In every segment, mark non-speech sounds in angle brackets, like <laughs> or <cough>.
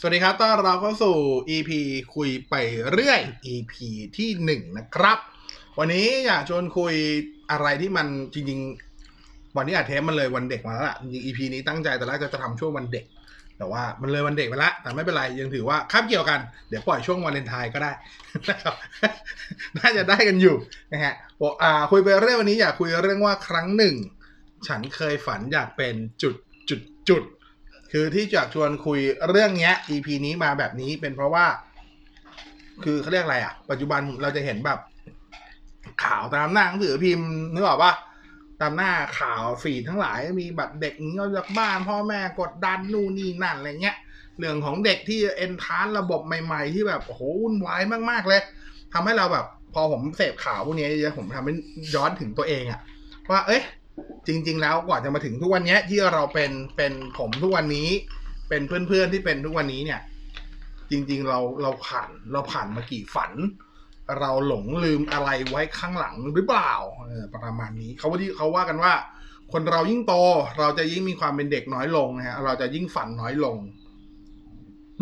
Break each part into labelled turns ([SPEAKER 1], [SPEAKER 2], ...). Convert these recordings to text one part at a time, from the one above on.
[SPEAKER 1] สวัสดีครับต้อนรับเข้าสู่ EP คุยไปเรื่อย EP ที่หนึ่งนะครับ วันนี้อยากชวนคุยอะไรที่มันจริงๆ วันนี้อาเทปมันเลยวันเด็กมาแล้วล่ะจริงๆ EP นี้ตั้งใจแต่แรกจะทำช่วงวันเด็ก แต่ว่ามันเลยวันเด็กไปละแต่ไม่เป็นไรยังถือว่าคาบเกี่ยวกัน เดี๋ยวปล่อยช่วงวาเลนไทน์ก็ได้ <laughs> นะครับน่าจะได้กันอยู่นะฮะบอกอ่าคุยไปเรื่อยวันนี้อยากคุยเรื่องว่าครั้งหนึ่ง ฉันเคยฝันอยากเป็นจุดจุดจุด คือที่อยากชวนคุยเรื่องเนี้ย EP นี้มาแบบนี้เป็นเพราะว่า คือเขาเรียกอะไรอ่ะ ปัจจุบันเราจะเห็นแบบ ข่าวตามหน้าหนังสือพิมพ์นึกออกปะตามหน้าข่าวฟีดทั้งหลายมีแบบเด็กหนี้ออกจากบ้านพ่อแม่กดดันนู่นนี่นั่นอะไรเงี้ย เรื่องของเด็กที่เอนทานระบบใหม่ ๆ ที่แบบโอ้โหวุ่นวายมากๆเลยทำให้เราแบบ พอผมเสพข่าวพวกนี้เยอะๆผมทำให้ย้อนถึงตัวเองอะว่าเอ๊ะ จริง ๆ แล้วกว่าจะมาถึงทุกวันเนี้ยที่เราเป็นเป็นผมทุกวันนี้ เป็นเพื่อนๆที่เป็นทุกวันนี้เนี่ย จริง ๆ เราเราผ่านเราผ่านมากี่ฝัน เราหลงลืมอะไรไว้ข้างหลังหรือเปล่าเออประมาณนี้เขาว่าที่เขาว่ากันว่า คนเรายิ่งโต เราจะยิ่งมีความเป็นเด็กน้อยลงนะฮะเราจะยิ่งฝันน้อยลง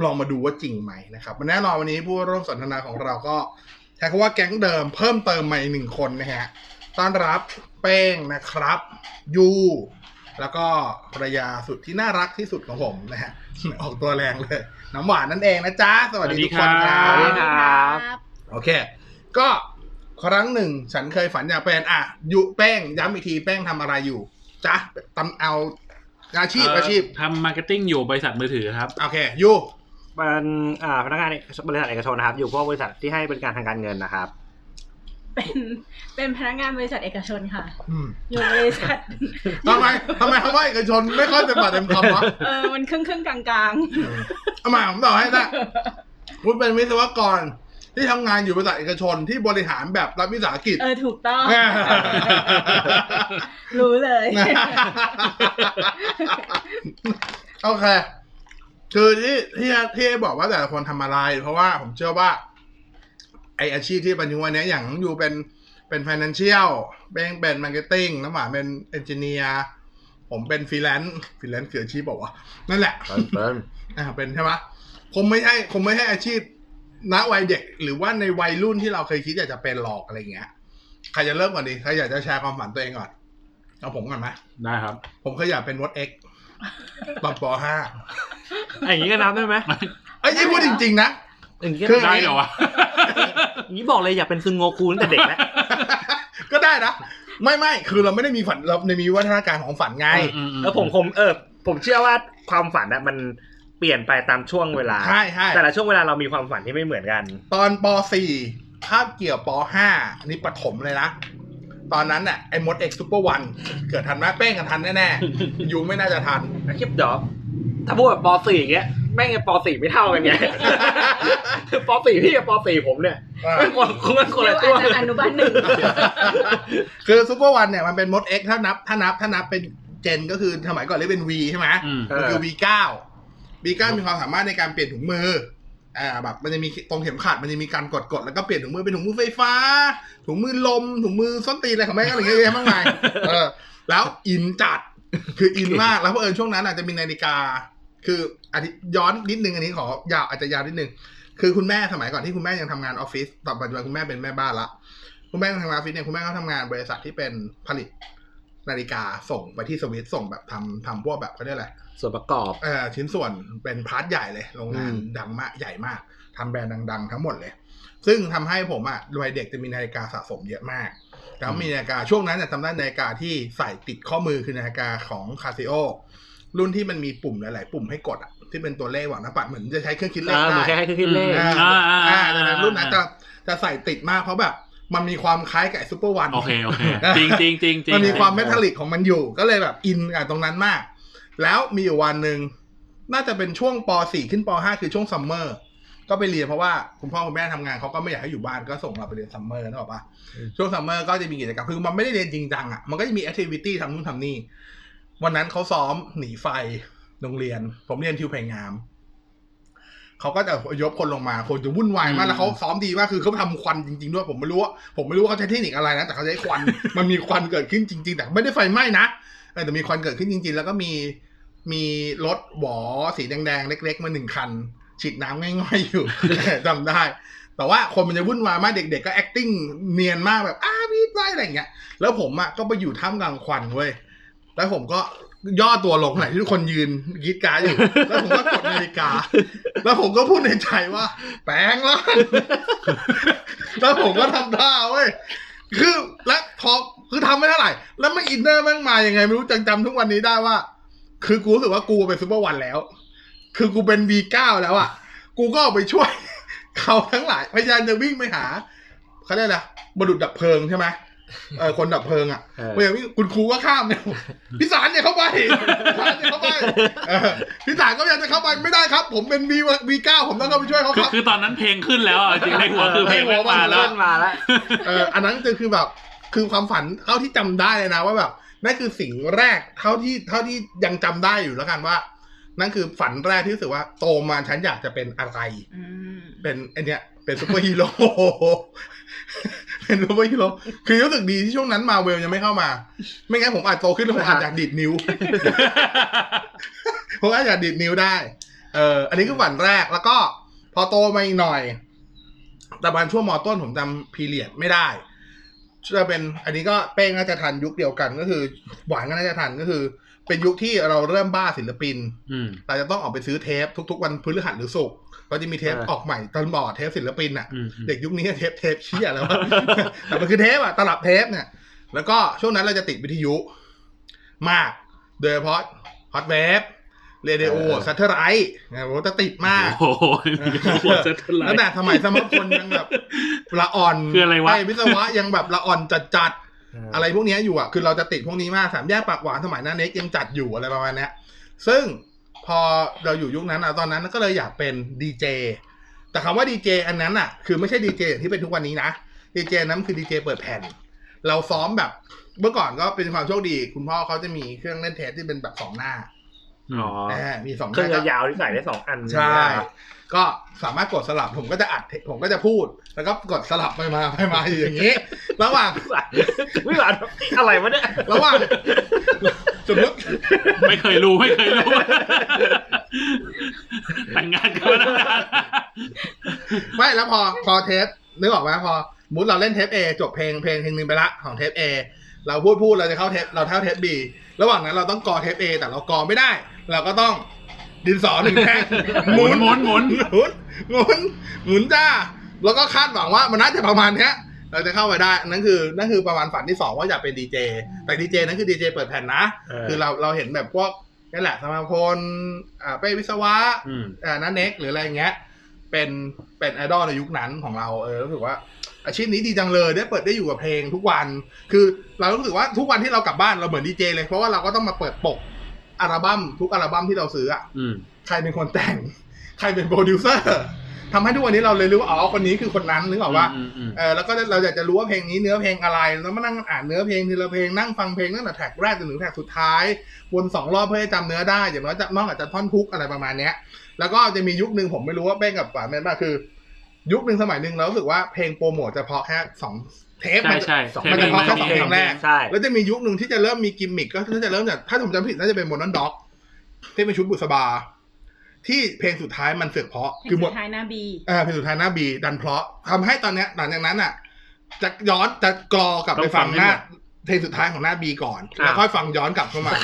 [SPEAKER 1] ลองมาดูว่าจริงไหมนะครับแน่นอนวันนี้ผู้ร่วมสนทนาของเราก็ใช้คำว่าแก๊งเดิม เพิ่มเติมใหม่หนึ่งคนนะฮะ ต้อนรับเป้งนะครับ ยู แล้วก็ภรรยาสุดที่น่ารักที่สุดของผมนะฮ <laughs> ะ ออกตัวแรงเลย น้ำหวานนั่นเองนะจ๊ะ สวัสดีทุกคนครั
[SPEAKER 2] สวัสดี
[SPEAKER 1] บ
[SPEAKER 2] ครับ
[SPEAKER 3] บ
[SPEAKER 1] โอเค ก็ครั้งหนึ่ง ฉันเคยฝันอยากเป็นอ่ะยุแป้งย้ำอีกทีแป้งทำอะไรอยู่จ๊ะตำเอาอาชีพ
[SPEAKER 2] เ
[SPEAKER 1] อาชีพ
[SPEAKER 2] ทำมาร์เก็ตติ้งอยู่บริษัทมือถือครับ
[SPEAKER 1] โอเคยุ
[SPEAKER 4] เป็นอ่าพนักงานเอกบริษัทเอกชนนะครับ อยู่พวกบริษัทที่ให้บริการทางการเงินนะครับ
[SPEAKER 3] เป็นเป็นพนักงานบริษัทเอกชนค่ะ
[SPEAKER 1] อืม
[SPEAKER 3] อยู่บริษัท
[SPEAKER 1] <laughs> ทำไมทำไมทำไมเอกชนไม่ค่อยเป็นปากเต็มคำวะ
[SPEAKER 3] เออมันครึ่งครึ่งๆกลางกลาง
[SPEAKER 1] เออเอามาผมต่อให้นะคุณเป็นวิศวกรที่ทำงานอยู่บริษัทเอกชนที่บริหารแบบรัฐวิสาหกิจ
[SPEAKER 3] ๆเออถูกต้อง
[SPEAKER 1] แม่
[SPEAKER 3] รู้เลย
[SPEAKER 1] <laughs> โอเค คือที่ที่ที่บอกว่าแต่ละคนทำอะไร เพราะว่าผมเชื่อว่า ไออาชีพที่ปัจจุบันเนี้ยอย่างน้องยูเป็นเป็น financial เป็นเป็น marketing น้ำหวานเป็น engineer ผมเป็น freelance freelance คืออาชีพบอกว่าวะนั่นแหละ
[SPEAKER 4] เป็น
[SPEAKER 1] อ่าเป็นใช่ไหมคงไม่ใช่คงไม่ใช่อาชีพณวัยเด็ก หรือว่าในวัยรุ่นที่เราเคยคิดอยากจะเป็นหลอกอะไรอย่างเงี้ยใครจะเริ่มก่อนดีใครอยากจะแชร์ความฝันตัวเองก่อนเอาผมก่อนไหม
[SPEAKER 2] ได้ครับ
[SPEAKER 1] ผมเคยอยากเป็นวอตเอ็กตอนปห้า
[SPEAKER 4] อย่างนี้ก็นับได้ไหม
[SPEAKER 1] ไอ้ยนี่พูดจริง ๆ นะ <laughs>
[SPEAKER 4] อย่างนี้
[SPEAKER 1] คื
[SPEAKER 4] ก็
[SPEAKER 2] ได้เหรอวะ
[SPEAKER 4] อย่างนี้บอกเลยอยากเป็นซึนโงคูตั้งแต่เด็กแล้ว
[SPEAKER 1] ก็ได้นะ ไม่ไม่คือเราไม่ได้มีฝันเราในมีวัฒนาการของฝันไง
[SPEAKER 4] แล้วผมผมเออผมเชื่อว่าความฝันอะมันเปลี่ยนไปตามช่วงเวลา
[SPEAKER 1] ใช่ใช่
[SPEAKER 4] แต่ละช่วงเวลาเรามีความฝันที่ไม่เหมือนกัน
[SPEAKER 1] ตอนปสี่คาบเกี่ยวปห้าอันนี่ปฐมเลยนะ ตอนนั้นน่ะไอ้มดเอ็กซ์ซูเปอร์วันเกิดทันไหมเป้งกันทันแน่ๆยูไม่น่าจะทัน <laughs>
[SPEAKER 4] อาชีพดอกถ้าพูดแบบปสี่อย่างเงี้ยแม่งกับปสี่ไม่เท่ากันไง ปสี่พี่กับปสี่ผมเนี่ยไม่คนคนคนละ
[SPEAKER 3] เรี
[SPEAKER 4] ตั
[SPEAKER 3] ยว กว่าอาจารย์อนุบาลหนึ่ง
[SPEAKER 1] คือซูเปอร์วันเนี่ยมันเป็นมด X ถ้านับถ้านับถ้านับเป็นเจนก็คือสมัยก่อนเรียกเป็น V ใช่ไหม
[SPEAKER 2] อืม
[SPEAKER 1] มันคือ V9 V9 มีความสามารถในการเปลี่ยนถุงมืออ่าแบบมันจะมีตรงเข็มขัดมันจะมีการกดกดแล้วก็เปลี่ยนถุงมือเป็นถุงมือไฟฟ้า ถุงมือลม ถุงมือส้นตีนอะไรของแม่งก็อะไรเงี้ยเยอะแยะมากม <laughs> ายเออแล้วอินจัดคืออินมากแล้วเพอเอิญช่วงนั้นอาจจะมีนาฬิกา คืออาทิย้อนนิดนึงอันนี้ขอยาวอาจจะยาวนิดนึง คือคุณแม่สมัยก่อนที่คุณแม่ยังทำงานออฟฟิศตอนปัจจุบันคุณแม่เป็นแม่บ้านละ คุณแม่ทำงานออฟฟิศเนี่ยคุณแม่เขาทำงานบริษัทที่เป็นผลิตนาฬิกาส่งไปที่สวิตส่งแบบทำทำพวกแบบเขาเรียกอะไร
[SPEAKER 4] ส่วนประกอบ
[SPEAKER 1] เอ่อชิ้นส่วนเป็นพาร์ทใหญ่เลยโรงงาน
[SPEAKER 4] อืม
[SPEAKER 1] ดังมากใหญ่มากทำแบรนด์ดัง ๆ ทั้งหมดเลย ซึ่งทำให้ผมอ่ะวัยเด็กจะมีนาฬิกาสะสมเยอะมาก แล้วมีนาฬิกาช่วงนั้นเนี่ยจำได้นาฬิกาที่ใส่ติดข้อมือคือนาฬิกาของคาซิโอรุ่นที่มันมีปุ่มหลาย ๆ ปุ่มให้กดอ่ะที่เป็นตัวเลขหวังหน้าปัดเหมือนจะใช้เครื่องคิดเลข
[SPEAKER 4] อ่าเหมื
[SPEAKER 1] ได้
[SPEAKER 4] อนคล้ายๆคือคิดเลข
[SPEAKER 1] อ่า
[SPEAKER 2] อ่าอ่า
[SPEAKER 1] อ่าดังนั้นรุ่นนั้น
[SPEAKER 2] อ่า
[SPEAKER 1] จะจะใส่ติดมากเพราะแบบ มันมีความคล้ายกับซูเปอร์วัน
[SPEAKER 2] โอเคโอเค จริงจริงจริงจริง
[SPEAKER 1] มันมีความเมทัลลิกของมันอยู่ ก็เลยแบบอินกับตรงนั้นมาก แล้วมีอยู่วันหนึ่งน่าจะเป็นช่วงป .4 ขึ้นป .5 คือช่วงซัมเมอร์ก็ไปเรียนเพราะว่าคุณพ่อคุณแม่ทำงานเขาก็ไม่อยากให้อยู่บ้านก็ส่งเราไปเรียนซัมเมอร์นึกออกปะ
[SPEAKER 4] อืม
[SPEAKER 1] ช่วงซัมเมอร์ก็จะมีกิจกรรมคือมันไม่ได้เรียนจริงจังอ่ะมันก็จะมีแอคทิวิตี้ทำนู่นทำนี่วันนั้นเขาซ้อมหนีไฟโรงเรียน ผมเรียนทิวไผ่งามเขาก็จะอพยบคนลงมาคนจะวุ่นวายมากแล้วเขาซ้อมดีมากคือเขาทำควันจริงๆด้วยผมไม่รู้ว่าผมไม่รู้ว่าเขาใช้เทคนิคอะไรนะแต่เขาใช้ควัน <laughs> มันมีควันเกิดขึ้นจริง ๆ แต่ไม่ได้ไฟไหม้นะเออแต่มีควันเกิดขึ้นจริง ๆ แล้วก็มี มีรถหวอสีแดงๆ เล็ก ๆ มาหนึ่งคัน ฉีดน้ำง่ายๆอยู่ <laughs> จำได้ แต่ว่าคนมันจะวุ่นวายมากเด็กๆก็ acting เนียนมากแบบอ้าพี่ไล่อะไรอย่างเงี้ย แล้วผมอ่ะก็ไปอยู่ท่ามกลางควันเว้ย แล้วผมก็ย่อตัวลงไหนที่ทุกคนยืนกรีดกรารอยู่ แล้วผมก็กดนาฬิกา แล้วผมก็พูดในใจว่า แปลง <laughs> แล้ว แล้วผมก็ทำท่าเว้ย คือและพอคือทำไม่เท่าไหร่ แล้วมันอินเนอร์แมันมายังไงไม่รู้จังจำทุกวันนี้ได้ว่า คือกูรู้สึกว่ากูเป็นซูเปอร์วันแล้ว คือกูเป็น V9 แล้วอ่ะ กูก็ออกไปช่วย <laughs> เขาทั้งหลาย พยายามจะวิ่งไปหาเขาได้ละบดุษดับเพลิงใช่ไหมเออคนดับเพลิงอ่ะ
[SPEAKER 4] เออ
[SPEAKER 1] เมื่อกี้คุณครูก็ข้ามเนี่ยพิสารเนี่ยเข้าไปพิสารเนี่ยเข้าไปเออพิสารก็พยายามจะเข้าไปไม่ได้ครับ ผมเป็นวีวีเก้าผมต้องเข้าไปช่วยเขา
[SPEAKER 2] คื
[SPEAKER 1] ค
[SPEAKER 2] อ
[SPEAKER 1] รับ
[SPEAKER 2] คือตอนนั้นเพลงขึ้นแล้วอ่ะจริงในหัวคือเพลงไม่งมา
[SPEAKER 4] มา
[SPEAKER 2] แล้
[SPEAKER 4] แล้ว วมาแล้ว
[SPEAKER 1] เอออันนั้นจะคือแบบคือความฝันเท่าที่จำได้เลยนะว่าแบบนั่นคือสิ่งแรกเท่าที่เท่าที่ยังจำได้อยู่แล้วกันว่า นั่นคือฝันแรกที่รู้สึกว่าโตมาฉันอยากจะเป็นอะไร
[SPEAKER 3] อืม
[SPEAKER 1] เป็นไอเนี้ยเป็นซูเปอร์ฮีโร่ <laughs> เป็นซูเปอร์ฮีโร่คือรู้สึกดีที่ช่วงนั้นมาเวลยังไม่เข้ามา ไม่งั้นผมอาจโตขึ้นแล้วผมอาจอยากดีด <laughs> นิ้ว เพราะว่าอยากดีดนิ้วได้ เออ อันนี้คือฝันแรก แล้วก็พอโตมาอีกหน่อย แต่บานช่วงมอต้นผมจำพีเรียดไม่ได้ จะเป็น อันนี้ก็เป้งน่าจะทันยุคเดียวกันก็คือ หวานก็น่าจะทันก็คือ เป็นยุคที่เราเริ่มบ้าศิลปิน
[SPEAKER 2] อืม
[SPEAKER 1] เราจะต้องออกไปซื้อเทปทุกๆวันพฤหัสหรือศุกร์ก็จะมีเทป
[SPEAKER 4] อ่า
[SPEAKER 1] ออกใหม่ตลอดเทปศิลปินอ่ะ
[SPEAKER 2] อืม
[SPEAKER 1] เด็กยุคนี้เทปเทปเชี่ยแล้วอะ <laughs> แต่มันคือเทปอ่ะ ตลับเทปเนี่ย แล้วก็ช่วงนั้นเราจะติดวิทยุมาก โดยเฉพาะฮอตเวฟเรดิโอ
[SPEAKER 4] เออ
[SPEAKER 1] ซัตเทอร์ไรต์นะผมจะติดมาก
[SPEAKER 2] โอ้โหโหดจะทลา
[SPEAKER 1] ตั้งแต่
[SPEAKER 2] ย
[SPEAKER 1] สมัยสมัครคนยังแบบละอ่อน
[SPEAKER 2] คืออะไรวะ
[SPEAKER 1] ปวิศวะยังแบบละอ่อนจัดๆ อะไรพวกเนี้ยอยู่อ่ะ คือเราจะติดพวกนี้มากสามแยกปากหวานสมัยนั้นเน็กยังจัดอยู่อะไรประมาณเนี้ย ซึ่งพอเราอยู่ยุคนั้นอ่ะตอนนั้นก็เลยอยากเป็นดีเจ แต่คำว่าดีเจอันนั้นอ่ะ คือไม่ใช่ดีเจที่เป็นทุกวันนี้นะ ดีเจนั้นคือดีเจเปิดแผ่น เราซ้อมแบบ เมื่อก่อนก็เป็นความโชคดี คุณพ่อเขาจะมีเครื่องเล่นเทปที่เป็นแบบสองหน้า
[SPEAKER 2] อ๋อ
[SPEAKER 1] แหมมีสองห
[SPEAKER 4] เครื่
[SPEAKER 1] น้า
[SPEAKER 4] อง
[SPEAKER 1] ก็
[SPEAKER 4] ยาวๆที่ใส่ได้สองอัน
[SPEAKER 1] ใช่ ก็สามารถกดสลับผมก็จะอัดเทปผมก็จะพูด แล้วก็กดสลับไปมาไปมาอยู่อย่างนี้ ระหว่าง
[SPEAKER 4] <laughs> ไม่หวานอะไรวะเนี่ย
[SPEAKER 1] ระ
[SPEAKER 4] <laughs>
[SPEAKER 1] หว่างสมมติ
[SPEAKER 2] ไม่เคยรู้ไม่เคยรู้ แต่งงานกันมาตั้งนาน
[SPEAKER 1] ไม่แล้วพอพอเทปนึกออกไหมพอสมมุดเราเล่นเทป A จบเพลงเพลงเพลงหนึ่งไปละของเทป A เราพูดพูดเราจะเข้าเทปเราเท่าเทป B ระหว่างนั้นเราต้องกอเทป A แต่เรากอไม่ได้ เราก็ต้องดินสอหนึ่งแท่ง
[SPEAKER 2] หมุนหมุนหมุน
[SPEAKER 1] หมุนหมุนหมุนจ้าแล้วก็คาดหวังว่ามันน่าจะประมาณเนี้ยเราจะเข้าไปได้นั่นคือนั่นคือประมาณฝันที่สองว่าอยากเป็นดีเจแต่ดีเจนั้นคือดีเจเปิดแผ่นนะ คือเราเราเห็นแบบพวกนี่นแหละสมาพลอ่าเป้วิศวะ
[SPEAKER 2] อืม
[SPEAKER 1] อ่านันเน็กหรืออะไรอย่างเงี้ย เป็นเป็นไอดอลในยุคนั้นของเราเออรู้สึกว่า อาชีพนี้ดีจังเลยได้เปิดได้อยู่กับเพลงทุกวัน คือเรารู้สึกว่าทุกวันที่เรากลับบ้านเราเหมือนดีเจเลย เพราะว่าเราก็ต้องมาเปิดปกอัลบั้มทุกอัลบั้มที่เราซื้ออะ
[SPEAKER 2] อืม
[SPEAKER 1] ใครเป็นคนแต่ง ใครเป็นโปรดิวเซอร์ทำให้ทุกวันนี้เราเลยรู้ว่าอ๋อคนนี้คือคนนั้นนึกออกว่า
[SPEAKER 2] มอืม
[SPEAKER 1] เออแล้วก็เราอยากจะรู้ว่าเพลงนี้เนื้อเพลงอะไรแล้วมานั่งอ่านเนื้อเพลงทีละเพลงนั่งฟังเพลงตั้งแต่แท็กแรกจนถึงแท็กสุดท้ายวนสองรอบเพื่อให้จำเนื้อได้อย่างน้อยจะนอกจากจะท่อนพุกอะไรประมาณเนี้ย แล้วก็จะมียุคหนึ่งผมไม่รู้ว่าเป้งกับป๋าแมนบ้างคือ ยุคหนึ่งสมัยหนึ่งเรารู้สึกว่าเพลงโปรโมทจะเพาะแค่สองเทป
[SPEAKER 2] ใช่
[SPEAKER 1] มัน
[SPEAKER 2] ใช่
[SPEAKER 4] สอง
[SPEAKER 2] เทป
[SPEAKER 1] มันจะพอ
[SPEAKER 2] ง
[SPEAKER 1] แค่สองเพ
[SPEAKER 2] เท
[SPEAKER 1] ล
[SPEAKER 2] ป
[SPEAKER 1] งแรก
[SPEAKER 4] ใช่
[SPEAKER 1] แล้วจะมียุคหนึ่งที่จะเริ่มมีกิมมิคก็น่าจะเริ่มจากถ้าผมจำผิดน่าจะเป็นโมนอนด็อกที่เป็นชุดบุษบา ที่เพลงสุดท้ายมันเสือกเพาะ
[SPEAKER 3] เพล
[SPEAKER 1] คื
[SPEAKER 3] ง
[SPEAKER 1] อหม
[SPEAKER 3] สุ
[SPEAKER 1] ด
[SPEAKER 3] ดท้ายหน้าบี
[SPEAKER 1] เออเพลงสุดท้ายหน้าบีดันเพราะทำให้ตอนเนี้ยหลังจากนั้นอ่ะ จะย้อนจะกรอกลับไปฟังหน้าเพลงสุดท้ายของหน้าบีก่อน แล้วค่อยฟังย้อนกลับเข้ามา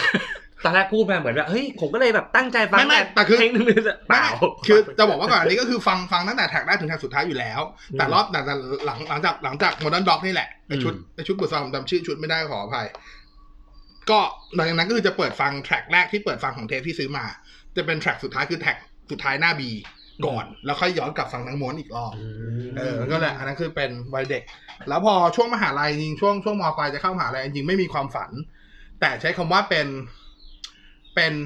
[SPEAKER 4] ตอนแรกพูดมาเหมือนแบบเฮ้ยผมก็เลยแบบตั้งใจฟัง
[SPEAKER 1] ไม่ไม่แต่คือ
[SPEAKER 4] เพลงนึงเลยอะเป
[SPEAKER 1] ไม่
[SPEAKER 4] ล่า
[SPEAKER 1] คือจะบอกว่าก่อนอันนี้ก็คือฟังฟังตั้งแต่แท็กแรกถึงแท็กสุดท้ายอยู่แล้ว
[SPEAKER 4] อืม
[SPEAKER 1] แต่รอบแต่หลังหลังจากหลังจากโมเดิร์นด็อกนี่แหละไอชุด
[SPEAKER 2] อืม
[SPEAKER 1] ไอชุดบุษราผมจำชื่อชุดไม่ได้ขออภัย ก็หลังจากนั้นก็คือจะเปิดฟังแท็กแรกที่เปิดฟังของเทปที่ซื้อมา จะเป็นแท็กสุดท้ายคือแท็กสุดท้ายหน้าบีก่อน แล้วค่อยย้อนกลับฟังทั้งม้วนอีกรอบ
[SPEAKER 2] อืม
[SPEAKER 1] เออ ก็แหละ อันนั้นคือเป็นวัยเด็ก แล้วพอช่วงมหาลัยจริงช่วงช่วงมปลายจะเข้ามหาลัยจริงไม่มีความฝัน แต่ใช้คำว่าเป็น เป็น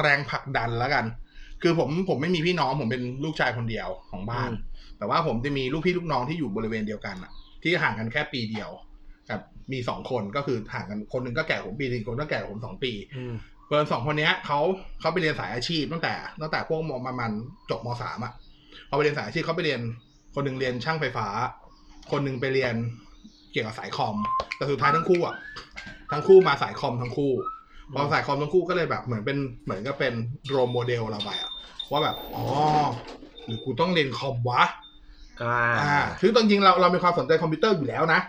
[SPEAKER 1] แรงผลักดันแล้วกัน คือผมผมไม่มีพี่น้องผมเป็นลูกชายคนเดียวของบ้าน
[SPEAKER 4] อืม
[SPEAKER 1] แต่ว่าผมจะมีลูกพี่ลูกน้องที่อยู่บริเวณเดียวกันอะที่ห่างกันแค่ปีเดียวกับมีสองคนก็คือห่างกันคนหนึ่งก็แก่ผมปีหนึ่งคนก็แก่ผมสองปี
[SPEAKER 4] ม
[SPEAKER 1] เพื่อนสองคนเนี้ยเขาเขาไปเรียนสายอาชีพตั้งแต่ตั้งแต่พวกมประมาณจบมสามอ่ะพอไปเรียนสายอาชีพเขาไปเรียน คนหนึ่งเรียนช่างไฟฟ้า คนหนึ่งไปเรียนเกี่ยวกับสายคอม แต่สุดท้ายทั้งคู่อ่ะทั้งคู่มาสายคอมทั้งคู่พอสายคอมทั้งคู่ก็เลยแบบเหมือนเป็นเหมือนก็เป็นโรลโมเดลเราไปอ่ะว่าแบบอ๋อ รือกูต้องเรียนคอมวะ
[SPEAKER 4] อ่า
[SPEAKER 1] อ่าคือตอนจริงเราเรามีความสนใจคอมพิวเตอร์อยู่แล้วนะ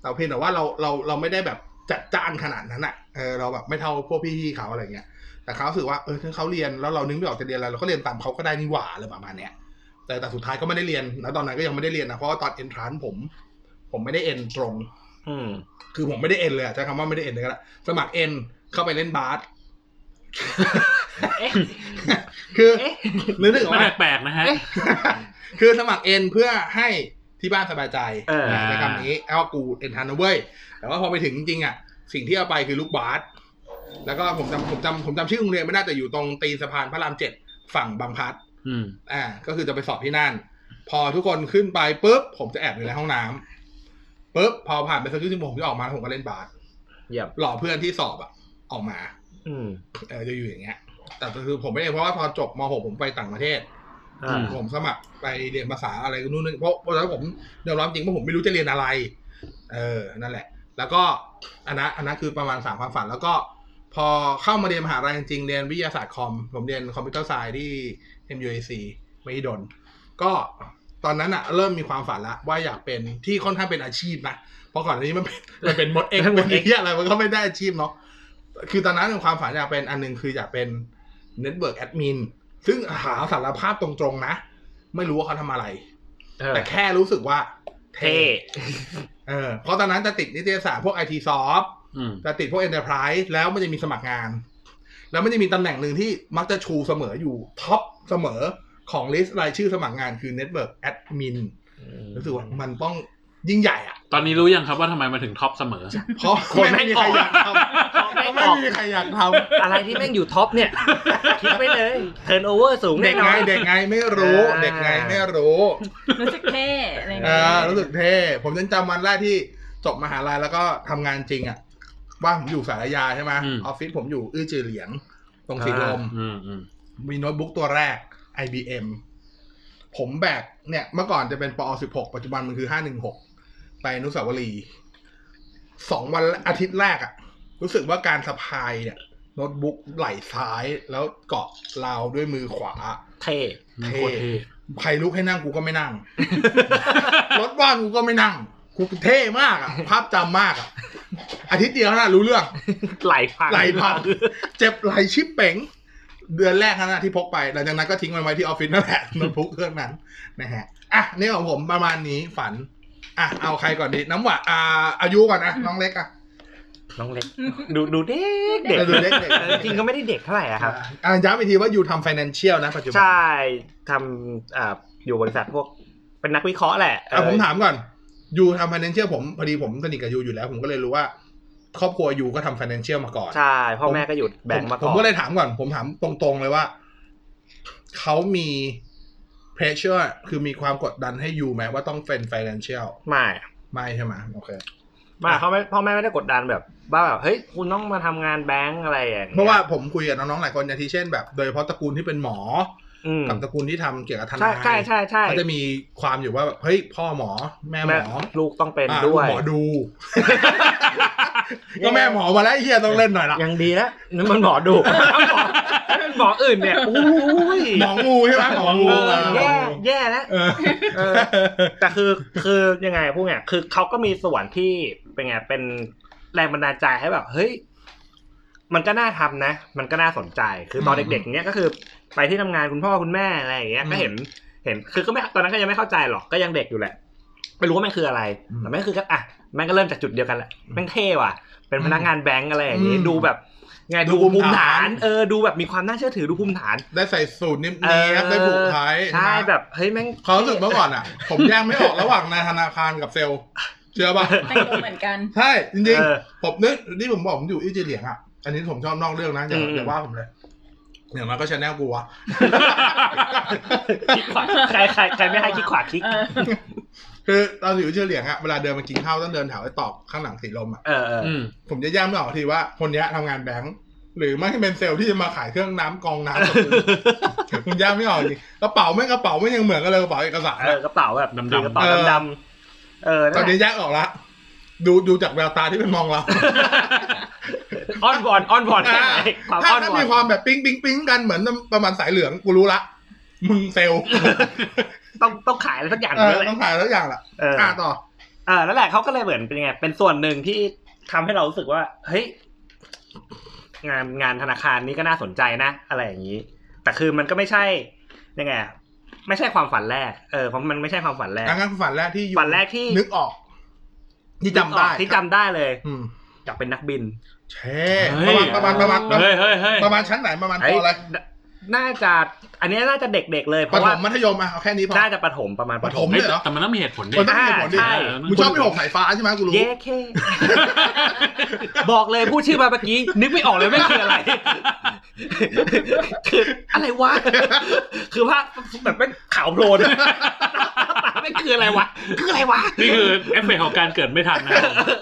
[SPEAKER 1] แต่เพียงแต่ว่าเราเราเราไม่ได้แบบจัดจ้านขนาดนั้นอะ่ะเออเราแบบไม่เท่าพวกพี่ๆเขาอะไรเงี้ย แต่เขารู้สึกว่าเออถ้าเขาเรียนแล้วเรานึกไม่ออกจะเรียนอะไรเราก็เรียนตามเขาก็ได้นี่หว่าอะไรประมาณเนี้ยแต่แต่สุดท้ายก็ไม่ได้เรียนนะตอนนั้นก็ยังไม่ได้เรียนนะเพราะว่าตอนเอนทรานผม ผมไม่ได้เอนตรง
[SPEAKER 4] อืม
[SPEAKER 1] คือผมไม่ได้เอนเลยอะใช้คำว่าไม่ได้เอนเลยก็ได้สมัครเอนเข้าไปเล่นบาส
[SPEAKER 4] เอ๊ะ
[SPEAKER 1] คือนึกถึง
[SPEAKER 2] ไม่
[SPEAKER 1] ว่า
[SPEAKER 2] แปลกๆนะฮะ
[SPEAKER 1] คือสมัครเอ็นเพื่อให้ที่บ้านสบายใจ
[SPEAKER 4] เออ
[SPEAKER 1] ในคำนี้เอากูเอ็นทันนะเว้ย แต่ว่าพอไปถึงจริงๆอ่ะ สิ่งที่เอาไปคือลูกบาสแล้วก็ผมจำผมจำผมจำชื่อโรงเรียนไม่ได้แต่อยู่ตรงตีนสะพานพระรามเจ็ดฝั่งบางพลัด
[SPEAKER 2] อืม
[SPEAKER 1] อ่า ก็คือจะไปสอบที่นั่น พอทุกคนขึ้นไปปุ๊บ ผมจะแอบอยู่ในห้องน้ำปุ๊บ พอผ่านไปสักครึ่งชั่วโมงผมจะออกมาแล้วผมก็เล่นบาส
[SPEAKER 4] เยี่ยม
[SPEAKER 1] หล่อเพื่อนที่สอบอ่ะ ออกมา
[SPEAKER 4] อืม
[SPEAKER 1] เออจะอยู่อย่างเงี้ย แต่ก็คือผมไม่ได้เพราะว่าพอจบม .6 ผมไปต่างประเทศ
[SPEAKER 4] อ่า
[SPEAKER 2] อื
[SPEAKER 1] ผมสมัครไปเรียนภาษาอะไรก็นู่นนี่เพราะเพราะแล้วผมเดี๋ยวร้อนจริงเพราะผมไม่รู้จะเรียนอะไร เออนั่นแหละ แล้วก็อันนั้นอันนั้นคือประมาณสามความฝัน แล้วก็พอเข้ามาเรียนมหาลัยจริงๆเรียนวิทยาศาสตร์คอม ผมเรียนคอมพิวเตอร์ไซด์ที่ MUAC มหิดลก็ตอนนั้นอะเริ่มมีความฝันละว่าอยากเป็นที่ค่อนข้างเป็นอาชีพนะเพราะก่อนอันนี้มัน <laughs> เป็นมันเป็นมดเอ็ก
[SPEAKER 4] เป็นม
[SPEAKER 1] เป็
[SPEAKER 4] ด
[SPEAKER 1] น
[SPEAKER 4] เอ็ก
[SPEAKER 1] เหี้ยอะไรมันก็ไม่ได้อาชีพเนาะคือตอนนั้นความฝันอยากเป็นอันหนึงคืออยากเป็นเน็ตเวิร์กแอดมินซึ่งหาสารภาพตรงๆนะ ไม่รู้ว่าเขาทำอะไร
[SPEAKER 4] เออ
[SPEAKER 1] แต่แค่รู้สึกว่า เท่
[SPEAKER 4] เท่
[SPEAKER 1] เออเพราะตอนนั้นจะติดนิตยสารพวกไอทีซอฟ
[SPEAKER 2] อืม
[SPEAKER 1] จะติดพวก Enterprise แล้วมันจะมีสมัครงาน แล้วมันจะมีตำแหน่งหนึ่งที่มักจะชูเสมออยู่ท็อปเสมอของลิสต์รายชื่อสมัครงานคือ Network Admin รู้สึกว่ามันต้องยิ่งใหญ่อ่ะ
[SPEAKER 2] ตอนนี้รู้ยังครับว่าทำไมมาถึงท็อปเสมอ
[SPEAKER 1] เพราะ
[SPEAKER 4] คนไม่
[SPEAKER 1] ไม่ <laughs> มีใครอยาก
[SPEAKER 4] ออก
[SPEAKER 1] ทำเพราะไม่มีใครอยากทำ
[SPEAKER 4] อะไรที่แม่งอยู่ท็อปเนี่ย <laughs> คิดไปเลยเทิร์นโอเวอร์สูง
[SPEAKER 1] เด็
[SPEAKER 4] แน่
[SPEAKER 1] ก
[SPEAKER 4] นอ
[SPEAKER 1] ไง
[SPEAKER 4] น
[SPEAKER 1] เด็กไงไม่รู้
[SPEAKER 4] อ่า
[SPEAKER 1] เด็กไงไม่รู้
[SPEAKER 3] รู้สึกเท่อะไรอย่าง
[SPEAKER 1] เอ
[SPEAKER 3] เงี้ย
[SPEAKER 1] อรู้สึกเท่ ผมยังจำวันแรกที่จบมหาลัยแล้วก็ทำงานจริงอ่ะบ้านผมอยู่สารยาใช่ไหม
[SPEAKER 2] อืม
[SPEAKER 1] ออฟฟิศผมอยู่อื้อจือเหลียง ตรงสีลม
[SPEAKER 2] อืมอืม
[SPEAKER 1] มีโน้ตบุ๊กตัวแรก IBM ผมแบกเนี่ย เมื่อก่อนจะเป็นปอ16 ปัจจุบันมันคือ 516 ไปอนุสาวรีย์สองวันอาทิตย์แรกอะรู้สึกว่าการสะพายเนี่ยโน้ตบุ๊กไหล่ซ้ายแล้วเกาะราวด้วยมือขวา
[SPEAKER 4] เท่
[SPEAKER 2] โคตรเท่
[SPEAKER 1] ใครลุกให้นั่งกูก็ไม่นั่ง <laughs> รถว่างกูก็ไม่นั่ง กูเท่มากอะภาพจำมากอะอาทิตย์เดียวนะรู้เรื่อง
[SPEAKER 4] ไหลพัง
[SPEAKER 1] ไหลพังเจ็บไหลชิบเป๋ง เดือนแรกนะที่พกไปหลังจากนั้นก็ทิ้งมันไว้ที่ออฟฟิศนั่นแหละ <laughs> โน้ตบุ๊กเครื่องนั้นนะฮะอ่ะนี่ของผมประมาณนี้ฝัน อ่ะเอาใครก่อนดีน้ำหวานอ่าอายุก่อนนะน้องเล็กอ่ะ
[SPEAKER 4] น้องเล็ก ดูดูเด็กเด็ก
[SPEAKER 1] เออดูเล็กเด็ก
[SPEAKER 4] เออจริงก็ไม่ได้เด็กเท่าไหร่อะครับ
[SPEAKER 1] อ่ะย้ำอีกทีว่าอยู่ทำ financial นะปัจจุบัน
[SPEAKER 4] ใช่ทำอ่าอยู่บริษัทพวกเป็นนักวิเคราะห์แหละเออ
[SPEAKER 1] อ่ะผมถามก่อนยูทำ financial ผมพอดีผมสนิทกับยูอยู่แล้ว ผมก็เลยรู้ว่า ครอบครัวยูก็ทำ financial มาก่อน
[SPEAKER 4] ใช่พ่อแม่ก็อยู่แบงก์มา
[SPEAKER 1] ผ
[SPEAKER 4] ก่อ
[SPEAKER 1] ม
[SPEAKER 4] น
[SPEAKER 1] ก็เลยถามก่อน ผมถามตรงๆเลยว่าเขามี pressure คือมีความกดดันให้ยูไหมว่าต้องเป็น financial
[SPEAKER 4] ไม่
[SPEAKER 1] ไม่ใช่ไหมโอเค
[SPEAKER 4] ไม่เขาไม่พ่อแม่ไม่ได้กดดันแบบว่าแบบเฮ้ยคุณต้องมาทำงานแบงก์อะไรอย่างงี้ย
[SPEAKER 1] เพราะว่าผมคุยกับน้องๆหลายคนอย่างที่เช่นแบบ โดยเฉพาะตระกูลที่เป็นหมอ
[SPEAKER 4] อืม
[SPEAKER 1] กับตระกูลที่ทำเกี่ยวกับท
[SPEAKER 4] ใช่
[SPEAKER 1] นาย
[SPEAKER 4] ใช่ใช่ใช่
[SPEAKER 1] เขาจะมีความอยู่ว่าแบบเฮ้ยพ่อหมอแม่หม
[SPEAKER 4] แม่
[SPEAKER 1] อ
[SPEAKER 4] ลูกต้องเป็น
[SPEAKER 1] อ่า
[SPEAKER 4] ด้วย
[SPEAKER 1] ลูกหมอดู ก็แม่หมอมาแล้วไอ้เฮียต้องเล่นหน่อยละ
[SPEAKER 4] ยังดีแล้วนั่นมันหมอดูถ้าหมอถ้าเป็นหมออื่นเนี่ยอุ้ย
[SPEAKER 1] หมองูใช่ไหมหมองู
[SPEAKER 4] เออ
[SPEAKER 1] อ่ะ
[SPEAKER 4] แย่แย่แล้ว
[SPEAKER 1] เออ
[SPEAKER 4] เออ แต่คือคือยังไงพูดไงคือเขาก็มีส่วนที่เป็นไงเป็นแรงบันดาลใจให้แบบ เฮ้ย มันก็น่าทำนะ มันก็น่าสนใจ คือตอนเด็กๆเนี้ยก็คือไปที่ทำงานคุณพ่อคุณแม่อะไรอย่างเงี้ยก็เห็นเห็นคือก็ไม่ตอนนั้นก็ยังไม่เข้าใจหรอกก็ยังเด็กอยู่แหละไม่รู้ว่ามันคืออะไรแต่แม่งคือก็อ่ะแม่งก็เริ่มจากจุดเดียวกันแหละแม่งเท่ว่ะ เป็นพนักงานแบงก์อะไรอย่างงี้ดูแบบไงดูภูมิฐาน เออดูแบบมีความน่าเชื่อถือดูภูมิฐาน
[SPEAKER 1] ได้ใส่สูตรนิ่ม
[SPEAKER 4] เออ
[SPEAKER 1] ๆได้ผูกไท้าย
[SPEAKER 4] ใช่แบบเฮ้ยแม่ง
[SPEAKER 1] เขามรู้สึกเมื่อก่อนอ่ะ ผมแยกไม่ออกระหว่างนายธนาคารกับเซลล์เชื่อป่ะ
[SPEAKER 3] แต่งตัวเหมือนกัน
[SPEAKER 1] ใช่จริง
[SPEAKER 4] เออ
[SPEAKER 1] ๆผมนึกนี่ผมบอกผมอยู่อีจีเหลียงอ่ะ อันนี้ผมชอบนอกเรื่องนะอย่า
[SPEAKER 4] อืม
[SPEAKER 1] อย่าว่าผมเลยอย่างน้อยก็ชแนลกูวะ <laughs>
[SPEAKER 4] คิกขวาใครใครใครไม่ให้คิกขวาคิก
[SPEAKER 3] เออ
[SPEAKER 1] คือตอนอยู่อีจีเหลียงอ่ะเวลาเดินมากินข้าวต้องเดินแถวไอ้ตอกข้างหลังสีลมอ่ะ
[SPEAKER 4] เออเออ
[SPEAKER 2] อืม
[SPEAKER 1] ผมจะแย่ไม่ออกทีว่าคนเนี้ยทำงานแบงค์หรือไม่เป็นเซลล์ที่จะมาขายเครื่องน้ำกองน้ำกับกูผมแย่ไม่ออกจริงกระเป๋าไม่งกระเป๋าไม่งยังเหมือนกันเลยกระเป๋าเอกสาร
[SPEAKER 4] เออ
[SPEAKER 1] อะ
[SPEAKER 4] กระเป๋าแบบ
[SPEAKER 2] ดำๆ
[SPEAKER 4] คือกระเป๋า
[SPEAKER 1] เออ
[SPEAKER 4] ดำๆเออ
[SPEAKER 1] ตอ
[SPEAKER 4] นั่
[SPEAKER 1] น
[SPEAKER 4] นแห
[SPEAKER 1] นี้
[SPEAKER 4] ละ
[SPEAKER 1] แยกออกละดูดูจากแววตาที่เป็นมองเรา
[SPEAKER 4] <laughs> อ้อนวอนอ้อนวอนแค่ไหนความ
[SPEAKER 1] ถ้า
[SPEAKER 4] อ้อน
[SPEAKER 1] ถ้าว
[SPEAKER 4] อ
[SPEAKER 1] มี
[SPEAKER 4] น
[SPEAKER 1] ความแบบปิ๊งปิ๊งปิ๊งกันเหมือนประมาณสายเหลืองกูรู้ละ มึงเซลล
[SPEAKER 4] ต้องต้องขายอะไรสักอย่าง
[SPEAKER 1] เออ
[SPEAKER 4] เลยแหละ
[SPEAKER 1] ต้องขายแล้วอย่างละ
[SPEAKER 4] เออ
[SPEAKER 1] อ่ะต่อ
[SPEAKER 4] เออนั่นแหละเขาก็เลยเหมือนเป็นไง เป็นส่วนหนึ่งที่ทำให้เรารู้สึกว่า เฮ้ย งานงานธนาคารนี้ก็น่าสนใจนะ อะไรอย่างนี้ แต่คือมันก็ไม่ใช่ยังไงอะไม่ใช่ความฝันแรก เออเพราะมันไม่ใช่ความฝันแรก
[SPEAKER 1] อันนั้นคือฝันแรกที่อยู่
[SPEAKER 4] ฝันแรกที่
[SPEAKER 1] นึกออก ที่จำได้
[SPEAKER 4] ที่จำได้เลย
[SPEAKER 1] อืม
[SPEAKER 4] อยากเป็นนักบิน
[SPEAKER 1] เช่ประมาณประมาณประมาณประมา
[SPEAKER 2] เฮ้
[SPEAKER 1] ณ
[SPEAKER 2] ยเฮ้ยเฮ้ย
[SPEAKER 1] ประมาณชั้นไหนประมาณป
[SPEAKER 4] เฮ้ย
[SPEAKER 1] อะไร
[SPEAKER 4] น่าจะอันนี้น่าจะเด็กๆเลยเพ
[SPEAKER 1] ประ
[SPEAKER 4] ราะ
[SPEAKER 1] ถ
[SPEAKER 4] ว่าม
[SPEAKER 1] มัธยมอ่ะเอาแค่นี้พอ
[SPEAKER 4] น่าจะประถมประมาณประถ
[SPEAKER 1] ประถ
[SPEAKER 4] ม
[SPEAKER 1] ผมเลยเหรอ
[SPEAKER 2] แต่มันต้องมีเหตุผลดิ
[SPEAKER 1] มันต้องมีเหตุผลดิ
[SPEAKER 4] ใช่
[SPEAKER 1] มึงชอบไปหกสายฟ้าใช่ไหมกูรู้
[SPEAKER 4] เย้เค บอกเลยพูดชื่อมาเมื่อกี้ นึกไม่ออกเลยไม่งคืออะไร คืออะไรวะ คือว่าแบบไม่งขาวโพลนไม่งคืออะไรวะ คืออะไรวะ
[SPEAKER 2] <laughs> นี่คือเอฟเฟกต์ของการเกิดไม่ทันนะ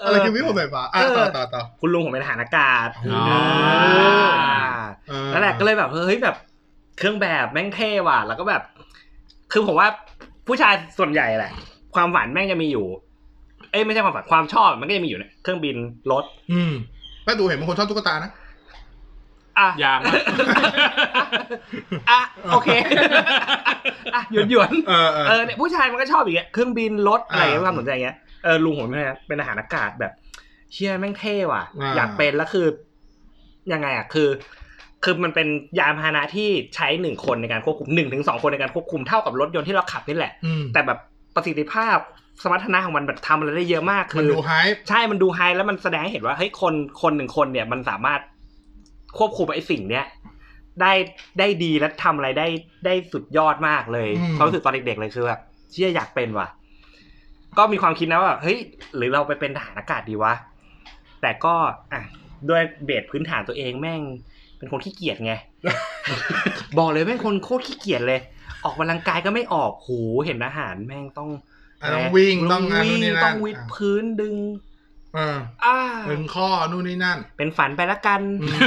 [SPEAKER 1] อะไรคือวิ่งหกสายฟ้าอ่ะต่อต่อต่อ
[SPEAKER 4] คุณลุงผมเป็นทหารอากาศ
[SPEAKER 2] อ๋อ
[SPEAKER 1] เออ
[SPEAKER 4] นั่นแหละก็เลยแบบเฮ้ยแบบ เครื่องแบบแม่งเท่ว่ะ แล้วก็แบบ คือผมว่าผู้ชายส่วนใหญ่แหละ ความฝันแม่งจะมีอยู่ เอ้ยไม่ใช่ความฝันความชอบมันก็จะมีอยู่ในเครื่องบินรถ
[SPEAKER 1] อืมป้าดูเห็นบางคนชอบตุ๊กตานะ
[SPEAKER 4] อ่ะ
[SPEAKER 2] ยางมาก
[SPEAKER 4] อ่ะโอเค อ่ะหยวนหยวน
[SPEAKER 1] เออเอ
[SPEAKER 4] ๆเออ
[SPEAKER 1] อ
[SPEAKER 4] เนี่ยผู้ชายมันก็ชอบอย่างเงี้ยเครื่องบินรถอะไรอย่างเงี้ย
[SPEAKER 1] อ่า
[SPEAKER 4] ความสนใจอย่างเงี้ยเออลุงผมเนี่ยเป็นอาหารอากาศแบบเชี่ยแม่งเท่ว่ะ
[SPEAKER 1] อ่า
[SPEAKER 4] อยากเป็นแล้วคือ ยังไงอ่ะคือ คือมันเป็นยานพาหนะที่ใช้หนึ่งคนในการควบคุมหนึ่งถึงสองคนในการควบคุมเท่ากับรถยนต์ที่เราขับนี่แหละ
[SPEAKER 1] อืม
[SPEAKER 4] แต่แบบประสิทธิภาพสมรรถนะของมันแบบทำอะไรได้เยอะมากคื
[SPEAKER 1] มัน
[SPEAKER 4] อ
[SPEAKER 1] ดูไฮป์
[SPEAKER 4] ใช่ มันดูไฮแล้วมันแสดงให้เห็นว่าเฮ้ยคนคนหนึ่งคนเนี่ยมันสามารถควบคุมไอ้สิ่งเนี้ยได้ได้ดีและทำอะไรได้ได้สุดยอดมากเลย
[SPEAKER 1] อืม
[SPEAKER 4] ความรู้สึกตอนเด็กๆเลยคือแบบเชื่ออยากเป็นว่ะ ก็มีความคิดนะว่าเฮ้ยหรือเราไปเป็นทหารอากาศดีวะ แต่ก็อ่ะด้วยเบสพื้นฐานตัวเองแม่ง เป็นคนขี้เกีย
[SPEAKER 1] <laughs>
[SPEAKER 4] จไง บอกเลยแม่งคนโคตรขี้เกียจเลย ออกกำลังกายก็ไม่ออกโหเห็นอาหารแม่งต้อง
[SPEAKER 1] อ่ะต้องวิ่งต้องงาน
[SPEAKER 4] วิ่
[SPEAKER 1] นู่นนี่
[SPEAKER 4] ต้
[SPEAKER 1] นั่
[SPEAKER 4] อน งวิดพื้นดึง
[SPEAKER 1] เออ
[SPEAKER 4] อ่า
[SPEAKER 1] ถึงข้อนู่นนี่
[SPEAKER 4] <laughs>
[SPEAKER 1] นั่น
[SPEAKER 4] เป็นฝันไปละกัน
[SPEAKER 1] อืม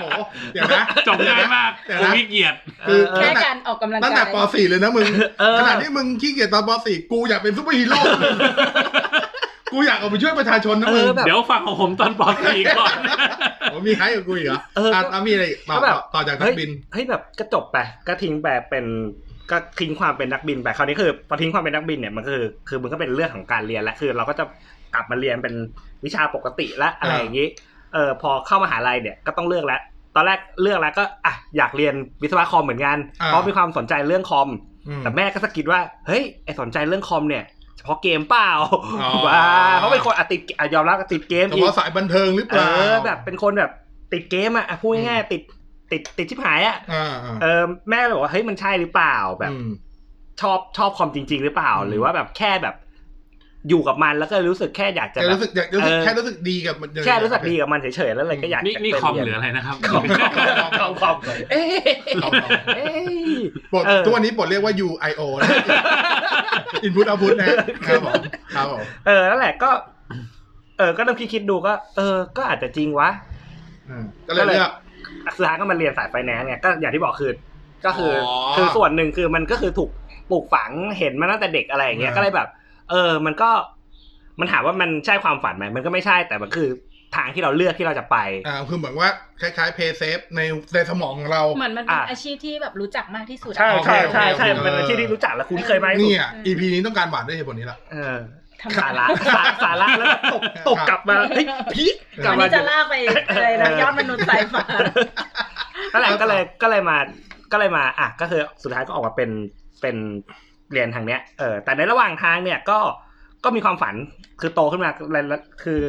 [SPEAKER 1] โอ้โหเดี๋ยวนะ
[SPEAKER 2] จบง่ายมาก
[SPEAKER 1] เดี๋ยว
[SPEAKER 2] กู
[SPEAKER 1] นะ
[SPEAKER 2] ขี้เกียจ
[SPEAKER 1] คือ
[SPEAKER 4] เออ
[SPEAKER 1] ตั้
[SPEAKER 3] แค่
[SPEAKER 1] งแต่
[SPEAKER 3] การออกกำลังกาย
[SPEAKER 1] ตั้งแต่ป .4 เลยนะมึง
[SPEAKER 4] เออ
[SPEAKER 1] ขนาดที่มึงขี้เกียจตอนป .4 กูอยากเป็นซุปเปอร์ฮีโร่ <laughs> กูอยากออกไปช่วยประชาชนนะ
[SPEAKER 4] เอ
[SPEAKER 1] มึง
[SPEAKER 4] อแบบ
[SPEAKER 2] เดี๋ยวฟังของผมตอนปอสีก่
[SPEAKER 4] <laughs>
[SPEAKER 2] อน
[SPEAKER 1] ผมมีใครกับกูอีกเหรอ
[SPEAKER 4] เอออ่
[SPEAKER 1] ะแล้วมีอะไรอีกต่อ
[SPEAKER 4] ก็แบบ
[SPEAKER 1] ต่อจากนักบิน
[SPEAKER 4] เฮ้ยแบบก็จบไปก็ทิ้งไปเป็นก็ทิ้งความเป็นนักบินไปคราวนี้คือพอทิ้งความเป็นนักบินเนี่ยมันก็คือ คือมันก็เป็นเรื่องของการเรียนและคือ เราก็จะกลับมาเรียนเป็นวิชาปกติละอะไรอย่างนี้เออพอเข้ามหาลัยเนี่ยก็ต้องเลือกแล้วตอนแรกเลือกแล้วก็อ่ะอยากเรียนวิศวะคอมเหมือนกัน
[SPEAKER 1] อ่า
[SPEAKER 4] เพราะมีความสนใจเรื่องคอม
[SPEAKER 1] อืม
[SPEAKER 4] แต่แม่ก็สะกิดว่า เฮ้ย ไอสนใจเรื่องคอมเนี่ยเฉพาะเกมเปล่า
[SPEAKER 1] อ๋อ
[SPEAKER 4] ว่าเพราะเป็นคนอะติดอะยอมรับอะติดเกม
[SPEAKER 1] เฉ
[SPEAKER 4] อีก
[SPEAKER 1] พาะสายบันเทิงหรือเป
[SPEAKER 4] เอ
[SPEAKER 1] ล่า
[SPEAKER 4] อแบบเป็นคนแบบติดเกมอะอ่ะพูดง่ายๆติดติดติดชิบหายอะ
[SPEAKER 1] อ่าอ่า
[SPEAKER 4] เออแม่เลยบอกว่าเฮ้ยมันใช่หรือเปล่าแบบ
[SPEAKER 1] อืม
[SPEAKER 4] ชอบชอบคอมจริง ๆ หรือเปล่า
[SPEAKER 1] อืม
[SPEAKER 4] หรือว่าแบบแค่แบบ อยู่กับมันแล้วก็รู้สึกแค่อยากจะ
[SPEAKER 1] แค่
[SPEAKER 4] แบบ
[SPEAKER 1] รู้สึกอยากรู้สึก
[SPEAKER 4] เออ
[SPEAKER 1] แค่รู้สึกดีกับมันเฉยๆ
[SPEAKER 4] แค่รู้สึกดีกับมันเฉยๆแล้วเลยก็อยาก
[SPEAKER 2] นี่
[SPEAKER 4] จะ
[SPEAKER 2] นี่
[SPEAKER 4] ไป
[SPEAKER 2] คอม
[SPEAKER 4] เรีย
[SPEAKER 2] หรืออะไรนะครับ
[SPEAKER 4] คอมคอมคอมคอมเอ้ย
[SPEAKER 1] คอมคอม
[SPEAKER 4] เอ้ย
[SPEAKER 1] บท
[SPEAKER 4] เออ
[SPEAKER 1] ทุกวันนี้บทเรียกว่า UIO นะ <laughs> Input Output
[SPEAKER 4] <laughs>
[SPEAKER 1] นะครับผมครับผม
[SPEAKER 4] <laughs> เออนั่นแหละก็ เออ ก็ต้องคิดคิดดูก็ เออ ก็อาจจะจริงวะ
[SPEAKER 1] อืมก็เลยเลือก
[SPEAKER 4] สุดท้ายก็มาเรียนสายไฟแนนซ์เนี่ยก็อย่างที่บอกคือก็คืออ
[SPEAKER 1] อ
[SPEAKER 4] คือส่วนหนึ่งคือมันก็คือถูกปลูกฝังเห็นมาตั้งแต่เด็กอะไรอย่างเงี้ย
[SPEAKER 1] อ่า
[SPEAKER 4] ก็เลยแบบ เออ มันก็ มันถามว่ามันใช่ความฝันไหมมันก็ไม่ใช่แต่มันคือทางที่เราเลือกที่เราจะไป
[SPEAKER 1] อ่าคือเหมือนว่าคล้ายๆ Pay Safe ในในสมองของเรา
[SPEAKER 3] เหมือนมันเป็น
[SPEAKER 4] อ่ะ
[SPEAKER 3] อาชีพที่แบบรู้จักมากที่สุด
[SPEAKER 4] ใช่ใช่ใช่ใช่
[SPEAKER 1] โอเคโอเค
[SPEAKER 4] มันเป็นที่ที่รู้จักและคุ้นเคยมากที่สุ
[SPEAKER 1] เนี่
[SPEAKER 4] ด
[SPEAKER 1] ย EP นี้ต้องการหวานด้วยเหตุผลนี้ละ
[SPEAKER 4] เออ
[SPEAKER 3] ทำ
[SPEAKER 4] สาระสาสาระแล้วตบตบกลับมาเฮ้ยพี่กลับ
[SPEAKER 3] วัน
[SPEAKER 4] มา
[SPEAKER 3] นี้จะลากไปอะไรนะยอดมนุษย์สายฟ้า
[SPEAKER 4] นั่นแหละ
[SPEAKER 1] ครับ
[SPEAKER 4] ก็เลยก็เลยมาก็เลยมาอ่ะก็คือสุดท้ายก็ออกมาเป็นเป็นเรียนทางเนี้ยเออแต่ในระหว่างทางเนี่ยก็ก็มีความฝันคือโตขึ้นมาแล้วคือ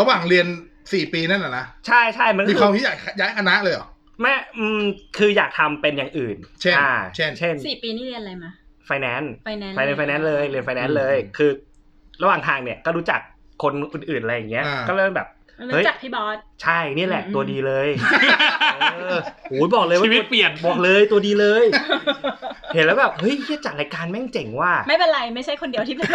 [SPEAKER 1] ระหว่างเรียน 4 ปีนั่นน่ะนะ
[SPEAKER 4] ใช่ใช่มัน
[SPEAKER 1] มี
[SPEAKER 4] คื
[SPEAKER 1] ความ
[SPEAKER 4] อ
[SPEAKER 1] ที่อยากย้ายคณะเลยเหรอ
[SPEAKER 4] แม่อืมคืออยากทำเป็นอย่างอื่น
[SPEAKER 1] เช่น
[SPEAKER 4] อ่า
[SPEAKER 1] เช่น
[SPEAKER 4] เช่น
[SPEAKER 3] สี่ปีนี่เรียนอะไรมา
[SPEAKER 4] ไฟแนนซ์
[SPEAKER 3] ไฟแนนซ์
[SPEAKER 4] ไฟแนนซ์ไฟแนนซ์เลยเรียนไฟแนนซ์เลย
[SPEAKER 2] อืม
[SPEAKER 4] คือ ระหว่างทางเนี่ยก็รู้จักคนอื่นๆอะไรอย่างเงี้ย
[SPEAKER 1] อ่า
[SPEAKER 4] ก็เริ่มแบบ เฮ้
[SPEAKER 3] รู้
[SPEAKER 4] ย
[SPEAKER 3] จักพี่บอส
[SPEAKER 4] ใช่นี่แหละ
[SPEAKER 3] อืม
[SPEAKER 4] ตัวดี
[SPEAKER 1] <laughs>
[SPEAKER 4] เลยเออโอ้ยบอกเลยว่า
[SPEAKER 2] ชีวิต
[SPEAKER 4] ตัว
[SPEAKER 2] เปลี่ยน
[SPEAKER 4] บอกเลยตัวดีเลย เห็นแล้วแบบเฮ้ยเหี้ยจัดรายการแม่งเจ๋งว่ะ
[SPEAKER 3] ไม่เป็นไรไม่ใช่คนเดียวที่เป็น
[SPEAKER 4] <laughs>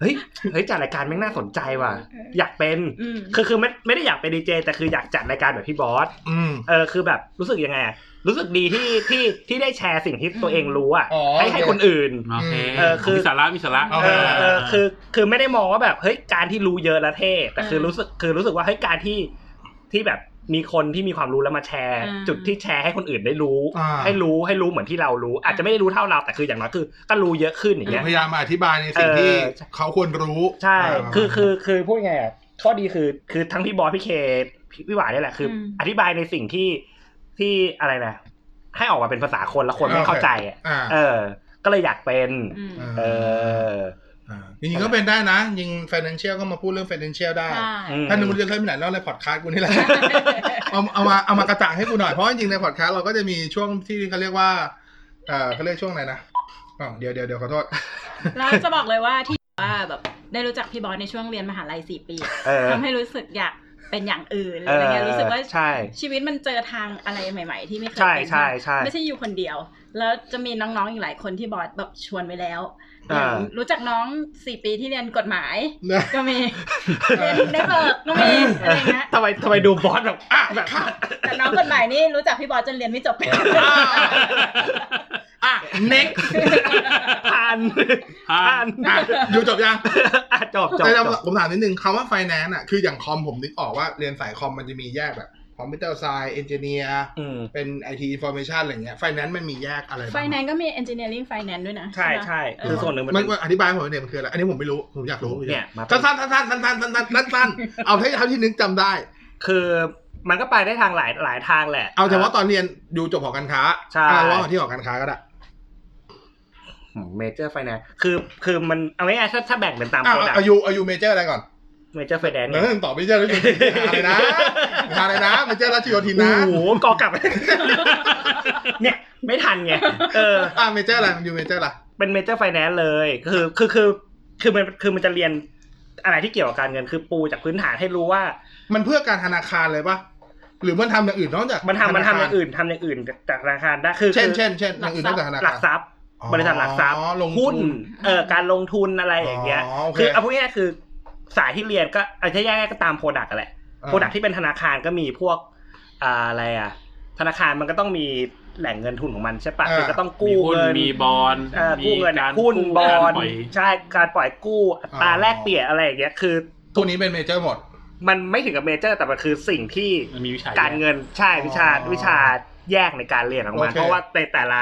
[SPEAKER 4] เฮ้ย เฮ้ยจัดรายการแม่งน่าสนใจว่ะ อยากเป็น
[SPEAKER 3] อืม
[SPEAKER 4] คือคือไม่ไม่ได้อยากเป็นดีเจแต่คืออยากจัดรายการแบบพี่บอส
[SPEAKER 1] อืม
[SPEAKER 4] เออคือแบบรู้สึกยังไงอะรู้สึกดีที่ที่ที่ได้แชร์สิ่งที่ตัวเองรู้อ่ะ
[SPEAKER 1] อ๋อ
[SPEAKER 4] ให้ให้คนอื่น
[SPEAKER 2] โอเค
[SPEAKER 4] เออคือ
[SPEAKER 2] มีสาระมีสาระ
[SPEAKER 1] โอ
[SPEAKER 4] เอ
[SPEAKER 1] เค
[SPEAKER 4] อเออคือคือไม่ได้มองว่าแบบเฮ้ยการที่รู้เยอะแล้วเท่ แต่คืออา รู้สึกคือรู้สึกว่าเฮ้ยการที่ที่แบบ มีคนที่มีความรู้แล้วมาแชร์
[SPEAKER 3] อ่า
[SPEAKER 4] จุดที่แชร์ให้คนอื่นได้รู้
[SPEAKER 1] อ่า
[SPEAKER 4] ให้รู้ให้รู้เหมือนที่เรารู้ อาจจะไม่ได้รู้เท่าเราแต่คืออย่างน้อยคือก็รู้เยอะขึ้นอย่าง
[SPEAKER 1] หรือ
[SPEAKER 4] เงี้ย
[SPEAKER 1] พยายามมาอธิบายในสิ่งที่
[SPEAKER 4] เออใช่
[SPEAKER 1] เขาควรรู้
[SPEAKER 4] ใช่
[SPEAKER 1] า
[SPEAKER 4] คือคือคือพูดไงอ่ะข้อดีคือคือทั้งพี่บอยพี่เคพี่พี่หวานเนี่ยแหละคืออ
[SPEAKER 3] ม
[SPEAKER 4] อธิบายในสิ่งที่ที่อะไรนะให้ออกมาเป็นภาษาคนแล้วคนไม่
[SPEAKER 1] โอเค
[SPEAKER 4] เข้าใจอ่ะ
[SPEAKER 1] อ่า
[SPEAKER 4] เออ ก็เลยอยากเป็น
[SPEAKER 3] อืม
[SPEAKER 4] เออ
[SPEAKER 1] าจริงๆก็เป็นได้นะ ยิง financial ก็มาพูดเรื่อง financial ได้
[SPEAKER 3] ใช่
[SPEAKER 4] อืม
[SPEAKER 1] ถ้าหนูจะเริ่มที่ไหนเล่าในพอดคาสต์กูนี่แหละ
[SPEAKER 4] <laughs>
[SPEAKER 1] เอาเอามาเอามากระจ่างให้กูหน่อย เพราะจริงๆในพอดคาสต์เราก็จะมีช่วงที่เขาเรียกว่า เออเขาเรียกช่วงไหนนะอ๋อเดี๋ยวเดี๋ยวเดี๋ยวขอโทษ <laughs>
[SPEAKER 3] แล้วจะบอกเลยว่าที่ว่าแบบได้รู้จักพี่บอสในช่วงเรียนมหาลัยสี่ปี
[SPEAKER 4] เออ
[SPEAKER 3] ทำให้รู้สึกอยากเป็นอย่างอื่นหรืออะไรเงี้ยรู้สึกว่า
[SPEAKER 4] ใช่
[SPEAKER 3] ชีวิตมันเจอทางอะไรใหม่ ๆ ที่ไม่เคย
[SPEAKER 4] ใช่
[SPEAKER 3] เป็น
[SPEAKER 4] ใช่ใช่
[SPEAKER 3] ไม่ใช่อยู่คนเดียว แล้วจะมีน้องๆอีกหลายคนที่บอสแบบชวนไว้แล้ว
[SPEAKER 4] อ่า
[SPEAKER 3] อย่างรู้จักน้องสี่ปีที่เรียนกฎหมาย
[SPEAKER 1] นะ
[SPEAKER 3] ก็
[SPEAKER 4] <laughs>
[SPEAKER 3] มีเรียนได้เบิกก็มีอะไรเงี้ย
[SPEAKER 4] ทำไมทำไมดูบอสแบบอ่ะแบบ
[SPEAKER 3] แต่น้องกฎหมายนี่รู้จักพี่บอสจนเรียนไม่จบ
[SPEAKER 1] อ่ะ next
[SPEAKER 4] ผ่าน
[SPEAKER 2] ผ่า
[SPEAKER 4] ผ่าน น
[SPEAKER 1] อ่ะอยู่จบยัง
[SPEAKER 4] <laughs> อ่ะจบจบ
[SPEAKER 1] แต่
[SPEAKER 4] จบ
[SPEAKER 1] ผมถามนิดนึงคำว่า finance อ่ะ คืออย่างคอมผมนึกออกว่าเรียนสายคอมมันจะมีแยกแบบ computer science engineer
[SPEAKER 4] อืม
[SPEAKER 1] เป็น IT information อะไรเงี้ย finance มันมีแยกอะไรบ้าง
[SPEAKER 3] ไฟแนนซ์ก็มี engineering finance ด้วยนะ
[SPEAKER 4] ใช่
[SPEAKER 3] ไหม
[SPEAKER 4] ใช่
[SPEAKER 3] เออ
[SPEAKER 4] คือส่วนหนึ่งมัน
[SPEAKER 1] มั
[SPEAKER 4] เป็น น
[SPEAKER 1] มันอธิบายให้ผมหน่อยเนี่ยมันคืออะไร อันนี้ผมไม่รู้ ผมอยากรู้
[SPEAKER 4] เนี่ยมาเป็น
[SPEAKER 1] สั้นๆสั้นๆสั้นๆสั้นๆสั้นๆสั้นๆเอาเท่าที่นึกจำได้
[SPEAKER 4] คือมันก็ไปได้ทางหลายหลายทางแหละ
[SPEAKER 1] เอาเฉพาะตอนเรียนอยู่จบหอการค้า
[SPEAKER 4] ใช่
[SPEAKER 1] อ่าว่าที่หอการค้าก็ได้
[SPEAKER 4] เมเจอร์ไฟแนนซ์คือคือมันเอาง่ายๆถ้าถ้าแบ่งเป็นตาม
[SPEAKER 1] อ้า
[SPEAKER 4] โปรดัก
[SPEAKER 1] วอายุอายุเมเจอร์อะไรก่อน
[SPEAKER 4] เมเจอร์ไฟแนนซ์
[SPEAKER 1] เอ
[SPEAKER 4] เนี่ย
[SPEAKER 1] อตอบเมเจอร์รัชโยธินอะไรนะอะไรนะเมเจอร์รัชโยธินนะ
[SPEAKER 4] โอ้โหกอกลับ <laughs> เนี่ย ไม่ทันไงเออ
[SPEAKER 1] อ่าเมเจอร์อะไรมันอยู่เมเจอร์อะไร
[SPEAKER 4] เป็นเมเจอร์ไฟแนนซ์เลยคือคือคือคือมันคือมันจะเรียนอะไรที่เกี่ยวกับการเงินคือปูจากพื้นฐานให้รู้ว่า
[SPEAKER 1] มันเพื่อการธนาคารเลยปะหรือมันทำอย่างอื่นนอกจาก
[SPEAKER 4] มันทำมันทำอย่าง
[SPEAKER 1] ธ
[SPEAKER 4] อื่นทำอย่างอื่นจากธนาคารได้คือ
[SPEAKER 1] คารเช่น
[SPEAKER 4] คือ
[SPEAKER 1] เช่นเช่นอย่างอื่นนอกจากธนา
[SPEAKER 4] ห
[SPEAKER 1] คา
[SPEAKER 4] ลั
[SPEAKER 1] ร
[SPEAKER 4] กทรัพย์
[SPEAKER 1] อ๋อบ
[SPEAKER 4] ริษัทหลักทรัพย์
[SPEAKER 1] ลงทุน
[SPEAKER 4] หุ้นเออการลงทุนอะไรอย่างเงี้ย
[SPEAKER 1] อ๋อโอเค
[SPEAKER 4] คือเอาพูดง่ายๆคือสายที่เรียนก็อาจจะแยกๆก็ตามโปรดักต์แหละโปรดักที่เป็นธนาคารก็มีพวกอ่าอะไรอ่ะ ธนาคารมันก็ต้องมีแหล่งเงินทุนของมันใช่ปะ
[SPEAKER 1] เออ
[SPEAKER 4] คือก็ต้อง
[SPEAKER 2] มี
[SPEAKER 4] กู้
[SPEAKER 2] หุ้น
[SPEAKER 4] เงิน
[SPEAKER 2] มีบอล
[SPEAKER 4] เอ่อกู้เงิน
[SPEAKER 2] มี
[SPEAKER 4] อะ
[SPEAKER 2] การ
[SPEAKER 4] หุ้น
[SPEAKER 2] กู้
[SPEAKER 4] บอ
[SPEAKER 2] การ
[SPEAKER 4] ล
[SPEAKER 2] ปล่อย
[SPEAKER 4] ใช่การปล่อยกู้อัตราแลกเปลี่ยนอะไรอย่างเงี้ยคือ
[SPEAKER 1] ทุกนี้เป็นเมเจอร์หมด
[SPEAKER 4] มันไม่ถึงกับเมเจอร์ แต่มันคือสิ่งที่
[SPEAKER 2] มันมีวิชา
[SPEAKER 4] การเงินใช่วิชา
[SPEAKER 1] อ๋อ
[SPEAKER 4] วิชาแยกในการเรียนออกมา
[SPEAKER 1] โอเค
[SPEAKER 4] เพราะว่าในแต่ละ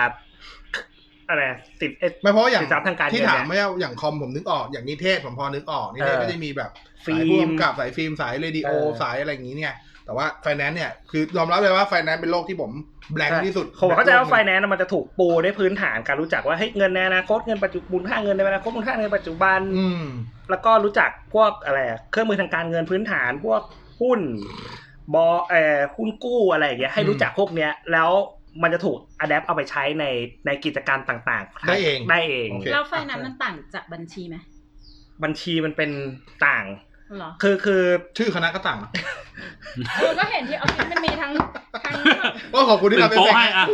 [SPEAKER 4] อะไรสิบเอ็ด
[SPEAKER 1] ไม่เพราะอย่าง
[SPEAKER 4] สินทรัพย์ทางการเงิน
[SPEAKER 1] ที่ถาม
[SPEAKER 4] เนี่ย
[SPEAKER 1] ไม่เอาอย่างคอมผมนึกออกอย่างนิเทศผมพอนึกออกนิเทศ
[SPEAKER 4] เออ
[SPEAKER 1] ก็จะมีแบบ
[SPEAKER 4] ฟิล์
[SPEAKER 1] สาย
[SPEAKER 4] ม
[SPEAKER 1] ผู้กำกับสายฟิล์มสายเรดิโอ
[SPEAKER 4] เออ
[SPEAKER 1] สายอะไรอย่างนี้เนี่ยแต่ว่าไฟแนนซ์เนี่ยคือยอมรับเลยว่าไฟแนนซ์เป็นโลกที่ผมแบงที่สุด
[SPEAKER 4] ผมเข้าใจว่าไฟ
[SPEAKER 1] แนนซ์
[SPEAKER 4] แนนซ์มันจะถูกปูด้วยพื้นฐานการรู้จักว่าเฮ้ยเงินในอนาคตเงินปัจจุบันมูลค่าเงินในอนาคตมูลค่าเงินปัจจุบัน
[SPEAKER 1] อืม
[SPEAKER 4] แล้วก็รู้จักพวกอะไรอะเครื่องมือทางการเงินพื้นฐานพวกหุ้นบอเอ่อหุ้นกู้อะไรอย่างเงี้ยให้
[SPEAKER 1] อืม
[SPEAKER 4] รู้จักพวกเนี้ย แล้วมันจะถูกอัดแอปเอาไปใช้ในในกิจการต่างๆ
[SPEAKER 1] ได้เอง
[SPEAKER 4] ได้เอง
[SPEAKER 1] โอเค
[SPEAKER 3] แล้วไฟแนนซ์มันต่างจากบัญชีไหม
[SPEAKER 4] บัญชีมันเป็นต่าง
[SPEAKER 3] เหรอ
[SPEAKER 4] คือคือ
[SPEAKER 1] ชื่อคณะก็ต่างนะ
[SPEAKER 3] เออก็เห็นที่ออฟฟิศมันมีทั้งทั้ง
[SPEAKER 1] ก็ขอบคุณที่
[SPEAKER 2] ตื่
[SPEAKER 1] ทำ
[SPEAKER 2] น
[SPEAKER 1] เป็น
[SPEAKER 2] โต๊ะ
[SPEAKER 1] แบง
[SPEAKER 2] ให้อะ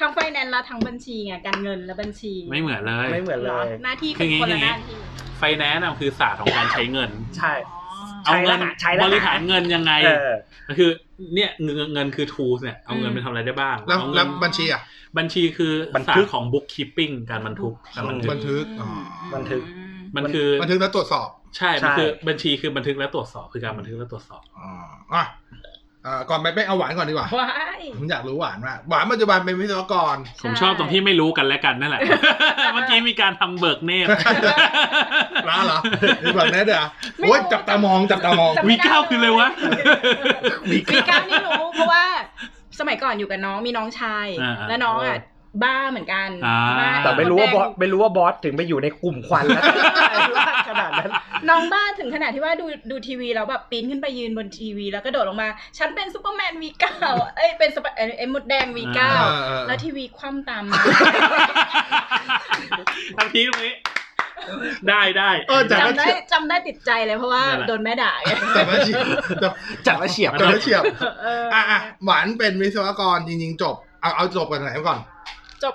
[SPEAKER 3] ทั้งไฟแนนซ์และทั้งบัญชีไงการเงินและบัญชี
[SPEAKER 2] ไม่เหมือนเลย
[SPEAKER 4] ไม่เหมือน
[SPEAKER 3] ห
[SPEAKER 4] เล
[SPEAKER 3] รอย หน้าที่
[SPEAKER 2] คื
[SPEAKER 3] เป็
[SPEAKER 2] อนงี้
[SPEAKER 3] คน
[SPEAKER 2] คือ
[SPEAKER 3] ละ
[SPEAKER 2] งี้
[SPEAKER 3] หน้าที่
[SPEAKER 2] ไฟแนนซ์อะคือศาสตร์ของการใช้เงิน
[SPEAKER 4] ใช่
[SPEAKER 3] อ๋อ
[SPEAKER 2] เอาเงิน
[SPEAKER 4] ใช้แล้วหา
[SPEAKER 2] บริหารเงินยังไง
[SPEAKER 4] เออ
[SPEAKER 2] ก็คือเนี่ยเงินเงินคือ tools เนี่ยเอาเงินไปทำอะไรได้บ้าง
[SPEAKER 1] แล้ว
[SPEAKER 2] เอาเงิ
[SPEAKER 1] แล้วบัญชีอ่ะ
[SPEAKER 2] บัญชีคือ
[SPEAKER 4] บัน
[SPEAKER 2] ศา
[SPEAKER 4] ทึ
[SPEAKER 2] สต
[SPEAKER 4] ก
[SPEAKER 2] ร์ของ bookkeeping การบันทึกการบันทึก
[SPEAKER 1] บันทึกอ๋อ
[SPEAKER 4] บันทึก
[SPEAKER 3] อืม
[SPEAKER 2] มันคือ
[SPEAKER 1] บันทึกแล้วตรวจสอบ
[SPEAKER 2] ใช่
[SPEAKER 4] ใช่
[SPEAKER 2] มันคือบัญชีคือบันทึกและตรวจสอบคือการบันทึกและตรวจสอบ
[SPEAKER 1] อ๋ออ่ะเอ่อก่อนไปเป้เอาหวานก่อนดีกว่า
[SPEAKER 3] ว้าย
[SPEAKER 1] ผมอยากรู้หวานมากหวานปัจจุบันเป็นวิศวกร
[SPEAKER 2] ผมชอบตรงที่ไม่รู้กันและกันนั่นแหละ เมื่อกี้มีการทำเบิกเนตร
[SPEAKER 1] ร้านเหรอดีกว่าแน่เด้อโอ้ยจับตามองจับตามอง
[SPEAKER 3] จำ
[SPEAKER 2] วี
[SPEAKER 3] ไม่ได้
[SPEAKER 2] เก้าคืออะไรวะ
[SPEAKER 3] วีเก้านี่รู้เพราะว่าสมัยก่อนอยู่กับน้องมีน้องชาย
[SPEAKER 2] อ่าๆ
[SPEAKER 3] และน้องอ่ะบ้าเหมือนกัน
[SPEAKER 2] อ่า
[SPEAKER 3] บ้า
[SPEAKER 4] แต่ไม่รู้ว่าบอสไม่รู้ว่าบอสถึงไปอยู่ในกลุ่มค
[SPEAKER 3] <laughs>
[SPEAKER 4] วันแล้วขนาดนั้น
[SPEAKER 3] น้องบ้านถึงขนาดที่ว่าดูดูทีวีแล้วแบบปีนขึ้นไปยืนบนทีวี แล้วก็โดดลงมา ฉันเป็นซูเปอร์แมนวีเก้าเอ้ยเป็นสไปเอ้ยไอ้มดแดงวีเก้า
[SPEAKER 1] อ่าอ่าอ่า
[SPEAKER 3] แล้วทีวีคว่ำตามมา
[SPEAKER 2] ทำทีตรงนี้ ได้ได้
[SPEAKER 1] เออจับ
[SPEAKER 3] จำได้จำได้ติดใจเลยเพราะว่า
[SPEAKER 2] นั่นแหละ
[SPEAKER 3] โดนแม่ด่าไง
[SPEAKER 1] จับแล้วเฉียบจับ
[SPEAKER 4] จับ
[SPEAKER 1] จับ
[SPEAKER 4] แล้วเฉียบ
[SPEAKER 1] แล้วเฉียบ
[SPEAKER 3] เออ
[SPEAKER 1] อ่ะอ่ะหวานเป็นวิศวกรจริงๆจบ เอาเอาจบกันไหนก่อน
[SPEAKER 3] จบ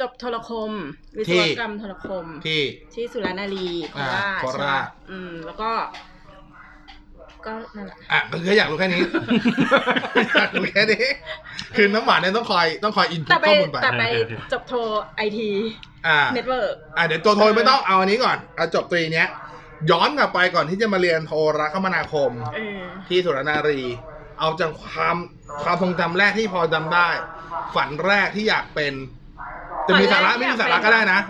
[SPEAKER 3] จบโทรคม วิศวกรรมโทรคม
[SPEAKER 1] ที่
[SPEAKER 3] ที่สุรานารีโค
[SPEAKER 1] อ่า
[SPEAKER 3] ราช
[SPEAKER 1] โคราช
[SPEAKER 3] ใช่ปะอืม แล้วก็ ก็นั่นแหละ
[SPEAKER 1] อ่ะก็คืออยากรู้แค่นี้ <laughs> อยากรู้แค่นี้คือน้ำหวานเนี่ยต้องคอยต้องคอยอินพุ
[SPEAKER 3] แต่
[SPEAKER 1] ต
[SPEAKER 3] ไป
[SPEAKER 1] ข้อมูลไป
[SPEAKER 3] แต่ไป
[SPEAKER 2] โอเคโอเค
[SPEAKER 3] จบโทไอที
[SPEAKER 1] อ่า
[SPEAKER 3] เน็ตเวิร์ก
[SPEAKER 1] อ่ะเดี๋ยวตัวโทรไม่ต้องเอาอันนี้ก่อนเอาจบตัวเนี้ย ย้อนกลับไปก่อนที่จะมาเรียนโทรคมนาคม ที่สุรนารี เอาจากความความทรงจำแรกที่พอจำได้ ฝันแรกที่อยากเป็นจะมีสาระไม่มีสาระก็ได้นะ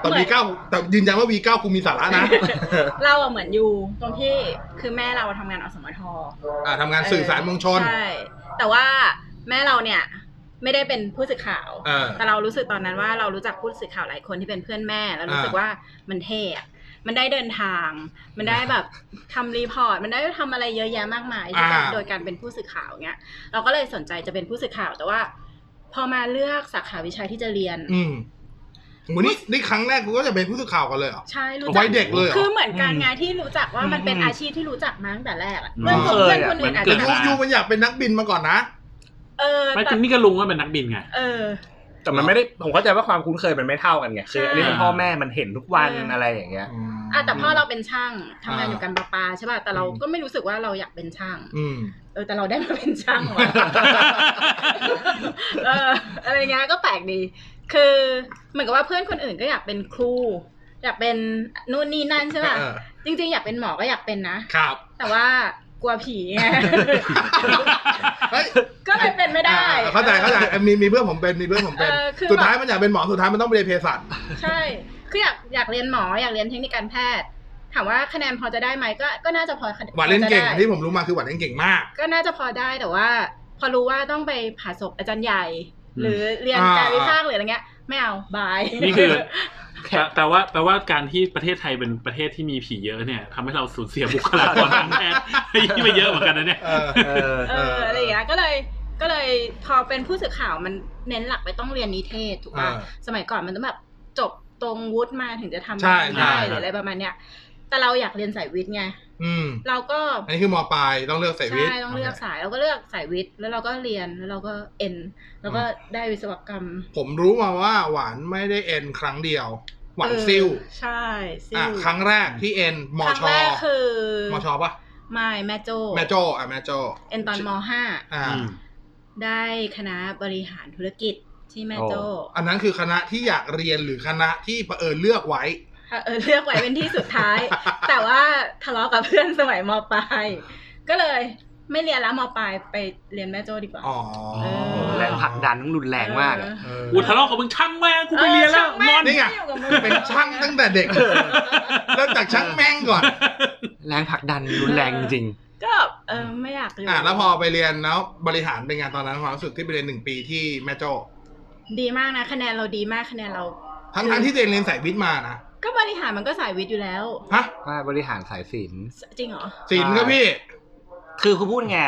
[SPEAKER 1] แต่วีเก้าแต่ยืนยันว่าวีเก้ากูมีสาระนะ
[SPEAKER 3] เราอะเหมือนอยู่ตรงที่คือแม่เราทำงานอสมท
[SPEAKER 1] อ่าทำงานสื่อสารมวลชน
[SPEAKER 3] ใช่แต่ว่าแม่เราเนี่ยไม่ได้เป็นผู้สื่อข่าว
[SPEAKER 1] เออ
[SPEAKER 3] แต่เรารู้สึกตอนนั้นว่าเรารู้จักผู้สื่อข่าวหลายคนที่เป็นเพื่อนแม่แล้วรู้สึก
[SPEAKER 1] อ่า
[SPEAKER 3] ว่ามันเท่อะมันได้เดินทาง มันได้แบบทำรีพอร์ต มันได้ทำอะไรเยอะแยะมากมายที่ได้โดยการเป็นผู้สื่อข่าวเงี้ย เราก็เลยสนใจจะเป็นผู้สื่อข่าว แต่ว่า พอมาเลือกสาขาวิชาที่จะเรียน
[SPEAKER 1] อืมวันนี้นี่ครั้งแรกกูก็จะเป็นผู้สื่อข่าวกันเลยเหรอ
[SPEAKER 3] ใช่รู้จั
[SPEAKER 1] วัยเด็กเลยเหรอ
[SPEAKER 3] คือเหมือนการงานที่รู้จักว่ามันเป็น
[SPEAKER 1] อืม
[SPEAKER 3] อาชีพที่รู้จักมาตั้งแต่แรกอะ
[SPEAKER 2] อืม
[SPEAKER 3] เพื่อนคนเพื่อนคนอื่นอาจ
[SPEAKER 2] เกิ
[SPEAKER 1] แต่
[SPEAKER 2] ด
[SPEAKER 3] จะ
[SPEAKER 1] ยู
[SPEAKER 2] มา
[SPEAKER 1] ยูมันอยากเป็นนักบินมาก่อนนะ
[SPEAKER 3] เออ
[SPEAKER 2] ไม่
[SPEAKER 3] แต่
[SPEAKER 2] จริงนี่ก็ลุงก็เป็นนักบินไง
[SPEAKER 3] เออ
[SPEAKER 4] แต่มันไม่ได้ผมเข้าใจว่าความคุ้นเคยมันไม่เท่ากันไงคือ อันนี้เป็นพ่อแม่มันเห็นทุกวัน
[SPEAKER 3] เอออ
[SPEAKER 4] อะไรอย่างเงี้ย
[SPEAKER 3] อ่ะแต่พ่อเราเป็นช่างทำงานอยู่
[SPEAKER 1] อ่า
[SPEAKER 3] การประปาใช่ป่ะแต่เราก็ไม่รู้สึกว่าเราอยากเป็นช่าง
[SPEAKER 1] อืม
[SPEAKER 3] เออแต่เราได้มาเป็นช่างว่ะ เอออะไรเงี้ยก็แปลกดี คือเหมือนกับว่าเพื่อนคนอื่นก็อยากเป็นครู อยากเป็นนู่นนี่นั่นใช่ป่ะ
[SPEAKER 1] เออ
[SPEAKER 3] จริง ๆ อยากเป็นหมอก็อยากเป็นนะ
[SPEAKER 1] ครับ
[SPEAKER 3] แต่ว่ากลัวผีไง <laughs>
[SPEAKER 1] เฮ้ย
[SPEAKER 3] ก็เลยเป็นไม่ได้
[SPEAKER 1] อ่าเข้าใจเข้าใจมีมีเพื่อนผมเป็นมีเพื่อนผมเป็น
[SPEAKER 3] เออคือ
[SPEAKER 1] สุดท้ายมันอยากเป็นหมอสุดท้ายมันต้องไปเรียนเภสัช
[SPEAKER 3] ใช่คืออยากอยากเรียนหมออยากเรียนเทคนิคการแพทย์ ถามว่าคะแนนพอจะได้ไหมก็ก็น่าจะพอ
[SPEAKER 1] หวานเล่นเก่ง
[SPEAKER 3] พอจะได้
[SPEAKER 1] ที่ผมรู้มาคือหวานเล่นเก่งมาก
[SPEAKER 3] ก็น่าจะพอได้แต่ว่า พอรู้ว่าต้องไปผ่าศพอาจารย์ใหญ่
[SPEAKER 2] อืม
[SPEAKER 3] หรือเรียน
[SPEAKER 1] อ่า
[SPEAKER 3] การวิพากษ์หรืออะไรเงี้ย ไม่เอาบาย
[SPEAKER 2] <laughs> นี่คือ แปลแปลว่าแปลว่าการที่ประเทศไทยเป็นประเทศที่มีผีเยอะเนี่ยทำให้เราสูญเสียบุคลากรท <laughs> างแพทย์ที่ไปเยอะเหมือนกันนะเนี่ย
[SPEAKER 1] เออ
[SPEAKER 4] เออ
[SPEAKER 3] เอออะไรอย่างเงี้ยก็เลยก็เลยพอเป็นผู้สื่อข่าวมันเน้นหลักไปต้องเรียนนิเทศถูกป่ะ
[SPEAKER 1] อ่า
[SPEAKER 3] สมัยก่อนมันต้องแบบจบตรงวุฒิมาถึงจะทำ
[SPEAKER 1] ใช่ใช่
[SPEAKER 3] ได้ห
[SPEAKER 2] ครั
[SPEAKER 3] รือบ อะไรประมาณเนี้ยแต่เราอยากเรียนสายวิทย์ไง
[SPEAKER 1] อืม
[SPEAKER 3] เราก็
[SPEAKER 1] อันนี้คือมอปลายต้องเลือกสายวิทย์
[SPEAKER 3] ใช่ต้องเลือกสายเราก็เลือกสายวิทย์แล้วเราก็เรียนแล้วเราก็เอ็นแล้วก็ได้วิศวกรรม
[SPEAKER 1] ผมรู้มาว่าหวานไม่ได้เอ็นครั้งเดียว หวานซิล
[SPEAKER 3] เออใช่ซิล
[SPEAKER 1] อ่ะครั้งแรกที่เอ็นมอ
[SPEAKER 3] ครั้ง
[SPEAKER 1] ช
[SPEAKER 3] แรกคือ
[SPEAKER 1] มอชปะ
[SPEAKER 3] ไม่แม่โจ้
[SPEAKER 1] แม่โจอ่ะแม่โจ
[SPEAKER 3] เอ็นตอนม
[SPEAKER 1] อ่า
[SPEAKER 2] อืม
[SPEAKER 3] .5 ได้คณะบริหารธุรกิจที่แม่โจ้
[SPEAKER 1] อันนั้นคือคณะที่อยากเรียนหรือคณะที่เผอิญเลือกไว้
[SPEAKER 3] เออเลือกไว้เป็นที่สุดท้าย
[SPEAKER 1] <laughs>
[SPEAKER 3] แต่ว่าทะเลาะกับเพื่อนสมัยมปลายก็เลยไม่เรียนแล้วมปลายไปเรียนแม่โจ้ดีกว่า
[SPEAKER 1] อ๋อ
[SPEAKER 3] เออ
[SPEAKER 4] แรงผลักดันต้องรุนแรงมากอะ
[SPEAKER 1] เออ
[SPEAKER 2] กูทะเลาะกับมึงช่างแม่งกูไปเรียนแล้ว
[SPEAKER 3] เออ
[SPEAKER 2] นอ
[SPEAKER 3] ช่างแม่
[SPEAKER 2] น
[SPEAKER 3] ง
[SPEAKER 1] นี่ไงเป็นช่างตั้งแต่เด็กเริ่มจากช่างแม่งก่อน
[SPEAKER 4] แรงผลักดันรุนแรงจริง
[SPEAKER 3] ก็เออไม่อยากอยู่
[SPEAKER 1] อ่ะแล้วพอไปเรียนแล้วบริหารเป็นไงตอนนั้นความรู้สึกที่ไปเรียนหนึ่งปีที่แม่โจ้
[SPEAKER 3] ดีมากนะ คะแนนเราดีมากคะแนนเรา
[SPEAKER 1] ทั้งทั้งที่ตัวเรียนเรียนสายวิทย์มานะ
[SPEAKER 3] ก็บริหารมันก็สายวิทย์อยู่แล้ว
[SPEAKER 1] ฮะ
[SPEAKER 4] ๆ <laughs> ว่าบริหารสายศิลป์
[SPEAKER 3] จริงเหรอ
[SPEAKER 1] ศิลป์ครับพี่
[SPEAKER 4] คือคุณพูดไง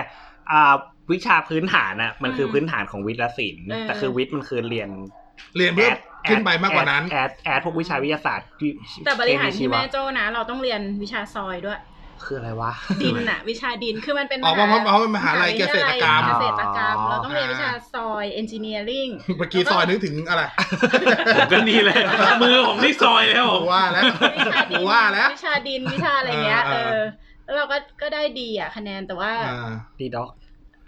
[SPEAKER 4] อ่าวิชาพื้นฐานอะมันคือ
[SPEAKER 3] ม
[SPEAKER 4] พื้นฐานของวิทย์และศิลป์
[SPEAKER 3] เออ
[SPEAKER 4] แต่คือวิทย์มันคือเรียน
[SPEAKER 1] เรียนเพื่อขึ้นไปมากกว่านั้น
[SPEAKER 4] แอดแอดแอดพวกวิชาวิทยาศาสตร์ที่
[SPEAKER 3] แต่บริหารที่แม่
[SPEAKER 4] เคชีวะ
[SPEAKER 3] โจ้นะ เราต้องเรียนวิชาซอยด้วย
[SPEAKER 4] คืออะไรวะ
[SPEAKER 3] ดินอะวิชาดินคือมันเป็น
[SPEAKER 1] อ๋อเพราะเพราะเพราะมันมหาลัยเกษตรกรรม
[SPEAKER 3] เกษตรกรรม
[SPEAKER 4] อ๋อ
[SPEAKER 3] เราต้องเรียนวิชาซอยเอนจิเนียริง
[SPEAKER 1] เมื่อกี้ซอยนึกถึงอะไร
[SPEAKER 2] ผมก็นี่แหละมือผมนี่ซอยแล้ว
[SPEAKER 1] กูว่าแล้วกูว่าแล้ว
[SPEAKER 3] วิชาดินวิชาอะไรเงี้ย
[SPEAKER 1] เอ
[SPEAKER 3] เอ
[SPEAKER 1] อเออ
[SPEAKER 3] อแล้วเราก็ก็ได้ดีอ่ะคะแนนแต่ว่า
[SPEAKER 1] อ่า
[SPEAKER 4] ดีด็อก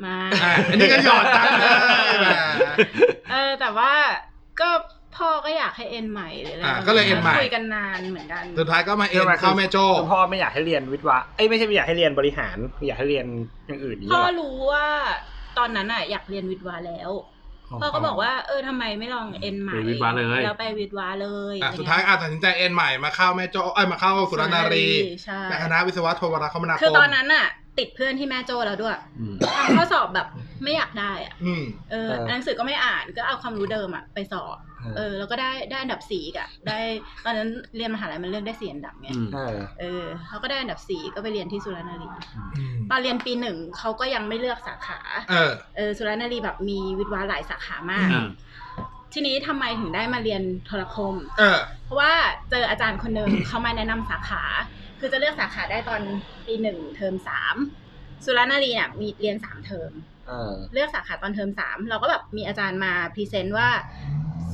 [SPEAKER 3] มา
[SPEAKER 1] อ่ะอันนี้ก็หยอดตังค์เลยแหม
[SPEAKER 3] เออแต่ว่าก็พ่อก็อยากให้เอ็นใหม่หรืออะไร
[SPEAKER 1] อ่ะก็เลยเอ็นใหม่
[SPEAKER 3] คุยกันนานเหมือนกัน
[SPEAKER 1] สุดท้ายก็มาเอ็นเข้าแม่โจ้
[SPEAKER 4] คุณพ่อไม่อยากให้เรียนวิทย์วะเอ้ยไม่ใช่ไม่อยากให้เรียนบริหาร อยากให้เรียนอย่างอื่นนี่
[SPEAKER 3] พ่อ
[SPEAKER 4] หรอ
[SPEAKER 3] รู้ว่าตอนนั้นอ่ะอยากเรียนวิทย์วาแล้ว พ่อก็บอกว่าเออทำไมไม่ลองเอ็นใหม่
[SPEAKER 2] ไปวิทย์วาเลย
[SPEAKER 3] แล้วไปวิทย์วาเลย
[SPEAKER 1] อ่ะสุดท้ายอาตัดสินใจเอ็นใหม่มาเข้าแม่โจ้เอ้ยมาเข้าสุรนารี
[SPEAKER 3] ใช่
[SPEAKER 1] ในคณะวิศวะโทรคมนาคม
[SPEAKER 3] คือตอนนั้นอะติดเพื่อนที่แม่โจแล้วด้วย
[SPEAKER 2] อืม
[SPEAKER 3] ทำข้อสอบแบบไม่อยากได้อะ
[SPEAKER 1] อืม
[SPEAKER 3] เออหนังสือก็ไม่อ่านก็เอาความรู้เดิมอะไปสอบเออ แล้วก็ได้ได้อันดับสี่อีกอะได้ตอนนั้นเรียนมหาลัยมันเลือกได้สี่อันดับไง
[SPEAKER 2] อืม
[SPEAKER 4] เออ
[SPEAKER 3] เออเขาก็ได้อันดับสี่ก็ไปเรียนที่สุรนารี
[SPEAKER 1] อืม
[SPEAKER 3] ตอนเรียนปีหนึ่งเขาก็ยังไม่เลือกสาขา
[SPEAKER 1] เออ
[SPEAKER 3] เออสุรนารีแบบมีวิทย์วาหลายสาขามาก
[SPEAKER 1] อืม
[SPEAKER 3] ทีนี้ทำไมถึงได้มาเรียนโทรคม
[SPEAKER 1] เออ
[SPEAKER 3] เพราะว่าเจออาจารย์คนหนึ่ง เขามาแนะนำสาขา คือจะเลือกสาขาได้ตอนปีหนึ่งเทอมสามสุรนารีเนี่ยมีเรียนสามเทอม
[SPEAKER 4] เออ
[SPEAKER 3] เลือกสาขาตอนเทอมสามเราก็แบบมีอาจารย์มาพรีเซนต์ว่า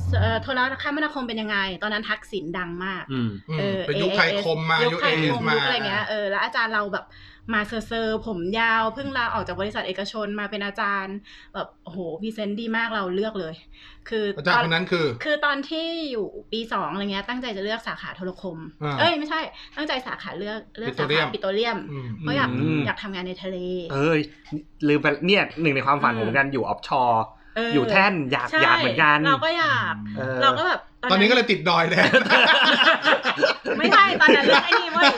[SPEAKER 3] สุ เอ่อโทรคมนาคมเป็นยังไง ตอนนั้นทักษิณดังมาก
[SPEAKER 2] อืม
[SPEAKER 1] อืม
[SPEAKER 3] เออ
[SPEAKER 1] เป็นยุคไทยคมมายุ
[SPEAKER 3] คไทยคม
[SPEAKER 1] มา
[SPEAKER 3] ยุคอะไรเงี้ยเออแล้วอาจารย์เราแบบมาเซอร์ๆผมยาวเพิ่งลาออกจากบริษัทเอกชนมาเป็นอาจารย์แบบโอ้โหพรีเซนต์ดีมากเราเลือกเลย คือ
[SPEAKER 1] อาจารย์คนนั้นคือ
[SPEAKER 3] คือตอนที่อยู่ปีสองอะไรเงี้ยตั้งใจจะเลือกสาขาโทรคม
[SPEAKER 1] อ่า
[SPEAKER 3] เอ้ยไม่ใช่ ตั้งใจสาขาเลือกเลือกสา
[SPEAKER 1] ปิโตรเลียม
[SPEAKER 3] ขาปิโตรเลียม
[SPEAKER 1] อืม
[SPEAKER 3] เพราะอยาก
[SPEAKER 4] อืม
[SPEAKER 3] อยากทำงานในทะเล
[SPEAKER 4] เอ้ยลืมไปเนี่ยหนึ่งในความฝัน
[SPEAKER 3] อื
[SPEAKER 4] ผม มเหมือนกันอยู่ออฟชอร์
[SPEAKER 3] เ
[SPEAKER 4] อยู่แท่นอยาก
[SPEAKER 3] ใช่
[SPEAKER 4] อยากเหมือนกัน
[SPEAKER 3] เราก็อยาก
[SPEAKER 4] ออ
[SPEAKER 3] เราก็แบบ
[SPEAKER 1] ตอนนี้ก็เลยติดดอยแทน
[SPEAKER 3] ไม่ใช่ตอนนั้นเลือกไอ้นี่
[SPEAKER 1] <laughs>
[SPEAKER 3] เว้ย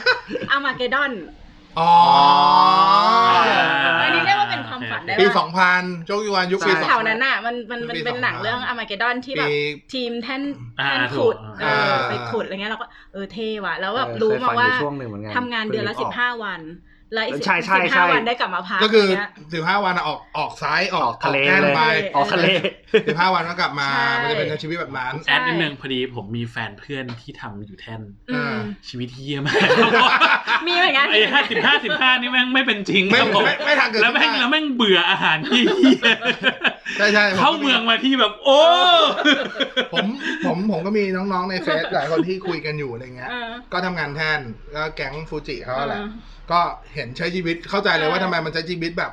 [SPEAKER 3] อามาเกดอน
[SPEAKER 1] อ๋อ
[SPEAKER 3] อันนี้เรียกว่าเป็นความฝันได้
[SPEAKER 1] ปี
[SPEAKER 3] ปะ
[SPEAKER 1] สองพันโชคยุวันยุคปีส
[SPEAKER 4] ใช่
[SPEAKER 1] อง
[SPEAKER 3] แถวนั้นน่ะมันมันมันเป็นหนังเรื่องอามาเกดอนที่แบบ
[SPEAKER 1] ปี
[SPEAKER 3] ทีมแท่น
[SPEAKER 2] อ่า
[SPEAKER 3] แท่นขุด
[SPEAKER 2] ถูก
[SPEAKER 3] เออ
[SPEAKER 1] เออ
[SPEAKER 3] ไปขุดอะไรเงี้ยเราก็เออเท่ว่ะ แล้วแบบ
[SPEAKER 4] เออ
[SPEAKER 3] รู้
[SPEAKER 4] เคย
[SPEAKER 3] มา
[SPEAKER 4] ฟังอ
[SPEAKER 3] ว่า
[SPEAKER 4] ยู่ช่วงหนึ่งเหมือนกัน
[SPEAKER 3] ทำงานเดือนละ
[SPEAKER 4] เพิ่
[SPEAKER 3] สิ
[SPEAKER 4] งนึกออบ ก
[SPEAKER 3] ห้าวันแล้วอีกสิบ
[SPEAKER 4] ใช่ใช่
[SPEAKER 3] สิบห้า
[SPEAKER 4] ใช่
[SPEAKER 3] วันได้กลับมาพัก
[SPEAKER 1] ก็คือ
[SPEAKER 3] เงี้ย
[SPEAKER 1] สิบห้าวันอะออกออกซ้ายอ
[SPEAKER 4] อ
[SPEAKER 1] อ
[SPEAKER 4] อก กทะเล
[SPEAKER 1] แน่น
[SPEAKER 4] เลย
[SPEAKER 1] ไป
[SPEAKER 4] ออกทะเล
[SPEAKER 1] สิบห้าวันก็กลับมามัน
[SPEAKER 3] ใช่
[SPEAKER 1] จะเป็นชีวิตแบบนั้น
[SPEAKER 2] แอดนิดนึงพอดีผมมีแฟนเพื่อนที่ทำอยู่แท่น
[SPEAKER 1] เออ
[SPEAKER 3] ม
[SPEAKER 2] ชีวิตเยี่ยมมาก
[SPEAKER 3] <laughs> มีเหมือนกัน
[SPEAKER 2] ไอ้ <laughs> ห้าสิบห้าสิบห้านี่แม่งไม่เป็นจริง
[SPEAKER 1] ไม่
[SPEAKER 2] ครับผม
[SPEAKER 1] ไม่ไม่ทางเกิด
[SPEAKER 2] แล้วแม่งแล้วแม่งเบื่ออาหาร <laughs> ที่เหี้ย
[SPEAKER 1] ใช่ใช่ผ
[SPEAKER 2] เข้าเมืองมาที่แบบ โอ้
[SPEAKER 1] ผมผมผมก็มีน้องๆในเฟซหลายคนที่คุยกันอยู่อะไรเงี้ย
[SPEAKER 3] เออ
[SPEAKER 1] ก็ทำงานแทนแล้วแก๊งฟูจิเขาแหละ
[SPEAKER 3] เออ
[SPEAKER 1] ก็เห็นใช้ชีวิตเข้าใจเลยว่าทำไมมันใช้ชีวิตแบบ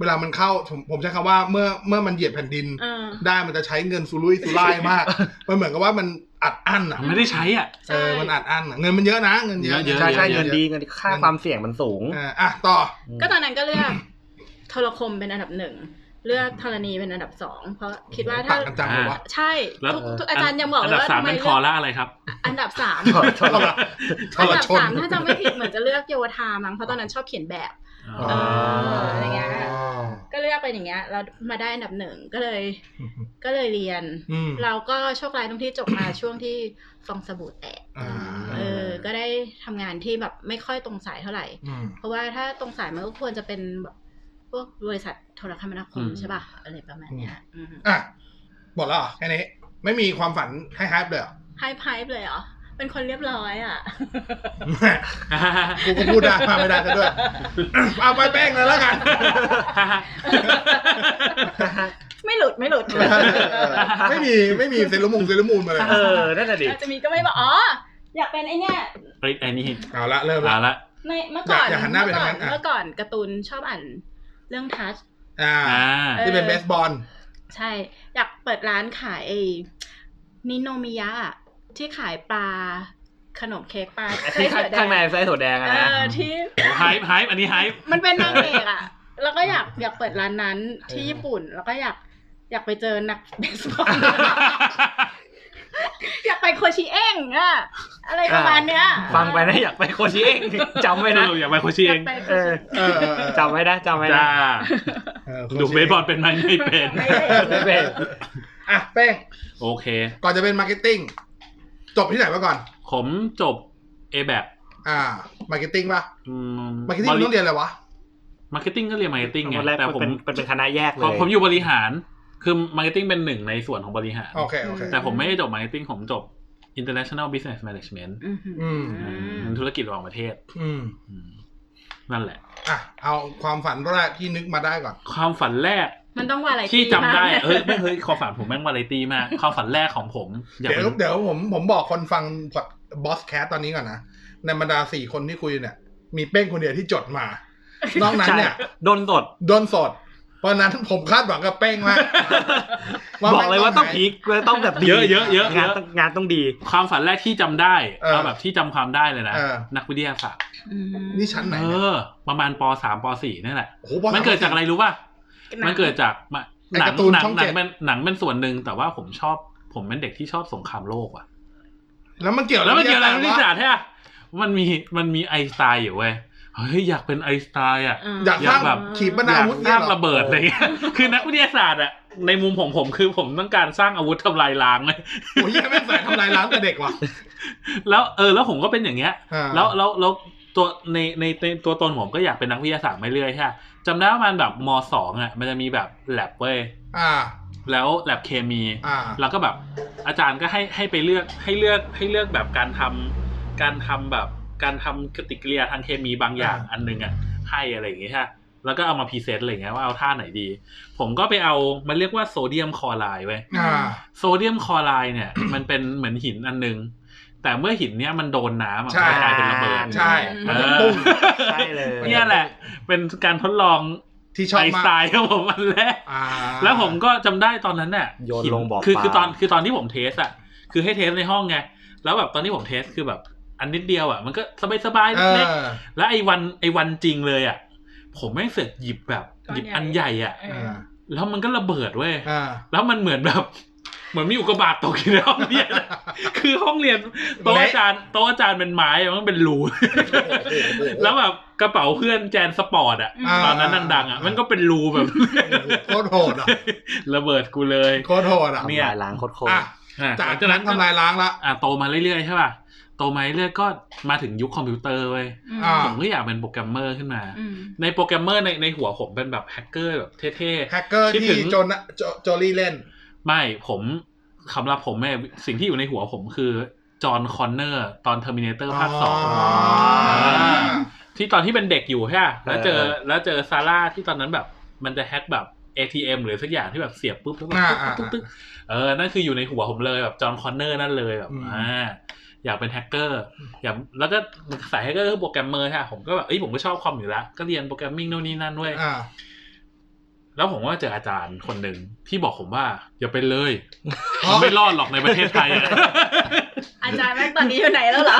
[SPEAKER 1] เวลามันเข้าผมผมใช้คำว่าเมื่อเมื่อมันเหยียบแผ่นดิน
[SPEAKER 3] เออ
[SPEAKER 1] ได้มันจะใช้เงินสุรุ่ยสุร่ายมาก
[SPEAKER 3] <laughs>
[SPEAKER 1] มันเหมือนกับว่ามันอัดอั้นอ่ะ
[SPEAKER 2] ไม่ได้ใช้อ่ะ
[SPEAKER 1] เออมันอัดอั้นอะเงินมันเยอะนะเงินเยอะ
[SPEAKER 2] เยอะ
[SPEAKER 4] ใช่ใช่
[SPEAKER 1] เย
[SPEAKER 4] เงินดีเงินค่าความเสี่ยงมันสูง
[SPEAKER 1] เอออ่ะต่อ
[SPEAKER 3] ก็ตอนนั้นก็เลือกโทรคมเป็นอันดับหนึ่งเลือกธรณีเป็นอันดับสองเพราะคิดว่าถ้า
[SPEAKER 1] ต่างกันจังเลยวะ
[SPEAKER 3] ใช่
[SPEAKER 2] แล้ว
[SPEAKER 3] ทุกทุกอาจารย์ยังบอก
[SPEAKER 2] อัน
[SPEAKER 3] เล
[SPEAKER 2] ดั
[SPEAKER 3] ย
[SPEAKER 2] บ
[SPEAKER 3] ว่า
[SPEAKER 2] สาม
[SPEAKER 3] ทำไม
[SPEAKER 2] เป็นค
[SPEAKER 3] เลื
[SPEAKER 2] อ
[SPEAKER 3] อก
[SPEAKER 2] ล่าอะไรครับ
[SPEAKER 3] อันดับสาม
[SPEAKER 1] ทรละท
[SPEAKER 3] อัน
[SPEAKER 1] ร
[SPEAKER 3] ดับ
[SPEAKER 1] ชน
[SPEAKER 3] สามถ้าจำไม่ผิดเหมือนจะเลือกโยธามั้งเพราะตอนนั้นชอบเขียนแบบ
[SPEAKER 1] อ๋อ
[SPEAKER 3] เอออะไรเงี้ย ก็เลือกไปอย่างเงี้ยเรามาได้อันดับหนึ่งก็เลย ก็เลยเรียน
[SPEAKER 1] อืม
[SPEAKER 3] เราก็โชคร้ายตรงที่จบมา ช่วงที่ฟองสบู่แตก
[SPEAKER 1] อ่า
[SPEAKER 3] เออก็ได้ทำงานที่แบบไม่ค่อยตรงสายเท่าไหร่
[SPEAKER 1] อืม
[SPEAKER 3] เพราะว่าถ้าตรงสายมันก็ควรจะเป็นแบบพวกบริษัทโทรคมนาค
[SPEAKER 2] อื
[SPEAKER 3] ม
[SPEAKER 2] ม
[SPEAKER 3] ใช่ป่ะอะไรประมาณเนี้ยอืม
[SPEAKER 1] อ่ะหมดแล้วเหรอแค่นี้ไม่มีความฝันให้ฮาร์ป
[SPEAKER 3] <laughs>
[SPEAKER 1] เลยเหรอ
[SPEAKER 3] ไฮไพฟ์เลยเหรอเป็นคนเรียบร้อยอ่ะ
[SPEAKER 1] กูก็พูดได้มา <laughs> ไม่ได้ซะด้วย <coughs> เอาไปแป้งเลยแล้วกัน
[SPEAKER 3] ไม่หลุดไม่หลุด
[SPEAKER 1] ไม่มีไม่มีเซรุมุงเซรุมูลมาเลย
[SPEAKER 4] เออนั่นแหละดิ
[SPEAKER 3] <laughs> อาจจะมีก็ไม่บอกอ๋ออยากเป็นไอเนี่ย
[SPEAKER 2] <laughs> เฮ้ยไอ้นี่
[SPEAKER 1] เอาละเริ่ม
[SPEAKER 2] เอา
[SPEAKER 1] ละ
[SPEAKER 2] ละ
[SPEAKER 3] ในเมื่อก่อ
[SPEAKER 1] อ
[SPEAKER 3] น
[SPEAKER 1] ย่าอย่าหันหน้าไป
[SPEAKER 3] เมื่อก่อ
[SPEAKER 1] ทาน งนั้นอ่ะ
[SPEAKER 3] เมื่อก่อนการ์ตูนชอบอ่านเรื่องทัช
[SPEAKER 1] อ่า
[SPEAKER 2] อ่า
[SPEAKER 3] เออ
[SPEAKER 1] ที่เป็นเบสบอล
[SPEAKER 3] ใช่ อยากเปิดร้านขายไอ้นิโนมิยะอะที่ขายปลาขนมเค้กปลา
[SPEAKER 4] ไอ้ที่
[SPEAKER 3] ไส้ถั่วแด
[SPEAKER 4] ข้างใน
[SPEAKER 3] ง
[SPEAKER 4] ไส้ถั่วแดงอะ
[SPEAKER 3] เอ
[SPEAKER 4] นะ
[SPEAKER 3] อที่
[SPEAKER 2] ไฮป์ไฮป์อันนี้ไฮป์
[SPEAKER 1] <laughs>
[SPEAKER 3] มันเป็นนางเอกอะแล้วก็อยากอยากเปิดร้านนั้นที่ญี่ปุ่น แล้วก็อยากอยากไปเจอนัก <laughs> เบสบอลอยากไปโคชิเองอะอะไรประมาณเนี้ย
[SPEAKER 4] ฟังไปนะอยากไปโคชิเองจำไว้นะ
[SPEAKER 2] อยากไปโคชิเอย
[SPEAKER 3] อาก
[SPEAKER 2] ง
[SPEAKER 3] ไปโค
[SPEAKER 4] เออ
[SPEAKER 3] ชิเอง
[SPEAKER 1] เออเออเออ
[SPEAKER 4] จำไว้นะจำไว้นะ
[SPEAKER 2] จ้า
[SPEAKER 1] เออ
[SPEAKER 2] ดูเบสบอลเป็นไหมไม่เป็น
[SPEAKER 4] ไม่เป็น
[SPEAKER 1] อ่ะแป้ง
[SPEAKER 2] โอเค
[SPEAKER 1] ก่อนจะเป็นมาร์เก็ตติ้ง จบที่ไหนมาก่อน
[SPEAKER 2] ผมจบ A แบบ
[SPEAKER 1] อ่า มาร์เก็ตติ้งป่ะ
[SPEAKER 2] อื
[SPEAKER 1] มาร์เก็ตติ้งมันต้องเรียนอะไรวะ
[SPEAKER 2] มาร์เก็ตติ้งก็เรียนมาร์เก็ตติ้งไง
[SPEAKER 4] คนแรก
[SPEAKER 2] แต่ผม
[SPEAKER 4] เป็นเป็นเป็นคณะแยกเล
[SPEAKER 2] ผม
[SPEAKER 4] ย
[SPEAKER 2] ผมอยู่บริหาร คือมาร์เก็ตติ้งเป็นหนึ่งในส่วนของบริหาร
[SPEAKER 1] โอเค โอเค
[SPEAKER 2] แต่ผมไม่ได้จบมาร์เก็ตติ้งผมจบ International Business Management
[SPEAKER 1] อืม
[SPEAKER 3] อืม
[SPEAKER 2] ธุรกิจระหว่างประเทศ
[SPEAKER 1] อืม
[SPEAKER 2] อืมนั่นแหละ
[SPEAKER 1] อ่ะ เอาความฝันแรกที่นึกมาได้ก่อน
[SPEAKER 2] ความฝันแรก
[SPEAKER 3] มันต้องว่าอะไร
[SPEAKER 2] ที่จำได้
[SPEAKER 3] มาก
[SPEAKER 2] เฮ้ยไม่เฮ้ยความฝันผมแม่งวาไรตี้มาก ความฝันแรกของผมอยาก
[SPEAKER 1] เดี๋ยว
[SPEAKER 2] เป็น
[SPEAKER 1] เดี๋ยวผมผมบอกคนฟังพอดบอสแคสตอนนี้ก่อนนะ ในบรรดาสี่คนที่คุยเนี่ย มีเป้งคนเดียวที่จดมา นอกนั้น
[SPEAKER 4] ใช่
[SPEAKER 1] เนี่ย
[SPEAKER 2] <laughs>
[SPEAKER 4] โดนสด
[SPEAKER 1] โดนสด เพราะฉะนั้นผมคาดหวังกับเป้ง
[SPEAKER 2] <laughs>
[SPEAKER 1] มาก
[SPEAKER 4] บอกเลยว่าต้องพีคต้องแบบดี
[SPEAKER 2] เยอะเยอะเยอะ
[SPEAKER 4] งาน
[SPEAKER 2] เยอะ
[SPEAKER 4] ต้องงานต้องดี
[SPEAKER 2] <laughs> ความฝันแรกที่จำได้เอาแบบที่จำความได้เลยนะ
[SPEAKER 1] เออ
[SPEAKER 2] นักวิทยาศาสตร์
[SPEAKER 3] อืม
[SPEAKER 1] นี่ชั้นไหน
[SPEAKER 2] เอ
[SPEAKER 1] เนี่ย
[SPEAKER 2] อ ประมาณปสามปสี่นั่นแหละ
[SPEAKER 1] โอ้โหบอส
[SPEAKER 2] มันเกิดจากอะไรรู้ป่ะ มันเกิดจากมา
[SPEAKER 1] ไอ้
[SPEAKER 2] หนั
[SPEAKER 1] กาง ร์ตูน
[SPEAKER 2] หนัง
[SPEAKER 1] ช่อง
[SPEAKER 2] หนั
[SPEAKER 1] เจ็
[SPEAKER 2] ง
[SPEAKER 1] ด
[SPEAKER 2] เป็นหนังเป็นส่วนหนึ่งแต่ว่าผมชอบผมเป็นเด็กที่ชอบสงครามโลกว่ะ
[SPEAKER 1] แล้วมันเกี่ยว
[SPEAKER 2] แล้วมันเกี่ยวอะไรกับ
[SPEAKER 1] บ
[SPEAKER 2] วิทยาศาสตร์แท้อะมันมีมันมีไอน์สไตน์อยู่เว้ยเฮ้ยอยากเป็นไอน์สไตน์อ่ะ
[SPEAKER 1] อยาก
[SPEAKER 2] อ
[SPEAKER 1] ส
[SPEAKER 2] ยาก
[SPEAKER 1] ร้าง
[SPEAKER 2] แบบ
[SPEAKER 1] ขี
[SPEAKER 2] อ
[SPEAKER 1] ปาย
[SPEAKER 2] นาก
[SPEAKER 1] วุธ
[SPEAKER 2] ส
[SPEAKER 1] เนี่ย
[SPEAKER 2] ร้าง
[SPEAKER 1] เหอ
[SPEAKER 2] ระเบิดอะไรเงี้ย <laughs> คือนักวิทยาศาสตร์อะในมุมของผมคือผมต้องการสร้างอาวุธทำลายล้างเลย
[SPEAKER 1] โอ้ยยังไม่ใส่ทำลายล้างแต่เด็กว่ะ
[SPEAKER 2] แล้วเออแล้วผมก็เป็นอย่างเงี้ย
[SPEAKER 1] อ่า
[SPEAKER 2] แล้วแล้วแล้วตัวในในในตัวตนผมก็อยากเป็นนักวิทยาศาสตร์ไม่เรื่อยใช่ปะจำได้ว่ามันแบบมสองอะมันจะมีแบบแลบเว้ย
[SPEAKER 1] อ่า
[SPEAKER 2] แล้วแลบเคมี
[SPEAKER 1] อ่า
[SPEAKER 2] แล้วก็แบบอาจารย์ก็ให้ให้ไปเลือกให้เลือกให้เลือกแบบการทำการทำแบบการทำปฏิกิริยาทางเคมีบางอย่าง
[SPEAKER 1] อ่า
[SPEAKER 2] อันหนึงอ่ะให้อะไรอย่างเงี้ยฮะ แล้วก็เอามาพรีเซนต์อะไรเงี้ยว่าเอาท่าไหนดี ผมก็ไปเอามันเรียกว่าโซเดียมคลอไรด์ไว้ย
[SPEAKER 1] อ่า
[SPEAKER 2] โซเดียมคลอไรด์เนี่ย <coughs> มันเป็นเหมือนหินอันหนึง แต่เมื่อหินเนี้ยมันโดนน้ำอะ
[SPEAKER 1] ใช่
[SPEAKER 2] มันกลายเป็นระเบิด
[SPEAKER 1] ใช่
[SPEAKER 2] เอ
[SPEAKER 1] มันจะ
[SPEAKER 2] อ
[SPEAKER 1] ปุ้ง
[SPEAKER 4] ใช่เลย
[SPEAKER 2] เนี่ยแหละ เป็นการทดลอง
[SPEAKER 1] ที่ชอบ
[SPEAKER 2] ไอน์
[SPEAKER 1] มา
[SPEAKER 2] สไต
[SPEAKER 1] ก
[SPEAKER 2] ล์ของผมอันแรก
[SPEAKER 1] อ่า
[SPEAKER 2] แล้วผมก็จำได้ตอนนั้นน่ะ
[SPEAKER 4] โยน
[SPEAKER 2] หิ
[SPEAKER 4] ลงบ่อ
[SPEAKER 2] คือคื
[SPEAKER 4] ปลา
[SPEAKER 2] อตอนคือตอนที่ผมเทสอะคือให้เทสในห้องไง แล้วแบบตอนที่ผมเทสคือแบบอันนิดเดียวอะมันก็สบายสบายๆ
[SPEAKER 1] เอ
[SPEAKER 2] เล็ก
[SPEAKER 1] อ
[SPEAKER 2] ๆแล้วไอ้วันไอ้วันจริงเลยอะผมแม่งเสือกหยิบแบบ
[SPEAKER 3] ก้อน
[SPEAKER 2] หยิบ
[SPEAKER 3] ใหญ่
[SPEAKER 2] อันใหญ่อะ
[SPEAKER 3] เออ
[SPEAKER 2] แล้วมันก็ระเบิดเว้ย
[SPEAKER 1] อ่า
[SPEAKER 2] แล้วมันเหมือนแบบ เหมือนมีอุกกาบาตตกอยู่ในห้องเรียน คือห้องเรียนโต๊ะ
[SPEAKER 1] เละ
[SPEAKER 2] อาจารย์โต๊ะอาจารย์เป็นไม้มันเป็นรู แล้วแบบกระเป๋าเพื่อนแจนสปอร์ตอะ
[SPEAKER 3] อ่า
[SPEAKER 2] ตอนนั้นดังๆอะมันก็เป็นรูแบบ <laughs>
[SPEAKER 1] โคตรโหดอ่ะ
[SPEAKER 2] ระเบิดกูเลย
[SPEAKER 1] โคตรโหดอ่ะ
[SPEAKER 4] ทำลายล้างโคตร
[SPEAKER 1] อ่ะ
[SPEAKER 2] อ่ะ
[SPEAKER 1] จา
[SPEAKER 2] หลั
[SPEAKER 1] ก
[SPEAKER 2] งจาก
[SPEAKER 1] นั้
[SPEAKER 2] นั้น นก็
[SPEAKER 1] ทำลายล้างละ
[SPEAKER 2] อ่ะโตมาเรื่อยๆใช่ป่ะโตมาเรื่อยๆก็มาถึงยุคคอมพิวเตอร์เว้ย
[SPEAKER 3] อืม
[SPEAKER 1] อ่า
[SPEAKER 2] ผมก็อยากเป็นโปรแกรมเมอร์ขึ้นมา
[SPEAKER 3] อืม
[SPEAKER 2] ในโปรแกรมเมอร์ในในหัวผมเป็นแบบแฮกเกอร์แบบเท่ๆ
[SPEAKER 1] แฮกเกอร์ที่โจนโจโจลี่เล่น
[SPEAKER 2] ไม่ผมสำหรับผมเนี่ยสิ่งที่อยู่ในหัวผมคือ จอห์นคอนเนอร์ ตอน Terminator ภาคสอง า ที่ตอนที่เป็นเด็กอยู่ใช่ปะแล้วเจอแล้วเจอซาร่าที่ตอนนั้นแบบ มันจะแฮกแบบ ATM หรือสักอย่างที่แบบเสียบปุ๊บแล้วแบบ
[SPEAKER 1] อ่า
[SPEAKER 2] ตึ๊กตึ๊กตึ๊กเออ นั่นคืออยู่ในหัวผมเลยแบบจอห์นคอนเนอร์นั่นเลยแบบ
[SPEAKER 1] อืม
[SPEAKER 2] อ่าอยากเป็นแฮกเกอร์อยากแล้วก็สายแฮกเกอร์คือโปรแกรมเมอร์ใช่ปะผมก็แบบเอ้ยผมก็ชอบคอมอยู่แล้วก็เรียนโปรแกรมมิ่งโน่นนี่นั่นด้วย
[SPEAKER 1] อ่า
[SPEAKER 2] แล้วผมว่าเจออาจารย์คนหนึ่งที่บอกผมว่าอย่าเป็นเลย
[SPEAKER 1] อ๋อ
[SPEAKER 2] ไม่รอดหรอกในประเทศไทยอะ
[SPEAKER 3] อาจารย์แม่งตอนนี้อยู่ไหนแล้วเหรอ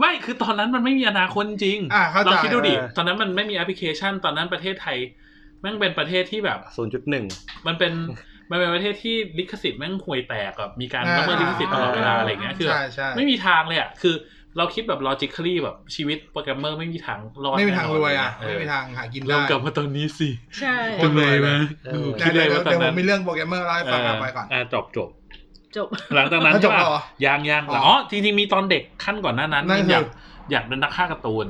[SPEAKER 2] ไม่คือตอนนั้นมันไม่มีอนาคตจริง
[SPEAKER 1] อ่าเข้าใจ
[SPEAKER 2] ลองคิดดูดิ ตอนนั้นมันไม่มีแอปพลิเคชัน ตอนนั้นประเทศไทยแม่งเป็นประเทศที่แบบ
[SPEAKER 4] ศูนย์จุดหนึ่ง
[SPEAKER 2] มันเป็นมันเป็นประเทศที่ลิขสิทธิ์แม่งห่วยแตกแบบมีการ
[SPEAKER 1] อ่า
[SPEAKER 2] ละเมิดลิขสิทธิ์ตลอดเวลาอะไรเงี้ยคือแบ
[SPEAKER 1] ใช่
[SPEAKER 2] บ
[SPEAKER 1] ใช่
[SPEAKER 2] ไม่มีทางเลยอ่ะคือ เราคิดแบบ logically แบบชีวิตโปรแกรมเมอร์ไม่มีทางรอด
[SPEAKER 1] ไม่มีทางรวยอ่ะ
[SPEAKER 2] เ
[SPEAKER 1] ไม่มีทางหากิน
[SPEAKER 2] เรา
[SPEAKER 1] ได้
[SPEAKER 2] กลับมาตอนนี้สิ
[SPEAKER 3] ใช่
[SPEAKER 1] คน
[SPEAKER 2] จำเลยไหม
[SPEAKER 4] เออ
[SPEAKER 2] คิด
[SPEAKER 1] เดี๋
[SPEAKER 2] เลย ยว ว่าตอ
[SPEAKER 1] เดี๋ยวผ
[SPEAKER 2] นนั้
[SPEAKER 1] ม
[SPEAKER 2] น
[SPEAKER 1] มีเรื่องโปรแกรมเมอร์เล่าให้ฟังเอาไปก่อน
[SPEAKER 2] อ่าจบจบ
[SPEAKER 3] จบ
[SPEAKER 2] หลังจากนั้น
[SPEAKER 1] แล้วจบ
[SPEAKER 2] ใช่
[SPEAKER 1] แล้ว
[SPEAKER 2] ป่ะ
[SPEAKER 1] เหรอ
[SPEAKER 2] ยังยังแต่
[SPEAKER 1] อ๋ออ๋
[SPEAKER 2] อ๋อจริงๆมีตอนเด็กขั้นก่อนหน้านั้น
[SPEAKER 1] นั่นคืออ
[SPEAKER 2] อยากอยากเป็นนักฆ่าการ์ตูน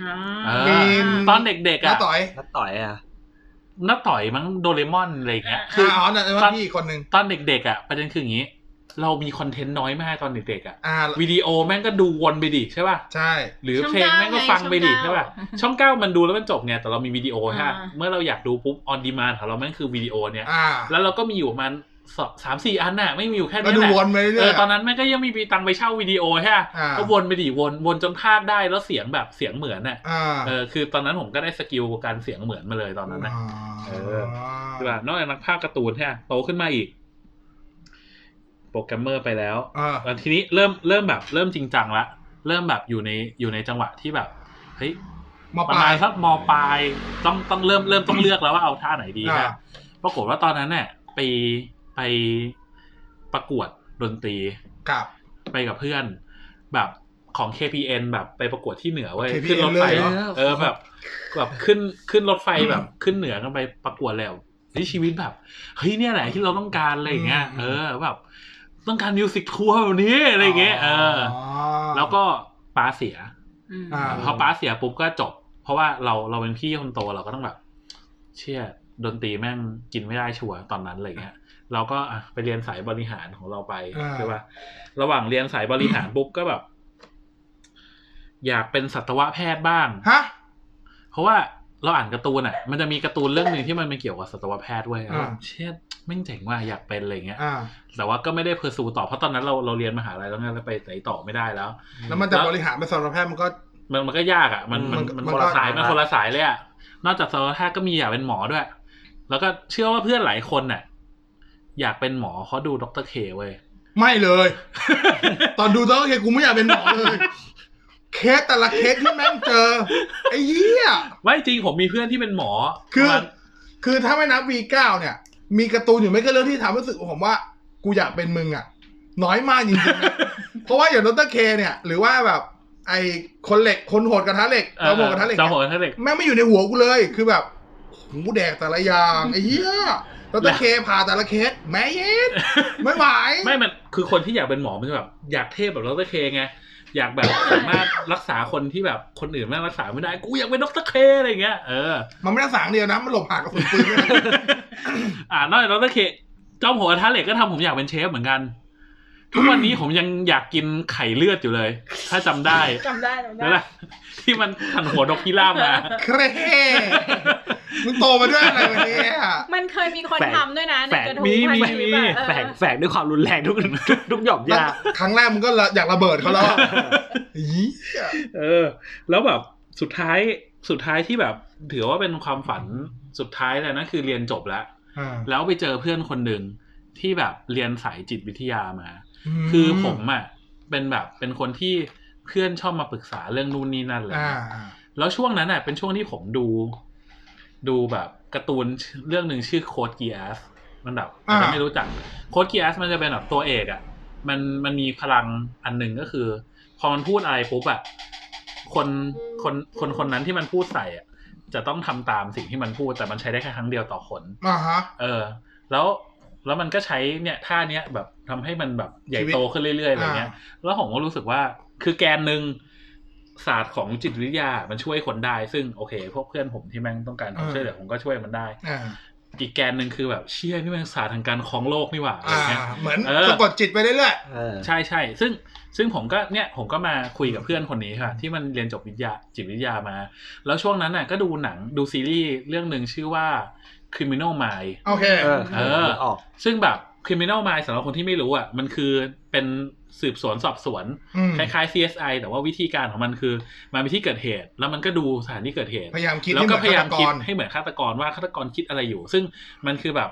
[SPEAKER 3] อ่า
[SPEAKER 2] เอ
[SPEAKER 1] ม
[SPEAKER 2] ตอนเด็กๆ
[SPEAKER 1] น้า
[SPEAKER 2] อ่ะ
[SPEAKER 1] ต่อย
[SPEAKER 4] นัดต่อยอ่ะ
[SPEAKER 2] นักต่อยมั้งโดเรมอนอะไรอย่างเงี้ย
[SPEAKER 1] คื
[SPEAKER 2] คืออ
[SPEAKER 1] อ๋อนั่นว่าพี่อีกคนนึง
[SPEAKER 2] ตอนเด็กๆอ่ะประเด็นคืออย่างนี้ เรามีคอนเทนต์น้อยมากตอนเด็กๆอ่ะ
[SPEAKER 1] อ่า
[SPEAKER 2] วิดีโอแม่งก็ดูวนไปดิใช่ป่ะ
[SPEAKER 1] ใช่
[SPEAKER 2] หรือเพลงแม่งก็ฟังไปดิใช่ป่ะช่องเก้ามันดูแล้วมันจบไงแต่เรามีวิดีโอฮะเมื่อเราอยากดูปุ๊บออนดีมานของเราแม่งคือวิดีโอเนี้ย
[SPEAKER 1] อ่า
[SPEAKER 2] แล้วเราก็มีอยู่ประมาณสองสามสี่อันน่ะไม่มีอยู่แค่
[SPEAKER 1] ก็
[SPEAKER 2] นี้
[SPEAKER 1] ดู
[SPEAKER 2] แหละ
[SPEAKER 1] วนไป
[SPEAKER 2] เอ
[SPEAKER 1] เรื่อ
[SPEAKER 2] อย ตอนนั้นแม่งก็ยังไมีมีตังค์ไปเช่าวิดีโอใช่ปะ
[SPEAKER 1] อ่า
[SPEAKER 2] ก็วนไปดิวนวนจนพลาดได้แล้วเสียงแบบเสียงเหมือนน่ะ
[SPEAKER 1] อ่า
[SPEAKER 2] เออคือตอนนั้นผมก็ได้สกิลการเสียงเหมือนมาเลยตอนนั้นนะ เออ คือว่านอกจากนักภาคการ์ตูนใช่ปะโตขึ้นมาอีก โปรแกรมเมอร์ไปแล้ว
[SPEAKER 1] อ่า
[SPEAKER 2] แล้วทีนี้เริ่มเริ่มแบบเริ่มจริงจังละเริ่มแบบอยู่ในอยู่ในจังหวะที่แบบเฮ้ย
[SPEAKER 1] มา
[SPEAKER 2] ป
[SPEAKER 1] ประ ลา
[SPEAKER 2] มาณ
[SPEAKER 1] ย
[SPEAKER 2] สักมปลายต้องต้องเริ่มเริ่มต้องเลือกแล้วว่าเอาท่าไหนดี
[SPEAKER 1] อ่า
[SPEAKER 2] ฮะปรากฏว่าตอนนั้นเนี่ยไปไปประกวดดนตรี
[SPEAKER 1] กับ
[SPEAKER 2] ไปกับเพื่อนแบบของ KPN แบบไปประกวดที่เหนือเว้ย
[SPEAKER 1] KPN
[SPEAKER 2] ขึ้นรถไฟ
[SPEAKER 1] เลยเหรอ
[SPEAKER 2] เออแบบแบบขึ้นขึ้นรถไฟแบบขึ้นเหนือกันไปประกวดแล้วนี่ชีวิตแบบเฮ้ยเนี่ยแหละที่เราต้องการอะไรอย่างเงี้ยเออแบบต้องการมิวสิกทัวร์แบบนี้อะไรอย่างเงี้ยเอออแล้วก็ป้าเสีย
[SPEAKER 3] อืม
[SPEAKER 1] อ่า
[SPEAKER 2] พอป้าเสียปุ๊บก็จบ เพราะว่าเราเราเป็นพี่คนโตเราก็ต้องแบบ เชี่ยดนตรีแม่งกินไม่ได้ชัวร์ตอนนั้นอะไรอย่างเงี้ย เราก็อ่ะไปเรียนสายบริหารของเราไป
[SPEAKER 1] อ่า
[SPEAKER 2] ใช่ปะระหว่างเรียนสายบริหารปุ๊บก็แบบ อยากเป็นสัตวแพทย์บ้าง
[SPEAKER 1] ฮะ
[SPEAKER 2] เพราะว่าเราอ่านการ์ตูนอ่ะ มันจะมีการ์ตูนเรื่องหนึ่งที่มันเป็นเกี่ยวกับสัตวแพทย์เว้ย
[SPEAKER 1] อ่า
[SPEAKER 2] เชี่ยแม่งเจ๋งว่ะอยากเป็นอะไรอย่างเงี้ย
[SPEAKER 1] อ่า
[SPEAKER 2] แต่ว่าก็ไม่ได้เพอร์ซูต่อเพราะตอนนั้นเราเราเรียนมหาลัยแล้วไงเราไปไหนต่อไม่ได้แล้ว
[SPEAKER 1] แล้วมันจะบริหารเป็นสัตวแพทย์มันก็
[SPEAKER 2] มันมันก็ยากอ่ะ มันมัน
[SPEAKER 1] มันมัน
[SPEAKER 2] มันคนละ
[SPEAKER 1] ก็
[SPEAKER 2] สายมันคนละสายเลยอ่ะ นอกจากสัตวแพทย์ก็มีอยากเป็นหมอด้วย แล้วก็เชื่อว่าเพื่อนหลายคนน่ะ อยากเป็นหมอเขาะดูด็อกเตอร์เคเว้ย
[SPEAKER 1] ไม่เลย ตอนดูต้องเคกูไม่อยากเป็นหมอเลย เคสแต่ละเคสที่แม่งเจอ ไอ้เหี้ย
[SPEAKER 2] ไม่จริงผมมีเพื่อนที่เป็นหมอ
[SPEAKER 1] คือ
[SPEAKER 2] ประมาณ
[SPEAKER 1] คือถ้าไม่นับ V9 เนี่ย มีการ์ตูนอยู่ไม่ก็เรื่องที่ทำรู้สึกผมว่ากูอยากเป็นมึงอ่ะ น้อยมากจริงๆนะ เพราะว่าอย่างดรเคเนี่ย หรือว่าแบบ ไอ้คนเหล็กคนโหดกระทะเหล็กเราโหดกระทะเหล็ก
[SPEAKER 2] เจ้า
[SPEAKER 1] เนี่ย
[SPEAKER 2] โหดกระทะเหล็ก
[SPEAKER 1] แม่งไม่อยู่ในหัวกูเลยคือแบบหูแดกแต่ละอย่างไอ้เหี้ยดรเคผ่าแต่ละเคสแม่เย็ดไม่ไหว
[SPEAKER 2] ไม่มันคือคนที่อยากเป็นหมอมันจะแบบอยากเทพแบบด็อกเตอร์เคไง อยากแบบสามารถรักษาคนที่แบบคนอื่นไม่รักษาไม่ได้ กูอยากเป็นด็อกเตอร์เคอะไรอย่างเงี้ย เออ
[SPEAKER 1] มันไม่ได้สางเดียวนะมันหลบหากกับปืนปืนด้วยนะ
[SPEAKER 2] <coughs> อ่านอกจากดรเคเจ้าโหดกระทะเหล็กก็ทำผมอยากเป็นเชฟเหมือนกัน ทุกวันนี้ผมยังอยากกินไข่เลือดอยู่เลย ถ้าจำได้
[SPEAKER 3] จำได้จำได้
[SPEAKER 2] นั่นแหละที่มันหันหัวนกพิราบมา
[SPEAKER 1] เครมึงโตมาด้วยอะไรวันนี้อ่ะ
[SPEAKER 3] มันเคยมีคนทำด้วยนะใน
[SPEAKER 4] แฝง
[SPEAKER 3] กระทู้
[SPEAKER 2] มี
[SPEAKER 3] พัน
[SPEAKER 2] มี
[SPEAKER 3] ทิป
[SPEAKER 2] มี
[SPEAKER 3] อะเออ
[SPEAKER 4] แฝงแฝงด้วยความรุนแรงทุกทุกทุกหย่อมยา
[SPEAKER 1] ครั้งแรกมึงก็ละอยากระเบิดเขาแล้วอะยี่
[SPEAKER 2] <laughs> เออ แล้วแบบสุดท้ายสุดท้ายที่แบบ ถือว่าเป็นความฝันสุดท้ายแล้วนะคือเรียนจบแล้ว
[SPEAKER 1] อ่า
[SPEAKER 2] แล้วไปเจอเพื่อนคนหนึ่งที่แบบเรียนสายจิตวิทยามา คือผมอ่ะเป็นแบบเป็นคนที่เพื่อนชอบมาปรึกษาเรื่องนู่นนี่นั่นอะไรเล
[SPEAKER 1] อ่าย
[SPEAKER 2] แล้วช่วงนั้นอ่ะเป็นช่วงที่ผมดู ดูแบบการ์ตูนเรื่องหนึ่งชื่อโค้ดเกียสมันแบบอาจจะไม่รู้จักโค้ดเกียสมันจะเป็นแบบตัวเอกอ่ะ มันมันมีพลังอันหนึ่งก็คือ พอมันพูดอะไรปุ๊บอ่ะคนคนคนคนนั้นที่มันพูดใส่อ่ะจะต้องทำตามสิ่งที่มันพูดแต่มันใช้ได้แค่ครั้งเดียวต่อคน
[SPEAKER 1] อ่าฮะ
[SPEAKER 2] เออ แล้วแล้วมันก็ใช้เนี่ยท่าเนี้ยแบบทำให้มันแบบใหญ่โตขึ้นเรื่อยๆอะไรเงี้ย แล้วผมก็รู้สึกว่าคือแกนหนึ่งศาสตร์ของจิตวิทยามันช่วยคนได้ ซึ่งโอเค พวกเพื่อนผมที่แม่งต้องการความ
[SPEAKER 1] อ่า
[SPEAKER 2] ช่วยเหลือผมก็ช่วยมันได้
[SPEAKER 1] อ่า
[SPEAKER 2] อีกแกนหนึ่งคือแบบเชี่ยนี่แม่งศาสตร์ทางการครองโลกนี่หว่าอะไร
[SPEAKER 1] อ่า
[SPEAKER 2] เงี้ย
[SPEAKER 1] เหมือน
[SPEAKER 2] เออ
[SPEAKER 1] สะกดจิตไปเรื่อย
[SPEAKER 4] เออ
[SPEAKER 2] ใช่ใช่ซึ่งซึ่งผมก็เนี่ยผมก็มาคุยกับเพื่อนคนนี้ค่ะ ที่มันเรียนจบวิทยาจิตวิทยามา แล้วช่วงนั้นน่ะก็ดูหนังดูซีรีส์เรื่องหนึ่งชื่อว่า Criminal Mind
[SPEAKER 1] ๆโอเค
[SPEAKER 4] เออ
[SPEAKER 2] เออ
[SPEAKER 4] ออก
[SPEAKER 2] ซึ่งแบบ Criminal Mind สำหรับคนที่ไม่รู้อ่ะมันคือเป็นสืบสวนสอบสวน
[SPEAKER 1] ม
[SPEAKER 2] คล้ายๆ CSI แต่ว่าวิธีการของมันคือมาไปที่เกิดเหตุ แล้วมันก็ดูสถานที่เกิดเหตุ
[SPEAKER 1] พยายามคิด
[SPEAKER 2] แล้วก็พ
[SPEAKER 1] ให้
[SPEAKER 2] ยา
[SPEAKER 1] เห
[SPEAKER 2] ยา
[SPEAKER 1] มือนฆตก
[SPEAKER 2] มคิด
[SPEAKER 1] ร
[SPEAKER 2] ให้เหมือนฆาตกรว่าฆาตกรคิดอะไรอยู่ ซึ่งมันคือแบบ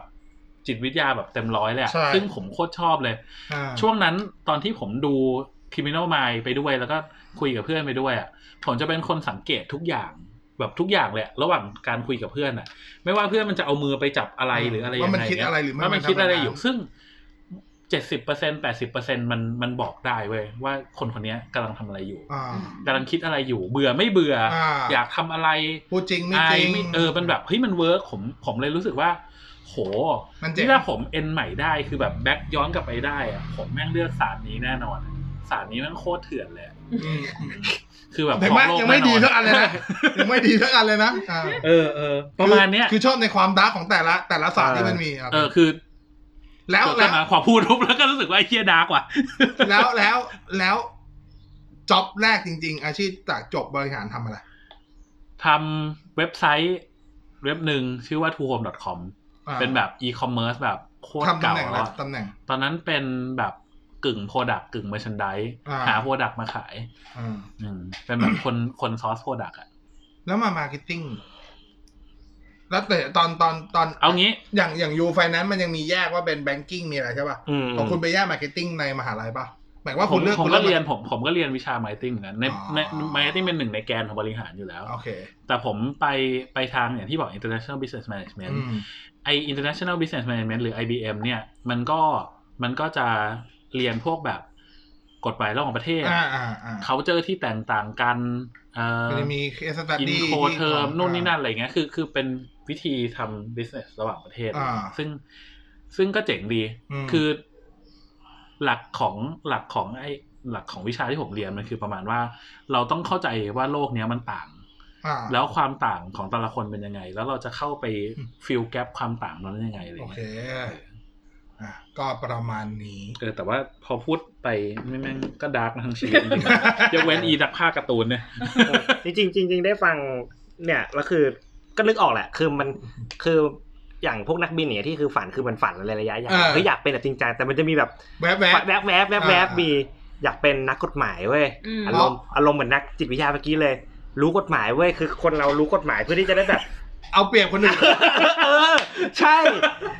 [SPEAKER 2] จิตวิทยาแบบเต็มร้อยเลยอะ
[SPEAKER 1] ใช่
[SPEAKER 2] ซึ่งผมโคตรชอบเลย
[SPEAKER 1] อ่า
[SPEAKER 2] ช่วงนั้นตอนที่ผมดู Criminal Mind ไปด้วย แล้วก็คุยกับเพื่อนไปด้วยอ่ะผมจะเป็นคนสังเกตทุกอย่างแบบทุกอย่างเลยอะระหว่างการคุยกับเพื่อนอ่ะ ไม่ว่าเพื่อนมันจะเอามือไปจับอะไรหรืออะไรยังไง
[SPEAKER 1] ว่ามันคิด
[SPEAKER 2] เงี้ย
[SPEAKER 1] อะไรหรือไม่
[SPEAKER 2] ว่ามันคิดอะไรอยู่
[SPEAKER 1] ทำ
[SPEAKER 2] ซึ่งเจ็ดสิบเปอร์เซ็นแปดสิบเปอร์เซ็นมันมันบอกได้เว้ยว่าคนคนเนี้ยกำลังทำอะไรอยู่
[SPEAKER 1] อ่า
[SPEAKER 2] กำลังคิดอะไรอยู่ เบื่อไม่เบื่ออา อยากทำอะไร
[SPEAKER 1] พูดจริงไม่จ
[SPEAKER 2] อาย
[SPEAKER 1] ริง
[SPEAKER 2] ไม่เออมันแบบเฮ้ยมันเวิร์กผมผมเลยรู้สึกว่า โห
[SPEAKER 1] มันเจ๋ง
[SPEAKER 2] นี่ถ้าผมเอ็นใหม่ได้คือแบบแบ็กย้อนกลับไปได้อะผมแม่งเลือกศาสตร์นี้แน่นอนศาสตร์นี้แม่งโคตรเถื่อนเลยอะ
[SPEAKER 1] อืม
[SPEAKER 2] คือแบบ
[SPEAKER 1] แต่
[SPEAKER 2] ของ
[SPEAKER 1] ว่า
[SPEAKER 2] โลก
[SPEAKER 1] ยังไม่
[SPEAKER 2] แน่น
[SPEAKER 1] ดี
[SPEAKER 2] อน
[SPEAKER 1] เท่าอันเลยนะยังไม่ดีเท่าอันเลยนะอ่า
[SPEAKER 2] เออเออประมาณเนี้ย
[SPEAKER 1] คือชอบในความดาร์กของแต่ละแต่ละศาสตร์ที่มันมีะ
[SPEAKER 2] เออคือ
[SPEAKER 1] แล้ว
[SPEAKER 2] แล้
[SPEAKER 1] แล้ว ว
[SPEAKER 2] ขอพูดทุบแล้วก็รู้สึกว่าไอ้เฮียดาร์กว่ะ
[SPEAKER 1] แล้วแล้วแล้วจ็อบแรกจริง ๆ อาชีพจากจบบริหารทำอะไร
[SPEAKER 2] ทำเว็บไซต์เว็บหนึ่งชื่อว่า tohome.com
[SPEAKER 1] อ่า
[SPEAKER 2] เป็นแบบอีคอมเมิร์ซแบบโคตร
[SPEAKER 1] ทำตำ
[SPEAKER 2] เก่า
[SPEAKER 1] แหน่ง
[SPEAKER 2] แล้ว
[SPEAKER 1] แล้ว
[SPEAKER 2] อะ
[SPEAKER 1] ตำแหน่ง
[SPEAKER 2] ตอนนั้นเป็นแบบกึ่งโปรดักกึ่ง merchandise
[SPEAKER 1] อ่า
[SPEAKER 2] หาโปรดักมาขาย
[SPEAKER 1] อ่า
[SPEAKER 2] อืมเป็นแบบคนคนซอสโปรดักอะ
[SPEAKER 1] แล้วมามาร์เก็ตติ้งแล้วแต่ตอนตอนตอน
[SPEAKER 2] เอางี้
[SPEAKER 1] อย่างอย่างยูไฟแนนซ์มันยังมีแยกว่าเป็นแบงกิ้งมีอะไรใช่ป่ะ
[SPEAKER 4] อืม
[SPEAKER 1] ของคุณไปแยกมาร์เก็ตติ้งในมหาลัยป่ะหมายว่า
[SPEAKER 2] ผ
[SPEAKER 1] คุ
[SPEAKER 2] ม
[SPEAKER 1] ณเลือก
[SPEAKER 2] ผม
[SPEAKER 1] คุณ
[SPEAKER 2] ก็
[SPEAKER 1] ลือ
[SPEAKER 2] เรียนผมผมก็เรียนวิชา marketing นะใน
[SPEAKER 1] อ๋อ
[SPEAKER 2] ใน marketing เป็นหนึ่งในแกนของบริหารอยู่แล้ว
[SPEAKER 1] โอเค
[SPEAKER 2] แต่ผมไปไปทางอย่างที่บอก international business
[SPEAKER 1] อื
[SPEAKER 2] management
[SPEAKER 1] ม
[SPEAKER 2] ไอ international business management หรือ IBM เนี่ย มันก็มันก็จะเรียนพวกแบบกฎหมายระหว่างประเทศ
[SPEAKER 1] อ่าอ่าอ่า
[SPEAKER 2] เขาเจอที่แตกต่างกันเอ่อ
[SPEAKER 1] มันจะมีเคสตัด
[SPEAKER 2] อิน
[SPEAKER 1] ดี้
[SPEAKER 2] โคเทอมนู่นนี่นั่นอะไรเงี้ยคือคือเป็นวิธีทำ business ระหว่างประเทศ
[SPEAKER 1] อ่า
[SPEAKER 2] ซึ่งซึ่งก็เจ๋งดี
[SPEAKER 1] อืม
[SPEAKER 2] คือหลักของหลักของไอหลักของวิชาที่ผมเรียนมันคือประมาณว่า เราต้องเข้าใจว่าโลกเนี้ยมันต่าง
[SPEAKER 1] อ่า
[SPEAKER 2] แล้วความต่างของแต่ละคนเป็นยังไง แล้วเราจะเข้าไป
[SPEAKER 1] อืม
[SPEAKER 2] ฟิลแกปความต่างนั้นยังไงอะไร
[SPEAKER 1] โอเค
[SPEAKER 2] เงี้ย
[SPEAKER 1] อ่ะก็ประมาณนี้
[SPEAKER 2] เออแต่ว่าพอพูดไปไม่แม่งก็ดาร์กทั้งชีวิตจริง <laughs> ๆยกเว้นอีดักผ้าการ์ตูนเนี่ย
[SPEAKER 4] จริงๆจริงๆได้ฟังเนี่ยแล้วคือก็นึกออกแหละ คือมันคืออย่างพวกนักบินเนี่ยที่คือฝันคือมันฝันอะไรระยะยาว
[SPEAKER 1] เออ
[SPEAKER 4] เฮ้ยอยากเป็นแบบจริงจังแต่มันจะมีแบบ
[SPEAKER 1] แวบแวบ
[SPEAKER 4] แวบๆแวบๆแวบๆแวบๆมีอยากเป็นนักกฎหมายเว้ย
[SPEAKER 3] อืม
[SPEAKER 4] อารมณ์อารมณ์เหมือนนักจิตวิทยาเมื่อกี้เลย รู้กฎหมายเว้ยคือคนเรารู้กฎหมายเพื่อที่จะได้แบบ <laughs>
[SPEAKER 1] เอาเปรียบคนอื่น
[SPEAKER 4] เออ ใช่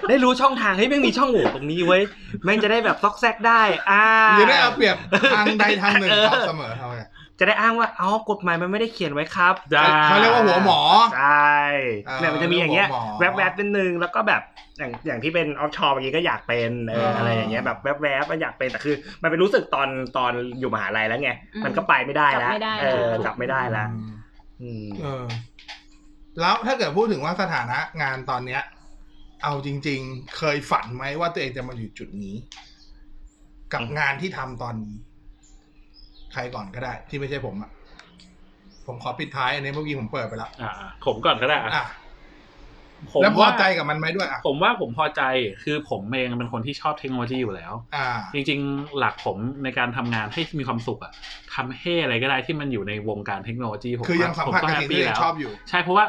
[SPEAKER 4] ได้รู้ช่องทางเฮ้ยแม่งมีช่องโหว่ตรงนี้เว้ยแม่งจะได้แบบซอกแซกได้อ่า
[SPEAKER 1] จะได้เอาเปรียบทางใดทางหนึ่ง
[SPEAKER 4] เออ
[SPEAKER 1] ครับเสมอเขาไง
[SPEAKER 4] จะได้อ้างว่าเอ้ากฎหมายมันไม่ได้เขียนไว้ครับ
[SPEAKER 2] ได้ อ่า
[SPEAKER 1] เขาเรียกว่าหัวหมอ
[SPEAKER 4] ใช่
[SPEAKER 1] อ่า
[SPEAKER 4] เนี่ยมันจะมีอย่างเงี้ย
[SPEAKER 1] หัวหมอ
[SPEAKER 4] แวบๆเป็นหนึ่งแล้วก็แบบอย่างอย่างที่เป็นออฟชอร์เมื่อกี้ก็อยากเป็นเออ
[SPEAKER 1] อ่า
[SPEAKER 4] อะไรอย่างเงี้ยแบบแวบๆก็อยากเป็นแต่คือ มันเป็นรู้สึกตอนตอนอยู่มหาลัยแล้วไงมันก็ไปไม่ได้แล้ว
[SPEAKER 3] จับไม่ได้
[SPEAKER 4] เออ
[SPEAKER 3] แล้ว
[SPEAKER 4] จับไม่ได้แล้วอืม
[SPEAKER 1] เออ แล้วถ้าเกิดพูดถึงว่าสถานะงานตอนเนี้ย เอาจริง ๆ เคยฝันไหมว่าตัวเองจะมาอยู่จุดนี้ กับงานที่ทำตอนนี้ ใครก่อนก็ได้ ที่ไม่ใช่ผมอะผมขอปิดท้ายอันนี้เมื่อกี้ผมเปิดไปแล้ว
[SPEAKER 2] อ่าผมก่อนก็ได้อ่ะ
[SPEAKER 1] อ่ะ
[SPEAKER 2] ผม
[SPEAKER 1] แล้วพอ
[SPEAKER 2] ว่า
[SPEAKER 1] ใจกับมันไหมด้วยอ่ะ
[SPEAKER 2] ผมว่าผมพอใจคือผมเองเป็นคนที่ชอบเทคโนโลยีอยู่แล้ว
[SPEAKER 1] อ่า
[SPEAKER 2] จริงๆ หลักผมในการทำงานให้มีความสุขอะทำให้อะไรก็ได้ที่มันอยู่ในวงการเทคโนโลยีผม
[SPEAKER 1] คือยังสัมผัส
[SPEAKER 2] ผ
[SPEAKER 1] กับ
[SPEAKER 2] แฮ
[SPEAKER 1] สิ่ง
[SPEAKER 2] ป
[SPEAKER 1] ที่
[SPEAKER 2] ปี้
[SPEAKER 1] ตัวเอง
[SPEAKER 2] แล้ว
[SPEAKER 1] ชอบอยู่
[SPEAKER 2] ใช่เพราะว่า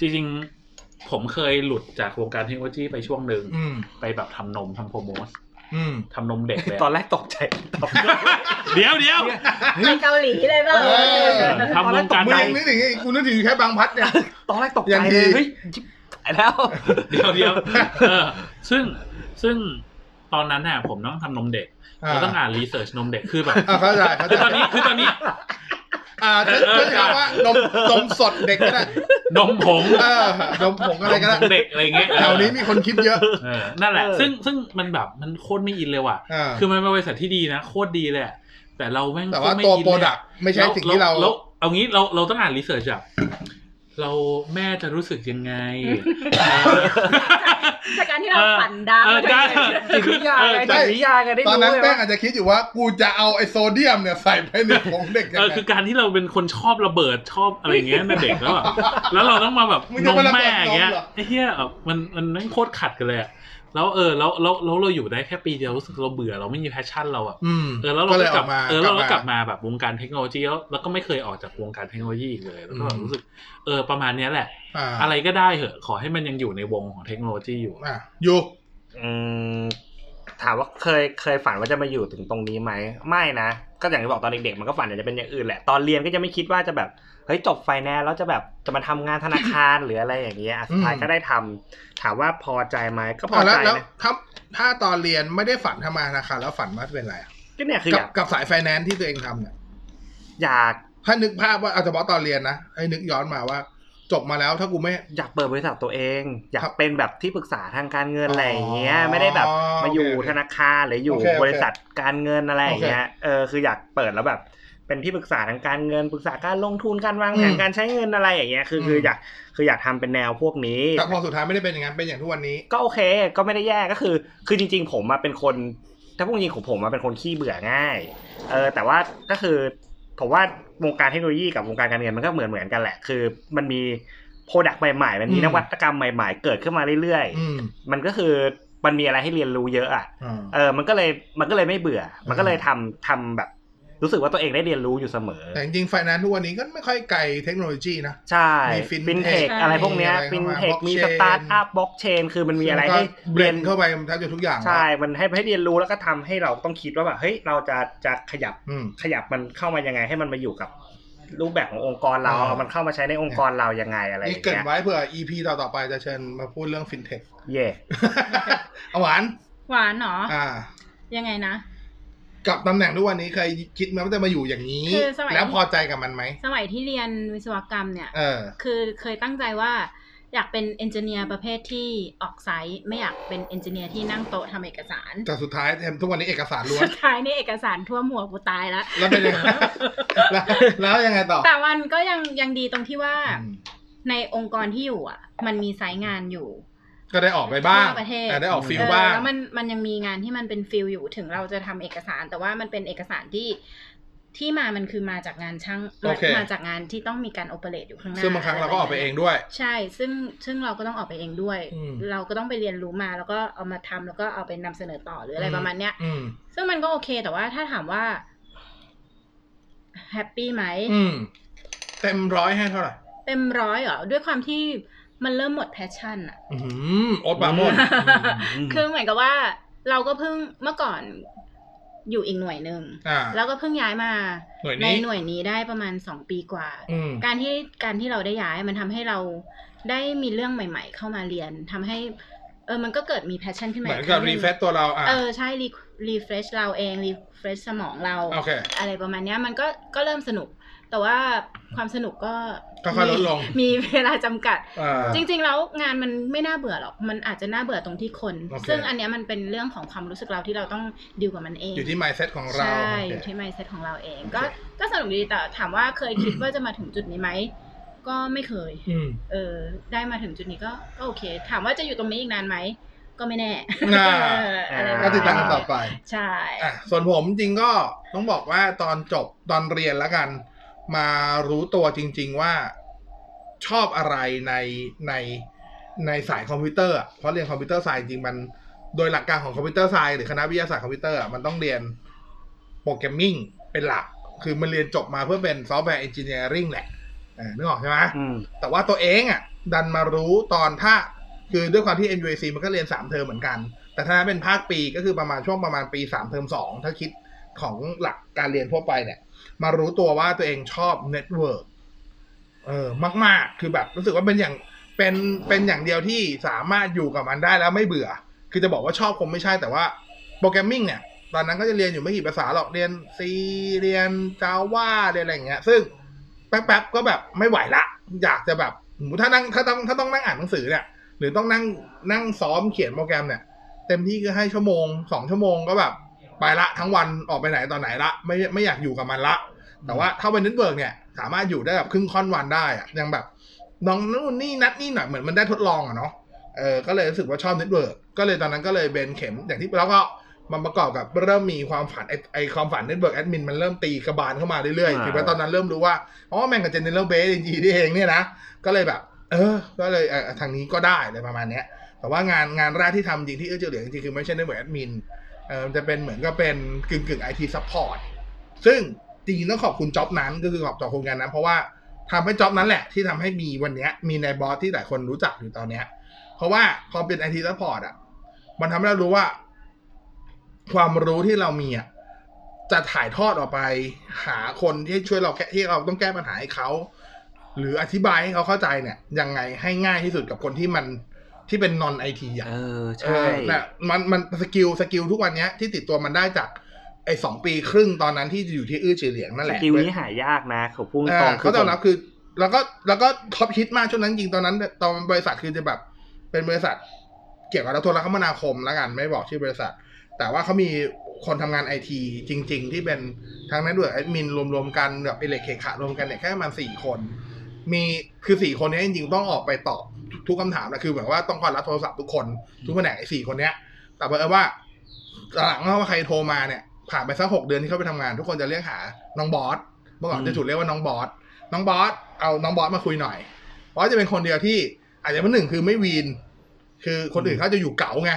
[SPEAKER 2] จริงๆ ผมเคยหลุดจากวงการเทคโนโลยีไปช่วงหนึ่ง
[SPEAKER 1] อืม
[SPEAKER 2] ไปแบบทำนมทำโปรโมส
[SPEAKER 1] อืม
[SPEAKER 2] ทำนมเด็กเลย
[SPEAKER 4] ตอ
[SPEAKER 2] อะ
[SPEAKER 4] นแรกตกใจตอน
[SPEAKER 2] เดี๋ยวเดี๋ยว
[SPEAKER 3] ไปเกาหลีเลยเปล่า
[SPEAKER 1] เออ
[SPEAKER 2] ทำวงการ
[SPEAKER 1] มึง
[SPEAKER 2] ใด
[SPEAKER 1] ยังนึกถึงอีกกูนึกถึงแค่บางพัดเนี่ย
[SPEAKER 4] ตอนแรกตก
[SPEAKER 1] อ
[SPEAKER 4] ใจ
[SPEAKER 1] ย่างดี
[SPEAKER 4] เลยเฮ้ยชิบหายแล้ว
[SPEAKER 2] เดี๋ยวเดี๋ยวเออซึ่งซึ่งตอนนั้นน่ะผมต้องทำนมเด็ก
[SPEAKER 1] อ่า
[SPEAKER 2] เราต้องอ่านรีเสิร์ชนมเด็กคือแบบ
[SPEAKER 1] อ่าเข้าใจเข้าใจ
[SPEAKER 2] คือตอนนี้คือตอนนี้
[SPEAKER 1] อ่าฉันฉันจะว่านมนมสดเด็กก็ได้
[SPEAKER 2] นมผง
[SPEAKER 1] เออนมผงอะไรก็ได้
[SPEAKER 2] นมผงเด็กอะไรเงี้ย
[SPEAKER 1] แถวนี้มีคนคิดเยอะ
[SPEAKER 2] เออนั่นแหละ
[SPEAKER 4] เออ
[SPEAKER 2] ซึ่งซึ่งมันแบบมันโคตรไม่อินเลยว่ะ
[SPEAKER 1] อ่า
[SPEAKER 2] คือมันเป็นบริษัทที่ดีนะ โคตรดีเลยอะแต่เราแม่ง
[SPEAKER 1] แต่ว่า
[SPEAKER 2] โคไม่
[SPEAKER 1] ตัว
[SPEAKER 2] อิน
[SPEAKER 1] โปร
[SPEAKER 2] เลย
[SPEAKER 1] ดัก
[SPEAKER 2] อะ
[SPEAKER 1] ต์ไม่ใช่สิ่งที่เรา
[SPEAKER 2] แล้วเอางี้เราเราต้องอ่านรีเสิร์ชอะเราแม่จะรู้สึกยังไง
[SPEAKER 3] จากการที่เราฝันดาว
[SPEAKER 2] เออได้
[SPEAKER 4] จิตวิทยาไง
[SPEAKER 1] ใช่
[SPEAKER 4] จิตวิทยาไงได้
[SPEAKER 1] ตอน
[SPEAKER 4] รู้
[SPEAKER 1] นั้น
[SPEAKER 4] เลย
[SPEAKER 1] แป้ง
[SPEAKER 4] ว่า
[SPEAKER 1] อาจจะคิดอยู่ว่ากูจะเอาไอโซเดียมเนี่ยใส่ไป
[SPEAKER 2] <laughs>
[SPEAKER 1] ในของเด็กยัง
[SPEAKER 2] เออ
[SPEAKER 1] ไง
[SPEAKER 2] คือการที่เราเป็นคนชอบระเบิดชอบอะไรอย่างเงี้ยในเด็ก
[SPEAKER 1] <laughs>
[SPEAKER 2] แล้วอะแล้วเราต้องมาแบบ
[SPEAKER 1] มึง
[SPEAKER 2] น
[SPEAKER 1] จะ
[SPEAKER 2] ม
[SPEAKER 1] มาระเบิ
[SPEAKER 2] แม่
[SPEAKER 1] ด
[SPEAKER 2] อย่างเงี้ย
[SPEAKER 1] นมเหรอ
[SPEAKER 2] ไอ้เหี้ยแบบมันมันแม่งโคตรขัดกันเลยอะแล้วเออแล้วแล้วแล้วเราอยู่ได้แค่ปีเดียวรู้สึกเราเบื่อเราไม่มีแพชชั่นเราอะ
[SPEAKER 1] อืม
[SPEAKER 2] เออแล้วเรา
[SPEAKER 1] ก็เล
[SPEAKER 2] ก็
[SPEAKER 1] ยอ
[SPEAKER 2] กลั
[SPEAKER 1] อบ กมา
[SPEAKER 2] เออแล้วเราก
[SPEAKER 1] กลั
[SPEAKER 2] ลับบ
[SPEAKER 1] มา
[SPEAKER 2] มาแบบวงการเทคโนโลยีแล้วแล้วก็ไม่เคยออกจากวงการเทคโนโลยีอีกเลยแล้วก็แบบ
[SPEAKER 1] อืม
[SPEAKER 2] รู้สึกเออประมาณเนี้ยแหละ
[SPEAKER 1] อ่า
[SPEAKER 2] อะไรก็ได้เหอะ ขอให้มันยังอยู่ในวงของเทคโนโลยีอยู่
[SPEAKER 1] อ่ะอยู่
[SPEAKER 4] อืมถามว่าเคยเคยฝันว่าจะมาอยู่ถึงตรงนี้ไหมไม่นะก็อย่างที่บอกตอนเด็กๆมันก็ฝันอยากจะเป็นอย่างอื่นแหละตอนเรียนก็จะไม่คิดว่าจะแบบเฮ้ยจบไฟแนนซ์แล้วจะแบบจะมาทำงานธนาคาร หรืออะไรอย่างเงี้ยอ่ะสุดท้ายก็ได้ทำถามว่าพอใจไหมก็พอ
[SPEAKER 1] อ่ะแล้
[SPEAKER 4] ใจ
[SPEAKER 1] วแล้ว
[SPEAKER 4] นะ
[SPEAKER 1] ถ้าถ้าตอนเรียนไม่ได้ฝันทำมาธนาคารแล้วฝันว่าจะเป็นอะไรอ่ะ
[SPEAKER 4] ก็เนี่ยคืออ
[SPEAKER 1] กั
[SPEAKER 4] ยา
[SPEAKER 1] บ
[SPEAKER 4] ก
[SPEAKER 1] กับสายไฟแนนซ์ที่ตัวเองทำเนี่ย
[SPEAKER 4] อยาก
[SPEAKER 1] ถ้านึกภาพว่าเอาเฉพาะตอนเรียนนะให้นึกย้อนมาว่า จบมาแล้วถ้ากูไม่
[SPEAKER 4] อยากเปิดบริษัทตัวเอง อยา
[SPEAKER 1] ครั
[SPEAKER 4] ก
[SPEAKER 1] บ
[SPEAKER 4] เป็นแบบที่ปรึกษาทางการเงิน
[SPEAKER 1] อ๋ออ
[SPEAKER 4] อะไรอย่างเงี้ย ไม่ได้แบบมาอยู่
[SPEAKER 1] โอเคโอเค
[SPEAKER 4] ธนาคารหรืออยู่
[SPEAKER 1] โอเคโอเค
[SPEAKER 4] บริษัทการเงินอะไรอย่างเงี้ยเออคืออยากเปิดแล้วแบบ เป็นที่ปรึกษาทางการเงินปรึกษาการลงทุนการวางแผน
[SPEAKER 1] อืม
[SPEAKER 4] การใช้เงินอะไรอย่างเงี้ยคือคือ
[SPEAKER 1] ม
[SPEAKER 4] อยากคืออยากทำเป็นแนวพวกนี้
[SPEAKER 1] แต่พอสุดท้ายไม่ได้เป็นอย่างนั้นเป็นอย่างทุกวันนี้
[SPEAKER 4] ก็โอเค ก็ไม่ได้แย่ก็คือ คือจริง ๆ ผมมาเป็นคน ถ้าพูดจริงๆของผมมาเป็นคนขี้เบื่อง่าย เออ แต่ว่าก็คือผมว่าวงการเทคโนโลยีกับวงการการเงินมันก็เหมือนเหมือนๆกันแหละ คือ มันมีโปรดักต์ใหม่ๆ มันมี
[SPEAKER 1] อืม
[SPEAKER 4] นวัตกรรมใหม่ๆ เกิดขึ้นมาเรื่อย
[SPEAKER 1] อืม
[SPEAKER 4] ๆ มันก็คือมันมีอะไรให้เรียนรู้เยอะอ่ะ
[SPEAKER 1] อ่า
[SPEAKER 4] เออ มันก็เลยมันก็เลยไม่เบื่อ มันก็เลย
[SPEAKER 1] อืม
[SPEAKER 4] ทำทำแบบ รู้สึกว่าตัวเองได้เรียนรู้อยู่เสมอ
[SPEAKER 1] แต่จริงๆไฟแนนซ์ทุกวันนี้ก็ไม่ค่อยไกลเทคโนโลยีนะ
[SPEAKER 4] ใช่
[SPEAKER 1] มี
[SPEAKER 4] ฟินเทค
[SPEAKER 1] fintech
[SPEAKER 4] อะไรพวกเนี้ย
[SPEAKER 1] มีอะไร
[SPEAKER 4] ฟินเทค
[SPEAKER 1] เข้ามา
[SPEAKER 4] มีส
[SPEAKER 1] blockchain
[SPEAKER 4] ตาร์ทอัพบล็อกเชน คือมันมีอะไรให้
[SPEAKER 1] เบร
[SPEAKER 4] เรีย
[SPEAKER 1] น
[SPEAKER 4] น
[SPEAKER 1] เข้าไปแทบจะทุกอย่าง
[SPEAKER 4] ใช่ มันให้ให้เรียนรู้แล้วก็ทำให้เราต้องคิดว่าแบบเฮ้ยเราจะจะขยับ
[SPEAKER 1] อืม
[SPEAKER 4] ขยับมันเข้ามายังไงให้มันมาอยู่กับรูปแบบขององค์กรเรา
[SPEAKER 1] อ่า
[SPEAKER 4] เอามันเข้ามาใช้ในองค์กรเรายังไงอะไรอ
[SPEAKER 1] นี่
[SPEAKER 4] ย่าง
[SPEAKER 1] เกริน
[SPEAKER 4] เงี้ย
[SPEAKER 1] ไว้เผื่อ EP ต่อๆไปจะเชิญมาพูดเรื่องฟินเทค
[SPEAKER 4] เย่
[SPEAKER 1] <laughs> เอาหวาน
[SPEAKER 3] หวานเหรอ
[SPEAKER 1] อ่า
[SPEAKER 3] ยังไงนะ
[SPEAKER 1] กับตำแหน่งทุกวันนี้เคยคิดไหมว่าจะมาอยู่อย่างนี้
[SPEAKER 3] คือสมัย
[SPEAKER 1] แล้วพอใจกับมันไหม
[SPEAKER 3] สมัยที่เรียนวิศวกรรมเนี่ย
[SPEAKER 1] เออ
[SPEAKER 3] คือเคยตั้งใจว่าอยากเป็นเอนจิเนียร์ประเภทที่ออกไซต์ ไม่อยากเป็นเอนจิเนียร์ที่นั่งโต๊ะทำเอกสาร
[SPEAKER 1] แต่สุดท้ายทุกวันนี้เอกสารล้วน
[SPEAKER 3] <laughs> สุดท้ายนี่เอกสารท่วมหัวกูตายแล้ว
[SPEAKER 1] แล้วเป็นยังไงแล้วแล้วยังไงต่อ
[SPEAKER 3] แต่มันก็ยังยังดีตรงที่ว่า
[SPEAKER 1] อืม
[SPEAKER 3] ในองค์กรที่อยู่อ่ะ มันมีไซต์งานอยู่
[SPEAKER 1] ก็ได้ออกไปบ้าง
[SPEAKER 3] ทั่วประเทศ
[SPEAKER 1] แต่ได้ออกฟิล
[SPEAKER 3] เออ
[SPEAKER 1] บ้าง
[SPEAKER 3] แล้วมันมันยังมีงานที่มันเป็นฟิลอยู่ถึงเราจะทำเอกสาร แต่ว่ามันเป็นเอกสารที่ที่มามันคือมาจากงานช่าง
[SPEAKER 1] โอเค
[SPEAKER 3] มาจากงานที่ต้องมีการโอเปเรตอยู่ข้างหน้า
[SPEAKER 1] ซึ่งบางครั้งเราก็ออกไปเองด้วย
[SPEAKER 3] ใช่ ซึ่งซึ่งเราก็ต้องออกไปเองด้วย
[SPEAKER 1] อืม
[SPEAKER 3] เราก็ต้องไปเรียนรู้มาแล้วก็เอามาทำแล้วก็เอาไปนำเสนอต่อหรืออะไร
[SPEAKER 1] อืม
[SPEAKER 3] ประมาณเนี้ย
[SPEAKER 1] อืม
[SPEAKER 3] ซึ่งมันก็โอเค แต่ว่าถ้าถามว่าแฮปปี้ไหม
[SPEAKER 1] อืม เต็มร้อยให้เท่าไหร่
[SPEAKER 3] เต็มร้อยเหรอด้วยความที่มันเริ่มหมดแพชชั่นอะ
[SPEAKER 1] อื้อหือโอ๊ตปราโมด
[SPEAKER 3] คือเหมือนกับว่าเราก็เพิ่งเมื่อก่อนอยู่อีกหน่วยหนึ่ง
[SPEAKER 1] อ่า
[SPEAKER 3] แล้วก็เพิ่งย้ายมา
[SPEAKER 1] หน่วยนี้
[SPEAKER 3] ในหน่วยนี้ได้ประมาณสองปีกว่า
[SPEAKER 1] อืม
[SPEAKER 3] การที่การที่เราได้ย้ายมันทำให้เราได้มีเรื่องใหม่ ๆ เข้ามาเรียนทำให้ เออมันก็เกิดมีแพชชั่นขึ้น
[SPEAKER 1] เห
[SPEAKER 3] มา
[SPEAKER 1] มือน
[SPEAKER 3] อี
[SPEAKER 1] กับ
[SPEAKER 3] คงห
[SPEAKER 1] รี
[SPEAKER 3] นึ่ง
[SPEAKER 1] เฟซตัวเราอ่ะ
[SPEAKER 3] เออใช่รีรีเฟรชเราเองรีเฟรชสมองเรา
[SPEAKER 1] โอเค
[SPEAKER 3] อะไรประมาณเนี้ยมันก็ก็เริ่มสนุก แต่ว่าความสนุกก็
[SPEAKER 1] ก็ค่อยลดลง
[SPEAKER 3] มีมีเวลาจำกัด
[SPEAKER 1] อ่า
[SPEAKER 3] จริงๆ แล้วงานมันไม่น่าเบื่อหรอก มันอาจจะน่าเบื่อตรงที่คน
[SPEAKER 1] โอเค
[SPEAKER 3] ซึ่งอันเนี้ยมันเป็นเรื่องของความรู้สึกเราที่เราต้องดิวกับมันเอง
[SPEAKER 1] อยู่ที่ mindset ของเรา
[SPEAKER 3] ใช่
[SPEAKER 1] โอเค
[SPEAKER 3] อยู่ที่ mindset ของเราเอง ก็
[SPEAKER 1] โอเค
[SPEAKER 3] ก็สนุกดี แต่ถามว่าเคยคิดว่าจะมาถึงจุดนี้ไหม ก็ไม่เคย
[SPEAKER 1] อืม
[SPEAKER 3] เออ ได้มาถึงจุดนี้ก็ ก็โอเค ถามว่าจะอยู่ตรงนี้อีกนานไหม ก็ไม่แน่
[SPEAKER 1] อ่า
[SPEAKER 3] เอ <laughs> ออะไรป
[SPEAKER 1] ก็
[SPEAKER 3] ระมาณ
[SPEAKER 1] ติดตามกันต่อไป
[SPEAKER 3] ใช่
[SPEAKER 1] อ่ะ ส่วนผมจริงก็ต้องบอกว่าตอนจบตอนเรียนแล้วกัน มารู้ตัวจริง ๆว่าชอบอะไรในใน ในสายคอมพิวเตอร์อะเพราะเรียนคอมพิวเตอร์ไซน์จริงๆมันโดยหลักการของคอมพิวเตอร์ไซน์หรือคณะวิทยาศาสตร์คอมพิวเตอร์อะมันต้องเรียนโปรแกรมมิ่งเป็นหลัก คือมันเรียนจบมาเพื่อเป็นซอฟต์แวร์เอนจิเนียริงแหละเออนึกออกใช่ไหม
[SPEAKER 4] อืม
[SPEAKER 1] แต่ว่าตัวเองอ่ะ ดันมารู้ตอนถ้า คือด้วยความที่ MUAC มันก็เรียน 3 เทอมเหมือนกัน แต่ถ้าเป็นภาคปีก็คือประมาณช่วงประมาณปี 3 เทอม 2 ถ้าคิดของหลักการเรียนทั่วไปเนี่ย มารู้ตัวว่าตัวเองชอบเน็ตเวิร์กเออมาก ๆ คือแบบรู้สึกว่าเป็นอย่างเป็นเป็นอย่างเดียวที่สามารถอยู่กับมันได้แล้วไม่เบื่อ คือจะบอกว่าชอบคงไม่ใช่แต่ว่าโปรแกรมมิ่งเนี่ย ตอนนั้นก็จะเรียนอยู่ไม่กี่ภาษาหรอกเรียน C เรียน Java เรียนอะไรอย่างเงี้ย ซึ่งแป๊บๆก็แบบไม่ไหวละ อยากจะแบบหูถ้านั่งถ้าต้องถ้าต้องนั่งอ่านหนังสือเนี่ย หรือต้องนั่งนั่งซ้อมเขียนโปรแกรมเนี่ย เต็มที่ก็ให้ชั่วโมงสองชั่วโมงก็แบบ ไปละทั้งวันออกไปไหนตอนไหนละ ไม่ไม่อยากอยู่กับมันละ แต่ว่าถ้าเป็นเน็ตเวิร์กเนี่ย สามารถอยู่ได้แบบครึ่งค่อนวันได้อะยังแบบน้องนู่นนี่นัดนี่หน่อยเหมือนมันได้ทดลองอะเนาะเออก็เลยรู้สึกว่าชอบเน็ตเวิร์กก็เลยตอนนั้นก็เลยเบนเข็มอย่างที่แล้วก็มันประกอบกับเริ่มมีความฝันไอไอความฝันเน็ตเวิร์กแอดมินมันเริ่มตีกระบาลเข้ามาเรื่อยๆ
[SPEAKER 4] อ่า
[SPEAKER 1] ถือว่าตอนนั้นเริ่มรู้ว่าอ๋อแม่งกับเจเนอเรลเบสจริงๆนี่เองเนี่ยนะก็เลยแบบ เออ ก็เลยเอ่อทางนี้ก็ได้อะไรประมาณเนี้ย แต่ว่างานงานแรกที่ทำจริงที่เอื้อเจือเหลือจริงๆคือไม่ใช่เน็ตเวิร์กแอดมิน เออมันจะเป็นเหมือนก็เป็นกึ่งกึ่งไอทีซัพพอร์ตซึ่งจริงๆต้องขอบคุณจ็อบนั้นก็คือขอบต่อโครงการนั้น เพราะว่าทำให้จ็อบนั้นแหละที่ทำให้มีวันเนี้ยมีในบอสที่หลายคนรู้จักอยู่ตอนเนี้ย เพราะว่าพอเป็นไอทีซัพพอร์ตอ่ะ มันทำให้เรารู้ว่า ความรู้ที่เรามีอ่ะจะถ่ายทอดออกไป หาคนที่ช่วยเราแก้ที่เราต้องแก้ปัญหาให้เขา หรืออธิบายให้เขาเข้าใจเนี่ยยังไงให้ง่ายที่สุดกับคนที่มันที่เป็นนอนไอทีอ่ะ
[SPEAKER 5] เออ
[SPEAKER 1] เอ
[SPEAKER 5] ใช่
[SPEAKER 1] อน่ะมันมันสกิลสกิลทุกวันเนี้ยที่ติดตัวมันได้จากไอ้สองปีครึ่งตอนนั้นที่อยู่ที่อื้อเฉียเหลียงนั่น
[SPEAKER 4] ส
[SPEAKER 1] แหละ
[SPEAKER 4] กิลนี้หายากนะเขาพุ่ง
[SPEAKER 1] เอ
[SPEAKER 4] ตร
[SPEAKER 1] อง เขาตอบรับคือ แล้วก็แล้วก็ท็อปฮิตมากช่วงนั้นจริงตอนนั้น ตอนบริษัทคือจะแบบ เป็นบริษัท เกี่ยวกับโทรคมนาคมแล้วกันไม่บอกชื่อบริษัท แต่ว่าเขามีคนทำงานไอทีจริง ๆ ที่เป็นทั้งนักเดือแอดมินรวมๆกันแบบเอเลกเคขะรวมกันเนี่ยแค่ประมาณสี่คน มีคือสี่คนเนี้ยจริงๆต้องออกไปตอบทุกคำถามนะคือเหมือนว่าต้องคอยรับโทรศัพท์ทุกคน ทุกแผนกไอ้สี่คนเนี้ย แต่เผอิญว่าหลังว่าใครโทรมาเนี่ย ผ่านไปสักหกเดือนที่เขาไปทำงาน ทุกคนจะเรียกหาน้องบอสเมื่อก่อนจะถูกเรียกว่าน้องบอสน้องบอสเอาน้องบอสมาคุยหน่อยบอสจะเป็นคนเดียวที่ อาจจะเป็นหนึ่งคือไม่วีน คือคนอื่นเขาจะอยู่เก๋าไง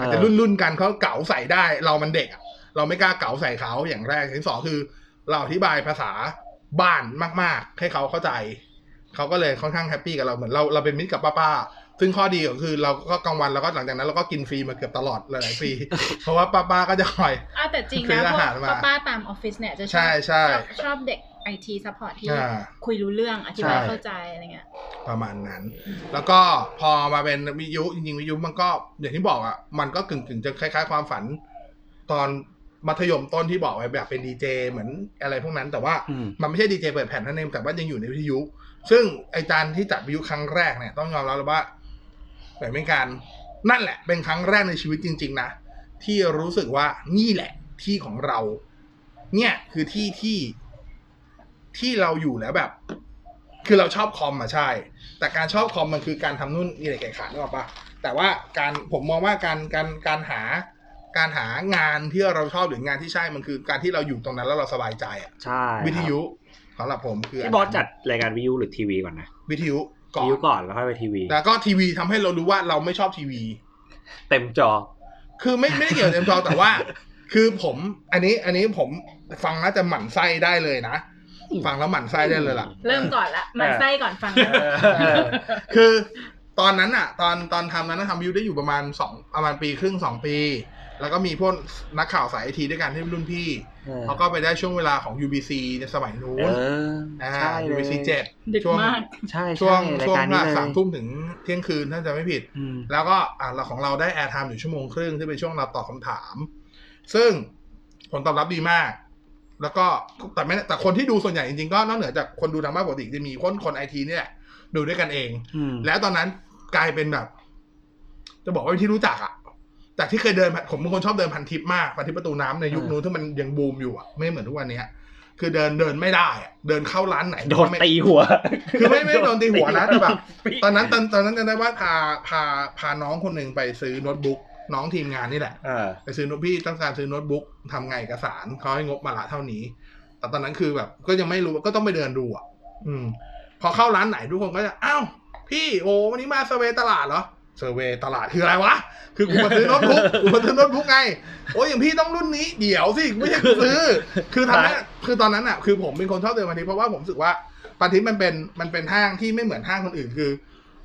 [SPEAKER 1] อาจจะรุ่นรุ่นๆกันเขาเก๋าใส่ได้ เรามันเด็กอะเราไม่กล้าเก๋าใส่เขาอย่างแรกอย่างที่สองคือ เราอธิบายภาษาบ้านมาก ๆ ให้เขาเข้าใจ เขาก็เลยค่อนข้างแฮปปี้กับเราเหมือนเราเราเป็นมิตรกับป้าๆซึ่งข้อดีก็คือเราก็กลางวันแล้วก็หลังจากนั้นเราก็กินฟรีมาเกือบตลอดหลายๆปี เพราะว่าป้าๆก็จะคอย
[SPEAKER 3] อ่ะแต่จริง
[SPEAKER 1] ซื้
[SPEAKER 3] นะ
[SPEAKER 1] ออา
[SPEAKER 3] พว
[SPEAKER 1] หารมาก
[SPEAKER 3] ป้าๆตามออฟฟิศเนี่ยจะช
[SPEAKER 1] ใช่
[SPEAKER 3] อบ
[SPEAKER 1] ใช่
[SPEAKER 3] ชอบชอบเด็กไอทีซัพพอร์ตที่
[SPEAKER 1] อ่า
[SPEAKER 3] คุยรู้เรื่องอธิบาย
[SPEAKER 1] ใช่
[SPEAKER 3] เข้าใจอะไรเงี้ย
[SPEAKER 1] ประมาณนั้น แล้วก็พอมาเป็นวิทยุจริงๆวิทยุมันก็อย่างที่บอกอ่ะมันก็กึ่งๆจะคล้ายๆความฝัน ตอนมัธยมต้นที่บอกไว้แบบเป็นดีเจเหมือนอะไรพวกนั้น แต่ว่า
[SPEAKER 5] อืม
[SPEAKER 1] มันไม่ใช่ดีเจเปิดแผ่นนั่นเองแต่ว่ายังอยู่ในวิทยุ ซึ่งไอาจารย์ที่จัดวิทยุครั้งแรกเนี่ยต้องยอมรับเลยว่าเหมือนเป็นการนั่นแหละ เป็นครั้งแรกในชีวิตจริง ๆ นะ ที่รู้สึกว่านี่แหละที่ของเรา เนี่ยคือที่ที่ที่เราอยู่แล้วแบบ คือเราชอบคอมอะใช่ แต่การชอบคอมมันคือการทำนู่นนี่อะไรแข่งขันนึกออกปะแต่ว่าการผมมองว่าการการการหาการหางานที่เราชอบหรืองานที่ใช่มันคือการที่เราอยู่ตรงนั้นแล้วเราสบายใจอะ
[SPEAKER 4] ใช่
[SPEAKER 1] วิทยุสำหรับผมคือ
[SPEAKER 4] ที่บอสจัดรายการวิทยุหรือทีวีก่อนนะ
[SPEAKER 1] วิทยุก่อ
[SPEAKER 4] วิ
[SPEAKER 1] น
[SPEAKER 4] ทยุก่อนแล้วค่อยไปทีวี
[SPEAKER 1] แล้วก็ทีวีทำให้เรารู้ว่าเราไม่ชอบทีวี
[SPEAKER 4] เต็มจอ
[SPEAKER 1] คือไม่ไม่ได้เกี่ยวกับเต็มจอแต่ว่า คือผมอันนี้อันนี้ผมฟังแล้วจะหมั่นไส้ได้เลยนะ ฟังแล้วหมั่นไส้ได้เลยล่ะ
[SPEAKER 3] เริ่มก่อนละหมันไส้ก่อนฟัง
[SPEAKER 1] คือตอนนั้นอ่ะ ตอนตอนทำนั้นนะทำวิวได้อยู่ประมาณสองประมาณปีครึ่งสองปี แล้วก็มีพวกนักข่าวสายไอทีด้วยกันที่เป็นรุ่นพี่เขาก็ไปได้ช่วงเวลาของ UBC ในสมัยนู้
[SPEAKER 5] เอน อ
[SPEAKER 1] อ่า
[SPEAKER 5] ใช่เลย
[SPEAKER 1] UBC เจ็ด
[SPEAKER 3] ดึก
[SPEAKER 1] ช่วง
[SPEAKER 3] มาก
[SPEAKER 5] ใช่
[SPEAKER 1] ช่วง
[SPEAKER 5] ใราย
[SPEAKER 1] ช่วง
[SPEAKER 5] การนี้
[SPEAKER 1] ละ
[SPEAKER 5] เลย
[SPEAKER 1] สามทุ่มถึงเที่ยงคืนถ้าจะไม่ผิด
[SPEAKER 5] อืม
[SPEAKER 1] แล้วก็อ่ะเราของเราได้แอร์ไทม์อยู่ชั่วโมงครึ่งที่เป็นช่วงเราตอบคำถาม ซึ่งผลตอบรับดีมาก แล้วก็แต่ไม่แต่คนที่ดูส่วนใหญ่จริงๆก็นอกเหนือจากคนดูทางบ้านปกติจะมีคนคนไอทีนี่ยแหละดูด้วยกันเอง
[SPEAKER 5] อืม
[SPEAKER 1] แล้วตอนนั้นกลายเป็นแบบ จะบอกว่าเป็นที่รู้จักอะจากที่เคยเดินผ่านผมเป็นคนชอบเดินพันทิปมากพันทิปประตูน้ำในยุค
[SPEAKER 5] อืม
[SPEAKER 1] นู้นที่มันยังบูมอยู่อะไม่เหมือนทุกวันเนี้ย คือเดินเดินไม่ได้อะเดินเข้าร้านไหน
[SPEAKER 4] โดน
[SPEAKER 1] ไม่
[SPEAKER 4] ตีหัว
[SPEAKER 1] คือไม่ไม่โดนตีหัวนะแต่แบบ ตอนนั้นตอนตอนนั้นจำได้ว่าพาพาพาน้องคนหนึ่งไปซื้อโน้ตบุ๊กน้องทีมงานนี่แหละ
[SPEAKER 4] เออ
[SPEAKER 1] ไปซื้อโน้ตพี่ต้องการซื้อโน้ตบุ๊กทำไงเอกสารเขาให้งบมาละเท่านี้ แต่ตอนนั้นคือแบบ ก็ยังไม่รู้ก็ต้องไปเดินดูอ่ะ อืม พอเข้าร้านไหนทุกคนก็จะอ้าว พี่โอ้วันนี้มาเซอร์เวย์ตลาดเหรอเซอร์เวย์ตลาดคืออะไรวะ คือกูมาซื้อโน้ตบุ๊ก <laughs> กูมาซื้อโน้ตบุ๊กไง โอ้ยอย่างพี่ต้องรุ่นนี้เดี๋ยวสิไม่ใช่กูซื้อ <laughs> คือทำให้คือตอนนั้นอ่ะ คือผมเป็นคนชอบเดินปาทิตย์เพราะว่าผมรู้สึกว่าปาทิตย์มันเป็นมันเป็นห้างที่ไม่เหมือนห้างคนอื่นคือ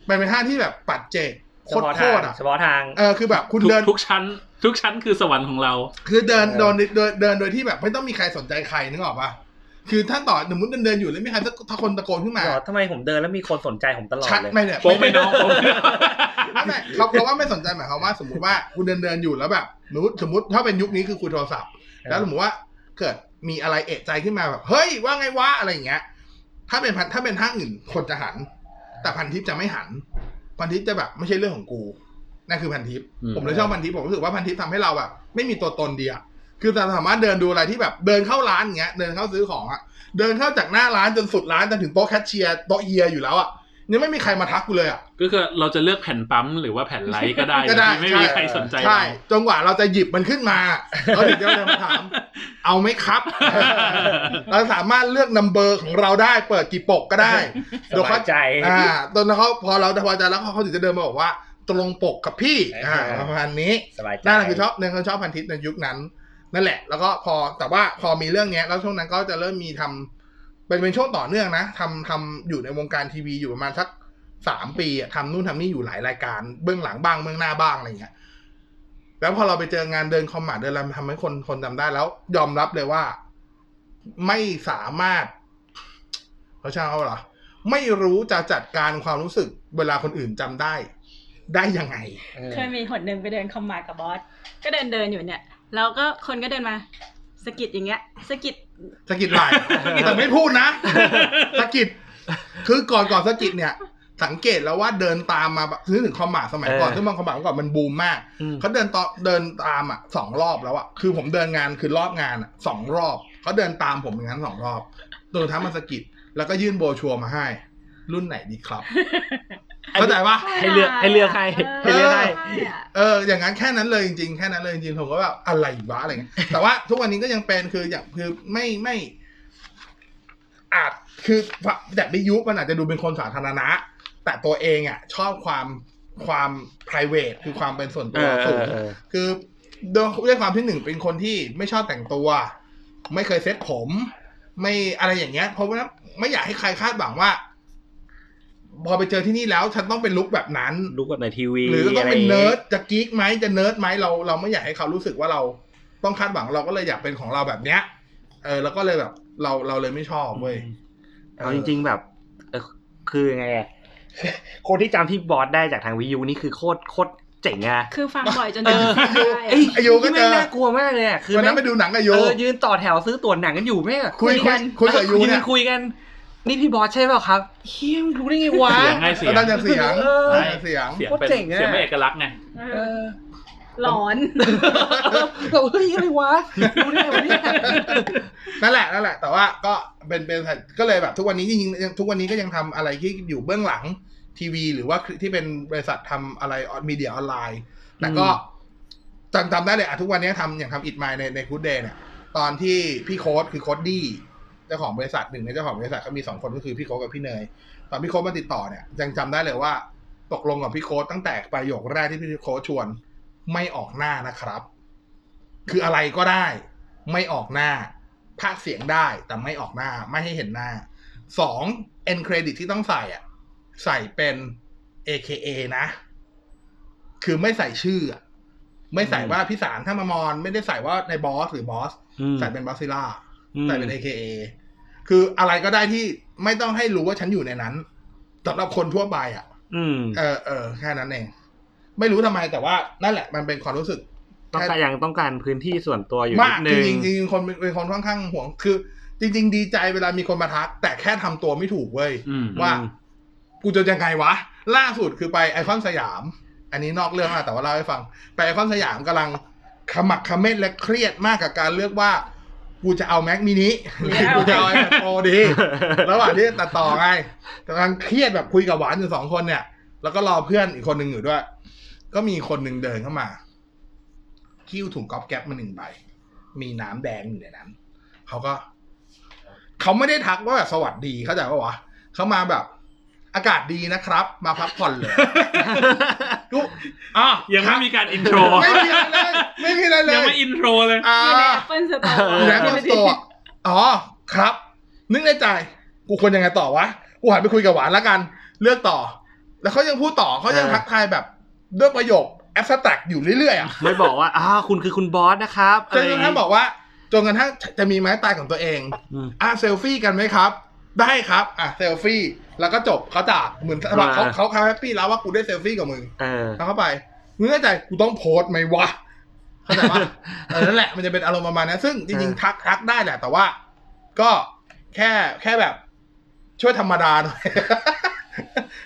[SPEAKER 1] มันเป็นห้างที่แบบปัดเจกโค
[SPEAKER 4] เฉพาะ
[SPEAKER 1] ต
[SPEAKER 4] ท
[SPEAKER 1] รๆ
[SPEAKER 4] าง
[SPEAKER 1] อ่ะ
[SPEAKER 4] เฉพาะทาง
[SPEAKER 1] เออคือแบบคุณ
[SPEAKER 2] ทุก
[SPEAKER 1] เดิน
[SPEAKER 2] ทุกชั้น ทุกชั้นคือสวรรค์ของเรา
[SPEAKER 1] คือเดิน
[SPEAKER 4] เออ
[SPEAKER 1] เดินเดินเดินโดยที่แบบไม่ต้องมีใครสนใจใครนึกออกปะคือถ้าต่อสมมติเดินเดินอยู่แล้วมีใครสักถ้าคนตะโกนขึ้นมา
[SPEAKER 4] เหรอทำไมผมเดินแล้วมีคนสนใจผมตลอด
[SPEAKER 1] ชัด
[SPEAKER 4] เลย
[SPEAKER 1] ไหมเนี่ย
[SPEAKER 2] โป๊ะไม่น้องโป๊ะไม่
[SPEAKER 1] <laughs>
[SPEAKER 2] น้อง
[SPEAKER 1] ไม่ไม่เขาเขาว่าไม่สนใจหมายความว่า สมมติว่าคุณเดินเดินอยู่แล้วแบบสมมติสมมติถ้าเป็นยุคนี้คือคุยโทรศัพท์ แล้วสมมติว่าเกิดมีอะไรเอะใจขึ้นมาแบบเฮ้ยว่าไงวะอะไรอย่างเงี้ย ถ้าเป็นพันถ้าเป็นห้างอื่นคนจะหัน แต่พันทิปจะไม่หัน พันทิปจะแบบไม่ใช่เรื่องของกูนั่นคือพันทิป
[SPEAKER 2] อืม
[SPEAKER 1] ผมเลยชอบพันทิปผมรู้สึกว่าพันทิปทำให้เราแบบไม่มีตัวตนดีอะคือเราสามารถเดินดูอะไรที่แบบเดินเข้าร้านอย่างเงี้ย เดินเข้าซื้อของอะเดินเข้าจากหน้าร้านจนสุดร้านจนถึงโต๊ะแคชเชียร์โต๊ะเฮียอยู่แล้วอะยังไม่มีใครมาทักกูเลยอะ
[SPEAKER 2] ก็คือเราจะเลือกแผ่นปั๊มหรือว่าแผ่นไลท์ก็ได้
[SPEAKER 1] <laughs> ก็ได้
[SPEAKER 2] ไม่มีใครสนใจ
[SPEAKER 1] ใช่
[SPEAKER 2] เรา
[SPEAKER 1] จนกว่าเราจะหยิบมันขึ้นมาเราถึงจะมาถาม เอาไหมครับ เราสามารถเลือกนัมเบอร์ของเราได้ เปิดกี่ปกก็ได้
[SPEAKER 4] สบายใจ
[SPEAKER 1] อ่าตอนเขาพอเราพอใจแล้วเขาถึงจะเดินมาบอกว่า ตรงปกกับพี่อ่า
[SPEAKER 4] เออ
[SPEAKER 1] ประมาณนี้
[SPEAKER 4] สบายใจ
[SPEAKER 1] นั่นแหละคือชอบเนี่ยเขาชอบพันทิตในยุคนั้น นั่นแหละ แล้วก็พอแต่ว่าพอมีเรื่องเนี้ยแล้วช่วงนั้นก็จะเริ่มมีทำเป็นเป็นช่วงต่อเนื่องนะทำทำอยู่ในวงการทีวีอยู่ประมาณสักสามปีอะทำนู่นทำนี่อยู่หลายรายการ เบื้องหลังบ้างเบื้องหน้าบ้างอะไรอย่างเงี้ย แล้วพอเราไปเจองานเดินคอมมาร์ทเดินอะไรมันทำให้คนคนจำได้แล้ว ยอมรับเลยว่า ไม่สามารถเขาใช้คำว่าอะไรเหรอไม่รู้จะจัดการความรู้สึกเวลาคนอื่นจำได้ ได้ยังไง
[SPEAKER 4] เออ
[SPEAKER 3] เคยมีหนหนึ่งไปเดินคอมมาร์ทกับบอส ก็เดินเดินอยู่เนี่ย แล้วก็คนก็เดินมาสะกิดอย่างเงี้ยสะกิด
[SPEAKER 1] สะกิดไหล แต่ไม่พูดนะ สะกิด คือก่อนก่อนสะกิดเนี่ย สังเกตแล้วว่าเดินตามมาแบบนึกถึงคอมมาร์ทสมัยก่อนซึ่งมันคอมมาร์ทเมื่อก่อนมันบูมมาก
[SPEAKER 4] อืม
[SPEAKER 1] เขาเดินต่อเดินตามอ่ะสองรอบแล้วอ่ะคือผมเดินงานคือรอบงานอ่ะสองรอบเขาเดินตามผมอย่างนั้นสองรอบตัวท้ายมันสะกิดแล้วก็ยื่นโบรชัวร์มาให้ รุ่นไหนดีครับ เข้าใจปะ
[SPEAKER 4] ให้เลือกให้เลือกให้ให้เลือกให้
[SPEAKER 1] เอออย่างนั้นแค่นั้นเลยจริงๆแค่นั้นเลยจริงๆผมก็แบบอะไรวะอะไรเงี้ยแต่ว่าทุกวันนี้ก็ยังเป็นคืออย่างคือไม่ไม่ อาจคือแต่ในยุคมันอาจจะดูเป็นคนสาธารณะ แต่ตัวเองอ่ะ ชอบความความ p r i v a t คือความเป็นส่วนตัวสูง คือด้วยความที่หนึ่งเป็นคนที่ไม่ชอบแต่งตัว ไม่เคยเซ็ตผม ไม่อะไรอย่างเงี้ย เพราะว่าไม่อยากให้ใครคาดหวังว่า พอไปเจอที่นี่แล้ว ฉันต้องเป็นลุคแบบนั้น
[SPEAKER 4] ดูกับในทีวี
[SPEAKER 1] หรือต้องเป็น
[SPEAKER 4] ย่างงี้
[SPEAKER 1] เนิร์ดจะกิ๊กไหมจะเนิร์ดไหมเราเราไม่อยากให้เขารู้สึกว่าเราต้องคาดหวังเราก็เลยอยากเป็นของเราแบบเนี้ย เออ แล้วก็เลยแบบ เราเราเลยไม่ชอบเว้ย
[SPEAKER 4] เอาจริง ๆ แบบเออคือยังไงอะคนที่จำที่บอสได้จากทางวิวนี่คือโคตรโคตรเจ๋งอะ
[SPEAKER 3] คือฟังบ่อยจน
[SPEAKER 4] เอ
[SPEAKER 3] จะ
[SPEAKER 4] อ
[SPEAKER 3] จำได้
[SPEAKER 4] ไอ้
[SPEAKER 1] ไอ้โยก็เจอ
[SPEAKER 4] แม่งน่ากลัวมากเลยอะคือ
[SPEAKER 1] วันนั้นไป
[SPEAKER 4] แม่ง
[SPEAKER 1] ดูหนังกับโย
[SPEAKER 4] เออยืนต่อแถวซื้อตั๋วหนังกันอยู่แม่งอะ
[SPEAKER 1] คุยคุยคุยกับ
[SPEAKER 4] เออ
[SPEAKER 1] ยูเนี่ย
[SPEAKER 4] คุยกัน นี่พี่บอสใช่เปล่าครับเฮียมึงรู้ได้ไงวะ
[SPEAKER 2] เสียงไงเสียง
[SPEAKER 1] ตอนจากเสียง
[SPEAKER 4] เออ
[SPEAKER 1] ตอนจากเสียง
[SPEAKER 2] เสียง
[SPEAKER 4] โคตร
[SPEAKER 2] เป็น
[SPEAKER 4] เจ๋งอะ
[SPEAKER 2] เสียงเป็นเอกลักษณ์ไง
[SPEAKER 3] เอ
[SPEAKER 4] เอ
[SPEAKER 3] อ
[SPEAKER 4] อ
[SPEAKER 3] หลอน
[SPEAKER 4] เราเฮ้ยอะไรวะรู้ได้ไงวะเนี่ย
[SPEAKER 1] นั่นแหละนั่นแหละ แต่ว่าก็เป็นเป็นก็เลยแบบทุกวันนี้จริงๆทุกวันนี้ก็ยังทำอะไรที่อยู่เบื้องหลังทีวี หรือว่าที่เป็นบริษัททำอะไรมีเดียออนไลน์ แต่ก็จำจำได้เลยอ่ะทุกวันนี้ทำอย่างทำอิดไมในในคูดเดย์เนี่ย ตอนที่พี่โค้ดคือโค้ดดี้เจ้าของบริษัทหนึ่งในเจ้าของบริษัทก็มีสองคนก็คือพี่โค้ดกับพี่เนย ตอนพี่โค้ดมาติดต่อเนี่ยยังจำได้เลยว่า ตกลงกับพี่โค้ดตั้งแต่ประโยคแรกที่พี่โค้ดชวน ไม่ออกหน้านะครับ คืออะไรก็ได้ ไม่ออกหน้าภาคเสียงได้แต่ไม่ออกหน้าไม่ให้เห็นหน้าสอง end credit ที่ต้องใส่อ่ะ ใส่เป็น AKA นะ คือไม่ใส่ชื่ออะไม่ใส่ว่าพิสารถ้ามามอนไม่ได้ใส่ว่าในบอสหรือบอส ใส่เป็นบอสซิล่า ใส่เป็น AKA คืออะไรก็ได้ที่ไม่ต้องให้รู้ว่าฉันอยู่ในนั้นสำหรับคนทั่วไปอ่ะ
[SPEAKER 4] อืม
[SPEAKER 1] เออเออแค่นั้นเอง ไม่รู้ทำไมแต่ว่านั่นแหละมันเป็นความรู้สึก
[SPEAKER 4] ต้องการยังต้องการพื้นที่ส่วนตัวอยู่
[SPEAKER 1] มากจ
[SPEAKER 4] นิดนึง
[SPEAKER 1] ริงๆจริงๆคนเป็นคนค่อนข้างห่วง คือ จริง ๆ ดีใจเวลามีคนมาทัก แต่แค่ทำตัวไม่ถูกเว้ย
[SPEAKER 2] อืม
[SPEAKER 1] ว่ากูจะยังไงวะ ล่าสุดคือไปไอคอนสยาม อันนี้นอกเรื่องอะแต่ว่าเล่าให้ฟัง ไปไอคอนสยามกำลังขมักเขม้นและเครียดมากกับการเลือกว่า กูจะเอาแม็กมินิหรือกูจะเอาไอแพดโปรดี ระหว่างที่ตัดต่อไงกำลังเครียดแบบคุยกับหวานอยู่สองคนเนี่ย แล้วก็รอเพื่อนอีกคนหนึ่งอยู่ด้วย ก็มีคนหนึ่งเดินเข้ามาคิ้วถุงก๊อบแก๊บมาหนึ่งใบ มีน้ำแดงอยู่ในนั้นเขาก็ เขาไม่ได้ทักว่าแบบสวัสดีเข้าใจปะวะเขามาแบบ อากาศดีนะครับ มาพักผ่อน
[SPEAKER 2] <laughs>
[SPEAKER 1] เลยดูอ่ะ
[SPEAKER 2] ยังไม่มีการอินโทร
[SPEAKER 1] ไม่มีอะไรเลยไม่มีอะไรเล
[SPEAKER 2] ยัง
[SPEAKER 1] ย
[SPEAKER 2] ไม่อินโทรเลย
[SPEAKER 1] อ่า
[SPEAKER 3] อยู่ในแอปเปิลสตอร์
[SPEAKER 1] อยู่ในแอปเปิลสโตร์อ๋อครับ นึกในใจกูควรยังไงต่อวะกูหันไปคุยกับหวานแล้วกัน เลือกต่อ แล้วเขายังพูดต่อเขายังทักทายแบบด้วยประโยคแอปสแต็กอยู่เรื่อยๆอ่ะ
[SPEAKER 4] ไม่บอกว่าอ้าวคุณคือคุณบอสนะครับ
[SPEAKER 1] จนกระทั่งบอกว่าจนกระทั่งจะมีไม้ตายของตัวเอง
[SPEAKER 4] อืม
[SPEAKER 1] อ่ะเซลฟี่กันไหมครับ ได้ครับ อ่ะเซลฟี่ แล้วก็จบเขาจากเหมือนแบบเขา
[SPEAKER 4] อ่า
[SPEAKER 1] เขาเขาแฮปปี้แล้วว่ากูได้เซลฟี่กับมึง
[SPEAKER 4] เออ
[SPEAKER 1] แล้วเข้าไปมึงเข้าใจกูต้องโพสต์ไหมวะเข้าใจ
[SPEAKER 4] <laughs>
[SPEAKER 1] ปะเออนั่นแหละมันจะเป็นอารมณ์ประมาณนั้นซึ่งจริงๆทักทักได้แหละ แต่ว่า ก็แค่แค่แบบ ช่วยธรรมดาหน่อย <laughs>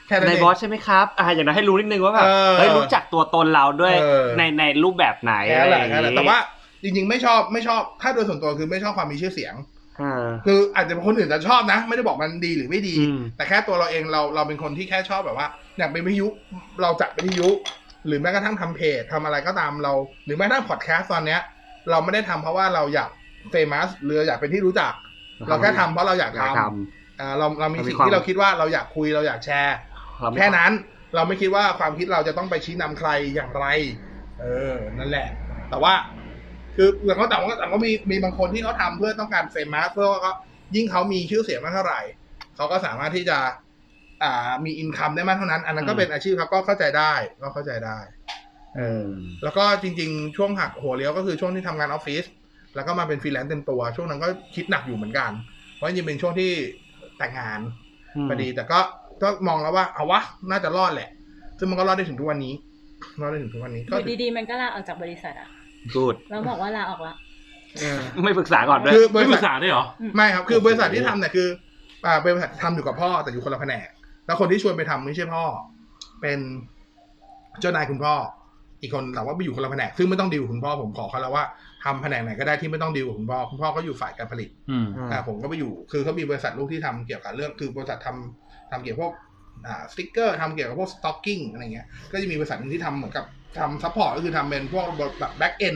[SPEAKER 1] แค่นั้น
[SPEAKER 4] ใน
[SPEAKER 1] เอง
[SPEAKER 4] บอสใช่ไหมครับอ่าอย่างน้อยให้รู้นิดนึงว่าแบบ
[SPEAKER 1] เออ
[SPEAKER 4] เฮ้ยรู้จักตัวตนเราด้วย
[SPEAKER 1] เออ
[SPEAKER 4] ในในรูปแบบไหน
[SPEAKER 1] แค่
[SPEAKER 4] อะ
[SPEAKER 1] แห
[SPEAKER 4] ไรอ
[SPEAKER 1] ละ
[SPEAKER 4] ย่าง
[SPEAKER 1] แค่แหละแต่ว่าจริง ๆ ไม่ชอบไม่ชอบถ้าโดยส่วนตัวคือไม่ชอบความมีชื่อเสียง
[SPEAKER 4] เออ
[SPEAKER 1] คืออาจจะเป็นคนอื่นจะชอบนะ ไม่ได้บอกมันดีหรือไม่ดี
[SPEAKER 4] อืม
[SPEAKER 1] แต่แค่ตัวเราเองเราเราเป็นคนที่แค่ชอบแบบว่าอยากเป็นวิทยุเราจัดวิทยุ หรือแม้กระทั่งทำเพจทำอะไรก็ตามเรา หรือแม้กระทั่งพอดแคสต์ตอนเนี้ย เราไม่ได้ทำเพราะว่าเราอยากเฟมัสหรืออยากเป็นที่รู้จัก เราแค่ทำเพราะเราอยาก
[SPEAKER 4] อยากท
[SPEAKER 1] ทำอ่าเราเรามีสิ่งที่เราคิดว่าเราอยากคุยเราอยากแชร์
[SPEAKER 4] ำเราไม่
[SPEAKER 1] แค่นั้นเราไม่คิดว่าความคิดเราจะต้องไปชี้นำใครอย่างไร เออ นั่นแหละ แต่ว่า คืออย่างเขาแต่ว่าแต่ก็มีมีบางคนที่เขาทำเพื่อต้องการเฟมัสเพื่อว่าเขายิ่งเขามีชื่อเสียงมากเท่าไหร่เขาก็สามารถที่จะ อ่ามีอินคัมได้มากเท่านั้น อันนั้นก็เป็นอาชีพครับก็เข้าใจได้ก็เข้าใจได้
[SPEAKER 4] เออ
[SPEAKER 1] แล้วก็จริง ๆ ช่วงหักหัวเลี้ยวก็คือช่วงที่ทำงานออฟฟิศแล้วก็มาเป็นฟรีแลนซ์เต็มตัว ช่วงนั้นก็คิดหนักอยู่เหมือนกันเพราะจริงๆเป็นช่วงที่แต่งงาน พอดีแต่ก็ก็มองแล้วว่าเอาวะน่าจะรอดแหละ ซึ่งมันก็รอดได้ถึงทุกวันนี้รอดได้ถึงทุกวันนี้
[SPEAKER 3] อ
[SPEAKER 1] ก็
[SPEAKER 3] ยู่ดีๆ มันก็ลาออกจากบริษัทอะ
[SPEAKER 4] กูด
[SPEAKER 3] แล้วบอกว่าลาออกละ
[SPEAKER 1] เออ
[SPEAKER 4] ไม่ปรึกษาก่อนด้วย
[SPEAKER 1] คือบ
[SPEAKER 2] ไม่
[SPEAKER 1] ริ
[SPEAKER 2] ป
[SPEAKER 1] ษั
[SPEAKER 2] รึ
[SPEAKER 1] ท
[SPEAKER 2] กษาได้วยเหรอ
[SPEAKER 1] ไม่ครับคือบริษัทที่ทำเนี่ยคืออ่าเป็นบริษัททำอยู่กับพ่อแต่อยู่คนละแผนกแล้วคนที่ชวนไปทำไม่ใช่พ่อ เป็นเจ้านายคุณพ่อ อีกคนแต่ว่าไปอยู่คนละแผนกซึ่งไม่ต้องดีลกับคุณพ่อผมขอเขาแล้วว่าทำแผนกไหนก็ได้ที่ไม่ต้องดีลกับคุณพ่อคุณพ่อก็อยู่ฝ่ายการผลิต
[SPEAKER 2] อืม
[SPEAKER 1] อ่าผมก็ไปอยู่ คือเขามีบริษัทลูกที่ทำเกี่ยวกับเรื่อง คือบริษัททำทำเกี่ยวกับพวกอ่าสติ๊กเกอร์ทำเกี่ยวกับพวกสต็อกกิ้งอะไรเงี้ย ก็จะมีบริษัทหนึงที่ทำเหมือนกับทำซัพพอร์ตก็คือทำเป็นพวกแบบแบ็กเอน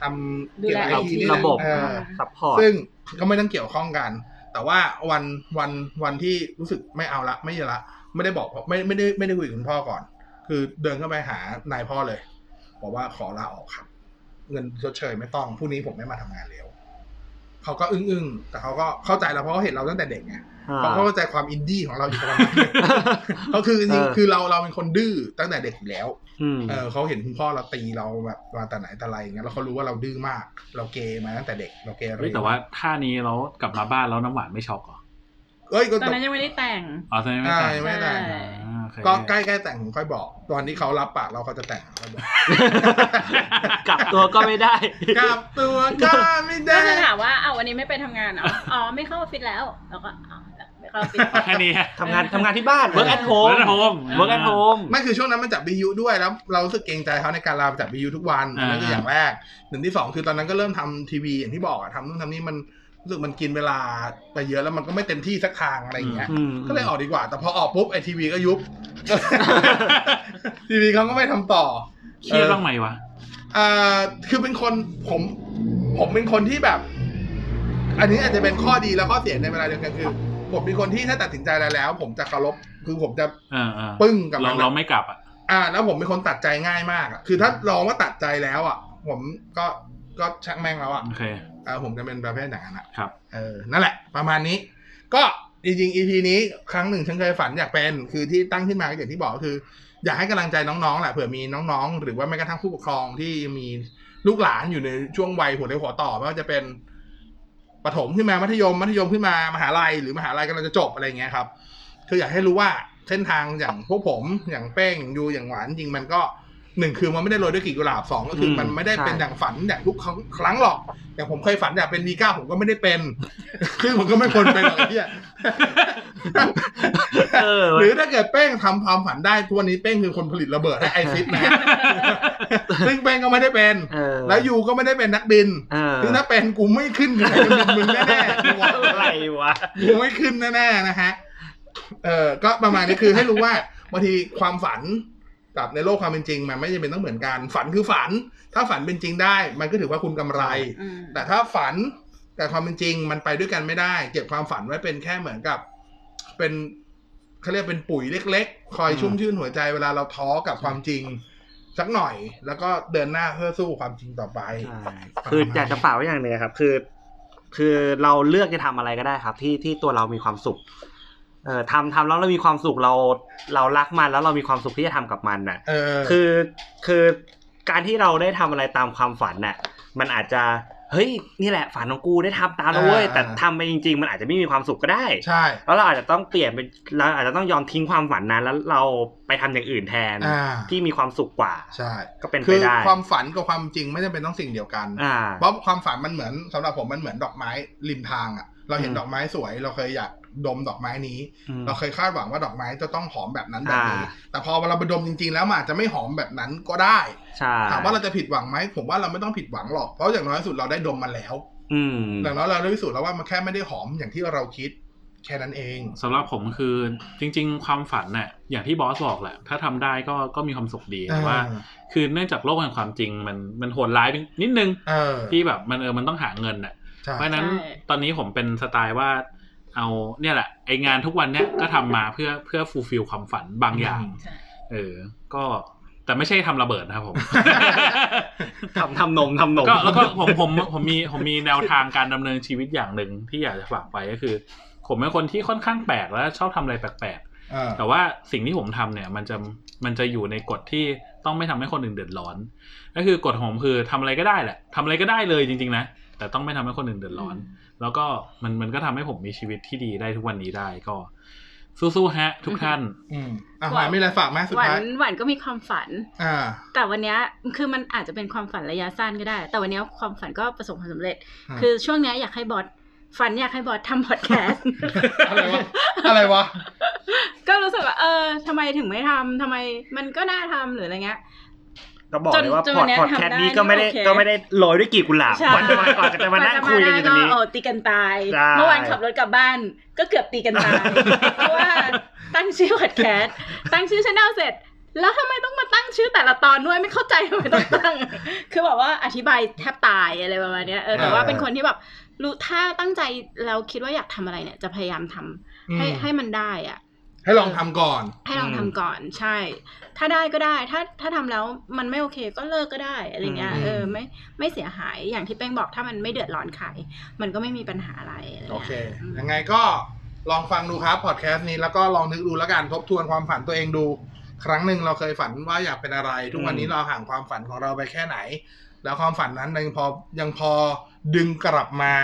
[SPEAKER 1] ทำเกี่ยวกับไอที
[SPEAKER 3] ดูแล
[SPEAKER 1] นี่แห
[SPEAKER 4] ระ
[SPEAKER 1] ละ
[SPEAKER 4] บบ
[SPEAKER 1] เออ
[SPEAKER 4] ซัพพอร์ต
[SPEAKER 1] ซึ่งก็ไม่ต้องเกี่ยวข้องกัน แต่ว่าวันวันวันที่รู้สึกไม่เอาละไม่เอาละ ไม่ได้บอกพ่อไม่ไม่ได้ไม่ได้คุยกับคุณพ่อก่อน คือเดินเข้าไปหานายพ่อเลย บอกว่าขอลาออกครับ เงินชดเชยไม่ต้องพรุ่งนี้ผมไม่มาทำงานแล้วเขาก็อึ้งๆแต่เขาก็เข้าใจเราเพราะเขาเห็นเราตั้งแต่เด็กไงเขาก็เข้าใจความอินดี้ของเราอยู่ประมาณ
[SPEAKER 4] <laughs>
[SPEAKER 1] นึงเขาคือจริง
[SPEAKER 4] เออ
[SPEAKER 1] ๆคือเราเราเป็นคนดื้อตั้งแต่เด็กอยู่แล้ว
[SPEAKER 4] อืม
[SPEAKER 1] เออเขาเห็นคุณพ่อเราตีเราแบบมาแต่ไหนแต่ไรอย่างเงี้ยแล้วเขารู้ว่าเราดื้อมาก เราเกย์มาตั้งแต่เด็กเราเกเร
[SPEAKER 2] เฮ้ยแต่ว่าท่านี้เรากลับมาบ้านแล้วน้ำหวานไม่ช็อกเหรอ
[SPEAKER 1] เอ้ยก็
[SPEAKER 3] ตอนนั้นยังไม่ได้แต่ง
[SPEAKER 2] อ๋อใช่ไหม
[SPEAKER 1] อ่า
[SPEAKER 2] แต่
[SPEAKER 1] ยังไม่ได้แต่ง
[SPEAKER 3] ใช่
[SPEAKER 2] อ่าโอเค
[SPEAKER 1] ก็ใกล้ๆแต่งผมค่อยบอก ตอนนี้เขารับปากเราเขาจะแต่งเขาบอก
[SPEAKER 4] กลับตัวก็ไม่ได้
[SPEAKER 1] กลับตัวก็ไม่
[SPEAKER 3] ก็
[SPEAKER 1] ได้
[SPEAKER 3] จะถามว่าเอาววันนี้ไม่ไปทำงานเหรออ๋อ ไม่เข้าออฟฟิศแล้วแล้วก็อ๋อไม่เข้าออฟฟิศ
[SPEAKER 2] แค่นี้
[SPEAKER 4] ทำงานทำงานที่บ้าน work at home
[SPEAKER 2] เวิร์กแอทโฮม
[SPEAKER 4] work at home
[SPEAKER 1] ไม่คือช่วงนั้นมันจับบิยูด้วยแล้วเรารู้สึกเกรงใจเขาในการลาจับบิยูทุกวัน
[SPEAKER 2] อ่า
[SPEAKER 1] นั่นคืออย่างแรกหนึ่งที่สองคือตอนนั้นก็เริ่มทำทีวีอย่างที่บอกอะทำนู่นทำนี่มันรู้สึกมันกินเวลาไปเยอะแล้วมันก็ไม่เต็มที่สักทางอะไรอย่างเงี้ย
[SPEAKER 4] อืม
[SPEAKER 1] ก็เลยออกดีกว่า แต่พอออกปุ๊บไอทีวีก็ยุบ <laughs> ทีวีเขาก็ไม่ทำต่อ
[SPEAKER 2] เครียดบ้างไหมวะ
[SPEAKER 1] อ่าคือเป็นคนผมผมเป็นคนที่แบบ อันนี้อาจจะเป็นข้อดีและข้อเสียในเวลาเดียวกันคือ ผมเป็นคนที่ถ้าตัดสินใจอะไรแล้ว ผมจะเคารพคือผมจะ
[SPEAKER 2] เออเออ
[SPEAKER 1] ปึ้งกับ
[SPEAKER 2] เรา
[SPEAKER 1] มัน
[SPEAKER 2] เรา
[SPEAKER 1] อะ
[SPEAKER 2] ไม่กลับอ่ะ
[SPEAKER 1] อ่า แล้วผมเป็นคนตัดใจง่ายมากอะคือถ้าลองว่าตัดใจแล้วอ่ะ ผมก็ก็ชักแม่งแล้วอ่ะ
[SPEAKER 2] โอเค
[SPEAKER 1] เออผมจะเป็นประเภทอย่างนั้นอะ
[SPEAKER 2] ครับ
[SPEAKER 1] เออนั่นแหละ ประมาณนี้ ก็จริงๆ EP นี้ครั้งหนึ่งฉันเคยฝันอยากเป็น คือที่ตั้งขึ้นมาก็อย่างที่บอกก็คือ อยากให้กำลังใจน้องๆแหละเผื่อมีน้องๆ หรือว่าแม้กระทั่งผู้ปกครองที่มีลูกหลานอยู่ในช่วงวัยหัวเรียวหัวต่อไม่ว่าจะเป็นประถมขึ้นมามัธยมมัธยมขึ้นมามหาลัยหรือมหาลัยกำลังจะจบอะไรอย่างเงี้ยครับคืออยากให้รู้ว่าเส้นทางอย่างพวกผมอย่างเป้งอย่างยูอย่างหวานจริงมันก็หนึ่งคือมันไม่ได้โรยด้วยกลีบกุหลาบสองก็คืออ
[SPEAKER 4] ม
[SPEAKER 1] มันไม่ได้เป็น
[SPEAKER 4] ใช่
[SPEAKER 1] อย่างฝันอย่างทุกครั้งครั้งหรอก อย่างผมเคยฝันอยากเป็นวีก้าผมก็ไม่ได้เป็น <laughs> คือผมก็ไม่ควรเป็นหรอกไอ้เหี้ย <laughs>
[SPEAKER 4] เออ
[SPEAKER 1] หรือถ้าเกิดแป้งทำความฝันได้ทุกวันนี้แป้งคือคนผลิตระเบิดให้ไอซิสนะ <laughs> ซึ่งแป้งก็ไม่ได้เป็น
[SPEAKER 4] เออ
[SPEAKER 1] แล้วยูก็ไม่ได้เป็นนักบิน
[SPEAKER 4] เออ
[SPEAKER 1] ซึ่งถ้าเป็นกูไม่ขึ้นกับมึงมึงแน่ๆกูบอก
[SPEAKER 4] <laughs> อะไร
[SPEAKER 1] เลย
[SPEAKER 4] วะ
[SPEAKER 1] กูไม่ขึ้นแน่ๆนะฮะ เออก็ประมาณนี้คือให้รู้ว่าบางทีความฝันกับในโลกความเป็นจริง มันไม่จำเป็นต้องเหมือนกัน ฝันคือฝัน ถ้าฝันเป็นจริงได้ มันก็ถือว่าคุณกำไร
[SPEAKER 3] อืม
[SPEAKER 1] แต่ถ้าฝันแต่ความเป็นจริงมันไปด้วยกันไม่ได้ เก็บความฝันไว้เป็นแค่เหมือนกับ เป็น เขาเรียกเป็นปุ๋ยเล็ก ๆ คอย
[SPEAKER 4] อืม
[SPEAKER 1] ชุ่มชื่นหัวใจเวลาเราท้อกับความจริง สักหน่อย แล้วก็เดินหน้าเพื่อสู้ความจริงต่อไป
[SPEAKER 4] คืออยากจะฝากไว้อย่างหนึ่งครับ คือ คือเราเลือกจะทำอะไรก็ได้ครับ ที่ที่ตัวเรามีความสุข เอ่อทำทำแล้วเรามีความสุขเรา เรารักมันแล้วเรามีความสุขที่จะทำกับมันน่ะ
[SPEAKER 1] เออ
[SPEAKER 4] คือคือการที่เราได้ทำอะไรตามความฝันน่ะ มันอาจจะเฮ้ยนี่แหละฝันของกูได้ทำตามแล้วเว้ย
[SPEAKER 1] อ่า
[SPEAKER 4] แต่ทำไปจริง ๆ มันอาจจะไม่มีความสุขก็ได้
[SPEAKER 1] ใช่
[SPEAKER 4] แล้วเราอาจจะต้องเปลี่ยนเป็นเราอาจจะต้องยอมทิ้งความฝันนั้น แล้วเราไปทำอย่างอื่นแทน
[SPEAKER 1] อ่า
[SPEAKER 4] ที่มีความสุขกว่า
[SPEAKER 1] ใช่
[SPEAKER 4] ก็เป็นไป
[SPEAKER 1] คือ
[SPEAKER 4] ได้
[SPEAKER 1] ความฝันกับความจริงไม่จำเป็นต้องสิ่งเดียวกัน
[SPEAKER 4] อ่า
[SPEAKER 1] เพราะความฝันมันเหมือนสำหรับผมมันเหมือนดอกไม้ริมทางอะเราเห็น
[SPEAKER 4] อืม
[SPEAKER 1] ดอกไม้สวย เราเคยอยากดมดอกไม้นี้
[SPEAKER 4] อืม
[SPEAKER 1] เราเคยคาดหวังว่าดอกไม้จะต้องหอมแบบนั้นแบบนี้
[SPEAKER 4] อ่า
[SPEAKER 1] แต่พอเราไปดมจริง ๆ แล้วมันอาจจะไม่หอมแบบนั้นก็ได้
[SPEAKER 4] ใช่
[SPEAKER 1] ถามว่าเราจะผิดหวังไหมผมว่าเราไม่ต้องผิดหวังหรอกเพราะอย่างน้อยสุดเราได้ดมมันแล้ว
[SPEAKER 4] อืม
[SPEAKER 1] อย่างน้อยเราได้พิสูจน์แล้วว่ามันแค่ไม่ได้หอมอย่างที่เราคิด แค่นั้นเอง
[SPEAKER 2] สำหรับผมคือจริง ๆ ความฝันน่ะอย่างที่บอสบอกแหละ ถ้าทำได้ก็ก็มีความสุขดีแต่ว่า
[SPEAKER 1] อ่า
[SPEAKER 2] คือเนื่องจากโลกแห่งความจริงมันมันโหดร้ายนิดนึง
[SPEAKER 1] เออ
[SPEAKER 2] ที่แบบมันเออมันต้องหาเงินน่ะ
[SPEAKER 1] ใช่
[SPEAKER 2] เพราะฉะนั้น
[SPEAKER 3] ใช่
[SPEAKER 2] ตอนนี้ผมเป็นสไตล์ว่า เอาเนี่ยแหละไองานทุกวันเนี้ยก็ทำมาเพื่อเพื่อฟูลฟิลความฝันบางอย่าง
[SPEAKER 3] ใช่
[SPEAKER 2] เออ ก็แต่ไม่ใช่ทำระเบิด <laughs> นะครับผม
[SPEAKER 4] ทำทำนมทำนม
[SPEAKER 2] ก็แล้วก็ผมผมผมมีผมมีแนวทางการดำเนินชีวิตอย่างหนึ่งที่อยากจะฝากไปก็คือ ผมเป็นคนที่ค่อนข้างแปลกและชอบทำอะไรแปลก
[SPEAKER 1] เออ
[SPEAKER 2] ๆ แต่ว่าสิ่งที่ผมทำเนี่ยมันจะมันจะอยู่ในกฎที่ต้องไม่ทำให้คนอื่นเดือดร้อน ก็คือกฎของผมคือทำอะไรก็ได้แหละทำอะไรก็ได้เลยจริงๆนะแต่ต้องไม่ทำให้คนอื่นเดือดร้อน แล้วก็มันมันก็ทำให้ผมมีชีวิตที่ดีได้ทุกวันนี้ได้ก็ สู้ๆฮะ ทุกท่าน
[SPEAKER 1] อืมอ่ะ
[SPEAKER 3] หวาว
[SPEAKER 1] หาน นมีอะไรฝากไหมสุด
[SPEAKER 3] หวาน
[SPEAKER 1] ท้าย
[SPEAKER 3] หวานก็มีความฝัน
[SPEAKER 1] อ่า
[SPEAKER 3] แต่วันเนี้ยคือมันอาจจะเป็นความฝันระยะสั้นก็ได้ แต่วันเนี้ยความฝันก็ประสบความสำเร็จ
[SPEAKER 1] อ่า
[SPEAKER 3] คือช่วงเนี้ยอยากให้บอสฝันอยากให้บอสทำพอดแคสต์
[SPEAKER 1] อะไรวะ <laughs> อะไรวะ
[SPEAKER 3] ก็รู้สึกว่าเออทำไมถึงไม่ทำทำไมมันก็น่าทำหรืออะไรเงี้ย
[SPEAKER 4] ก็บอกเลยว่า
[SPEAKER 3] จน
[SPEAKER 4] พอด
[SPEAKER 3] จนวันเนี้ย
[SPEAKER 4] พอดแคส
[SPEAKER 3] ทำได้
[SPEAKER 4] ต์นี้ก็ไม่ได้
[SPEAKER 3] โอเค
[SPEAKER 4] ก็ไม่ได้โรยด้วยกลีบกุหลาบ
[SPEAKER 3] ใช่
[SPEAKER 4] ก่อนจะมาก่อนจะมานั่งคุยกันอยู่ตรงนี้
[SPEAKER 3] โอ้ตีกันตาย
[SPEAKER 4] ใช่
[SPEAKER 3] เมื่อวานขับรถกลับบ้าน ก็เกือบตีกันตาย เพราะว่าตั้งชื่อพอดแคสต์ตั้งชื่อช anel เสร็จ แล้วทำไมต้องมาตั้งชื่อแต่ละตอนด้วยไม่เข้าใจทำไมต้องตั้ง คือแบบว่าอธิบายแทบตายอะไรประมาณเนี้ยเออแต่ว่า
[SPEAKER 1] เออ
[SPEAKER 3] เป็นคนที่แบบรู้ถ้าตั้งใจแล้วคิดว่าอยากทำอะไรเนี่ย จะพยายามทำ
[SPEAKER 1] อืม
[SPEAKER 3] ให้ให้มันได้อ่ะ
[SPEAKER 1] ให้ลองทำก่อน
[SPEAKER 3] ให้ลอง
[SPEAKER 4] อืม
[SPEAKER 3] ทำก่อนใช่ ถ้าได้ก็ได้ ถ้าถ้าทำแล้วมันไม่โอเคก็เลิกก็ได้อะไรเงี้ย
[SPEAKER 1] อืม
[SPEAKER 3] เออไม่ไม่เสียหายอย่างที่เป้งบอกถ้ามันไม่เดือดร้อนใครมันก็ไม่มีปัญหาอะไรอะไร
[SPEAKER 1] โอ
[SPEAKER 3] เงี้ย
[SPEAKER 1] เค ยังไงก็ลองฟังดูครับพอดแคสต์นี้แล้วก็ลองนึกดูแล้วกันทบทวนความฝันตัวเองดู ครั้งหนึ่งเราเคยฝันว่าอยากเป็นอะไร ทุกวันนี้
[SPEAKER 4] อืม
[SPEAKER 1] เราห่างความฝันของเราไปแค่ไหน แล้วความฝันนั้นยังพอยังพอดึงกลับมา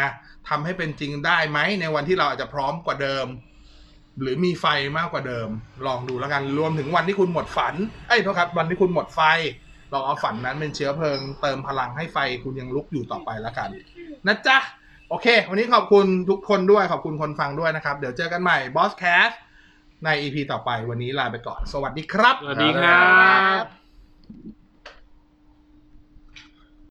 [SPEAKER 1] ทำให้เป็นจริงได้ไหมในวันที่เราอาจจะพร้อมกว่าเดิม หรือมีไฟมากกว่าเดิม ลองดูแล้วกันรวมถึงวันที่คุณหมดฝัน เอ้ยโทษครับวันที่คุณหมดไฟลองเอาฝันนั้นเป็นเชื้อเพลิง เติมพลังให้ไฟคุณยังลุกอยู่ต่อไปแล้วกันนะจ๊ะ โอเค วันนี้ขอบคุณทุกคนด้วย ขอบคุณคนฟังด้วยนะครับ เดี๋ยวเจอกันใหม่ Boss Cast ใน EP ต่อไปวันนี้ลาไปก่อน สวัสดีครับ
[SPEAKER 2] สวัสดีครับ
[SPEAKER 3] ครับ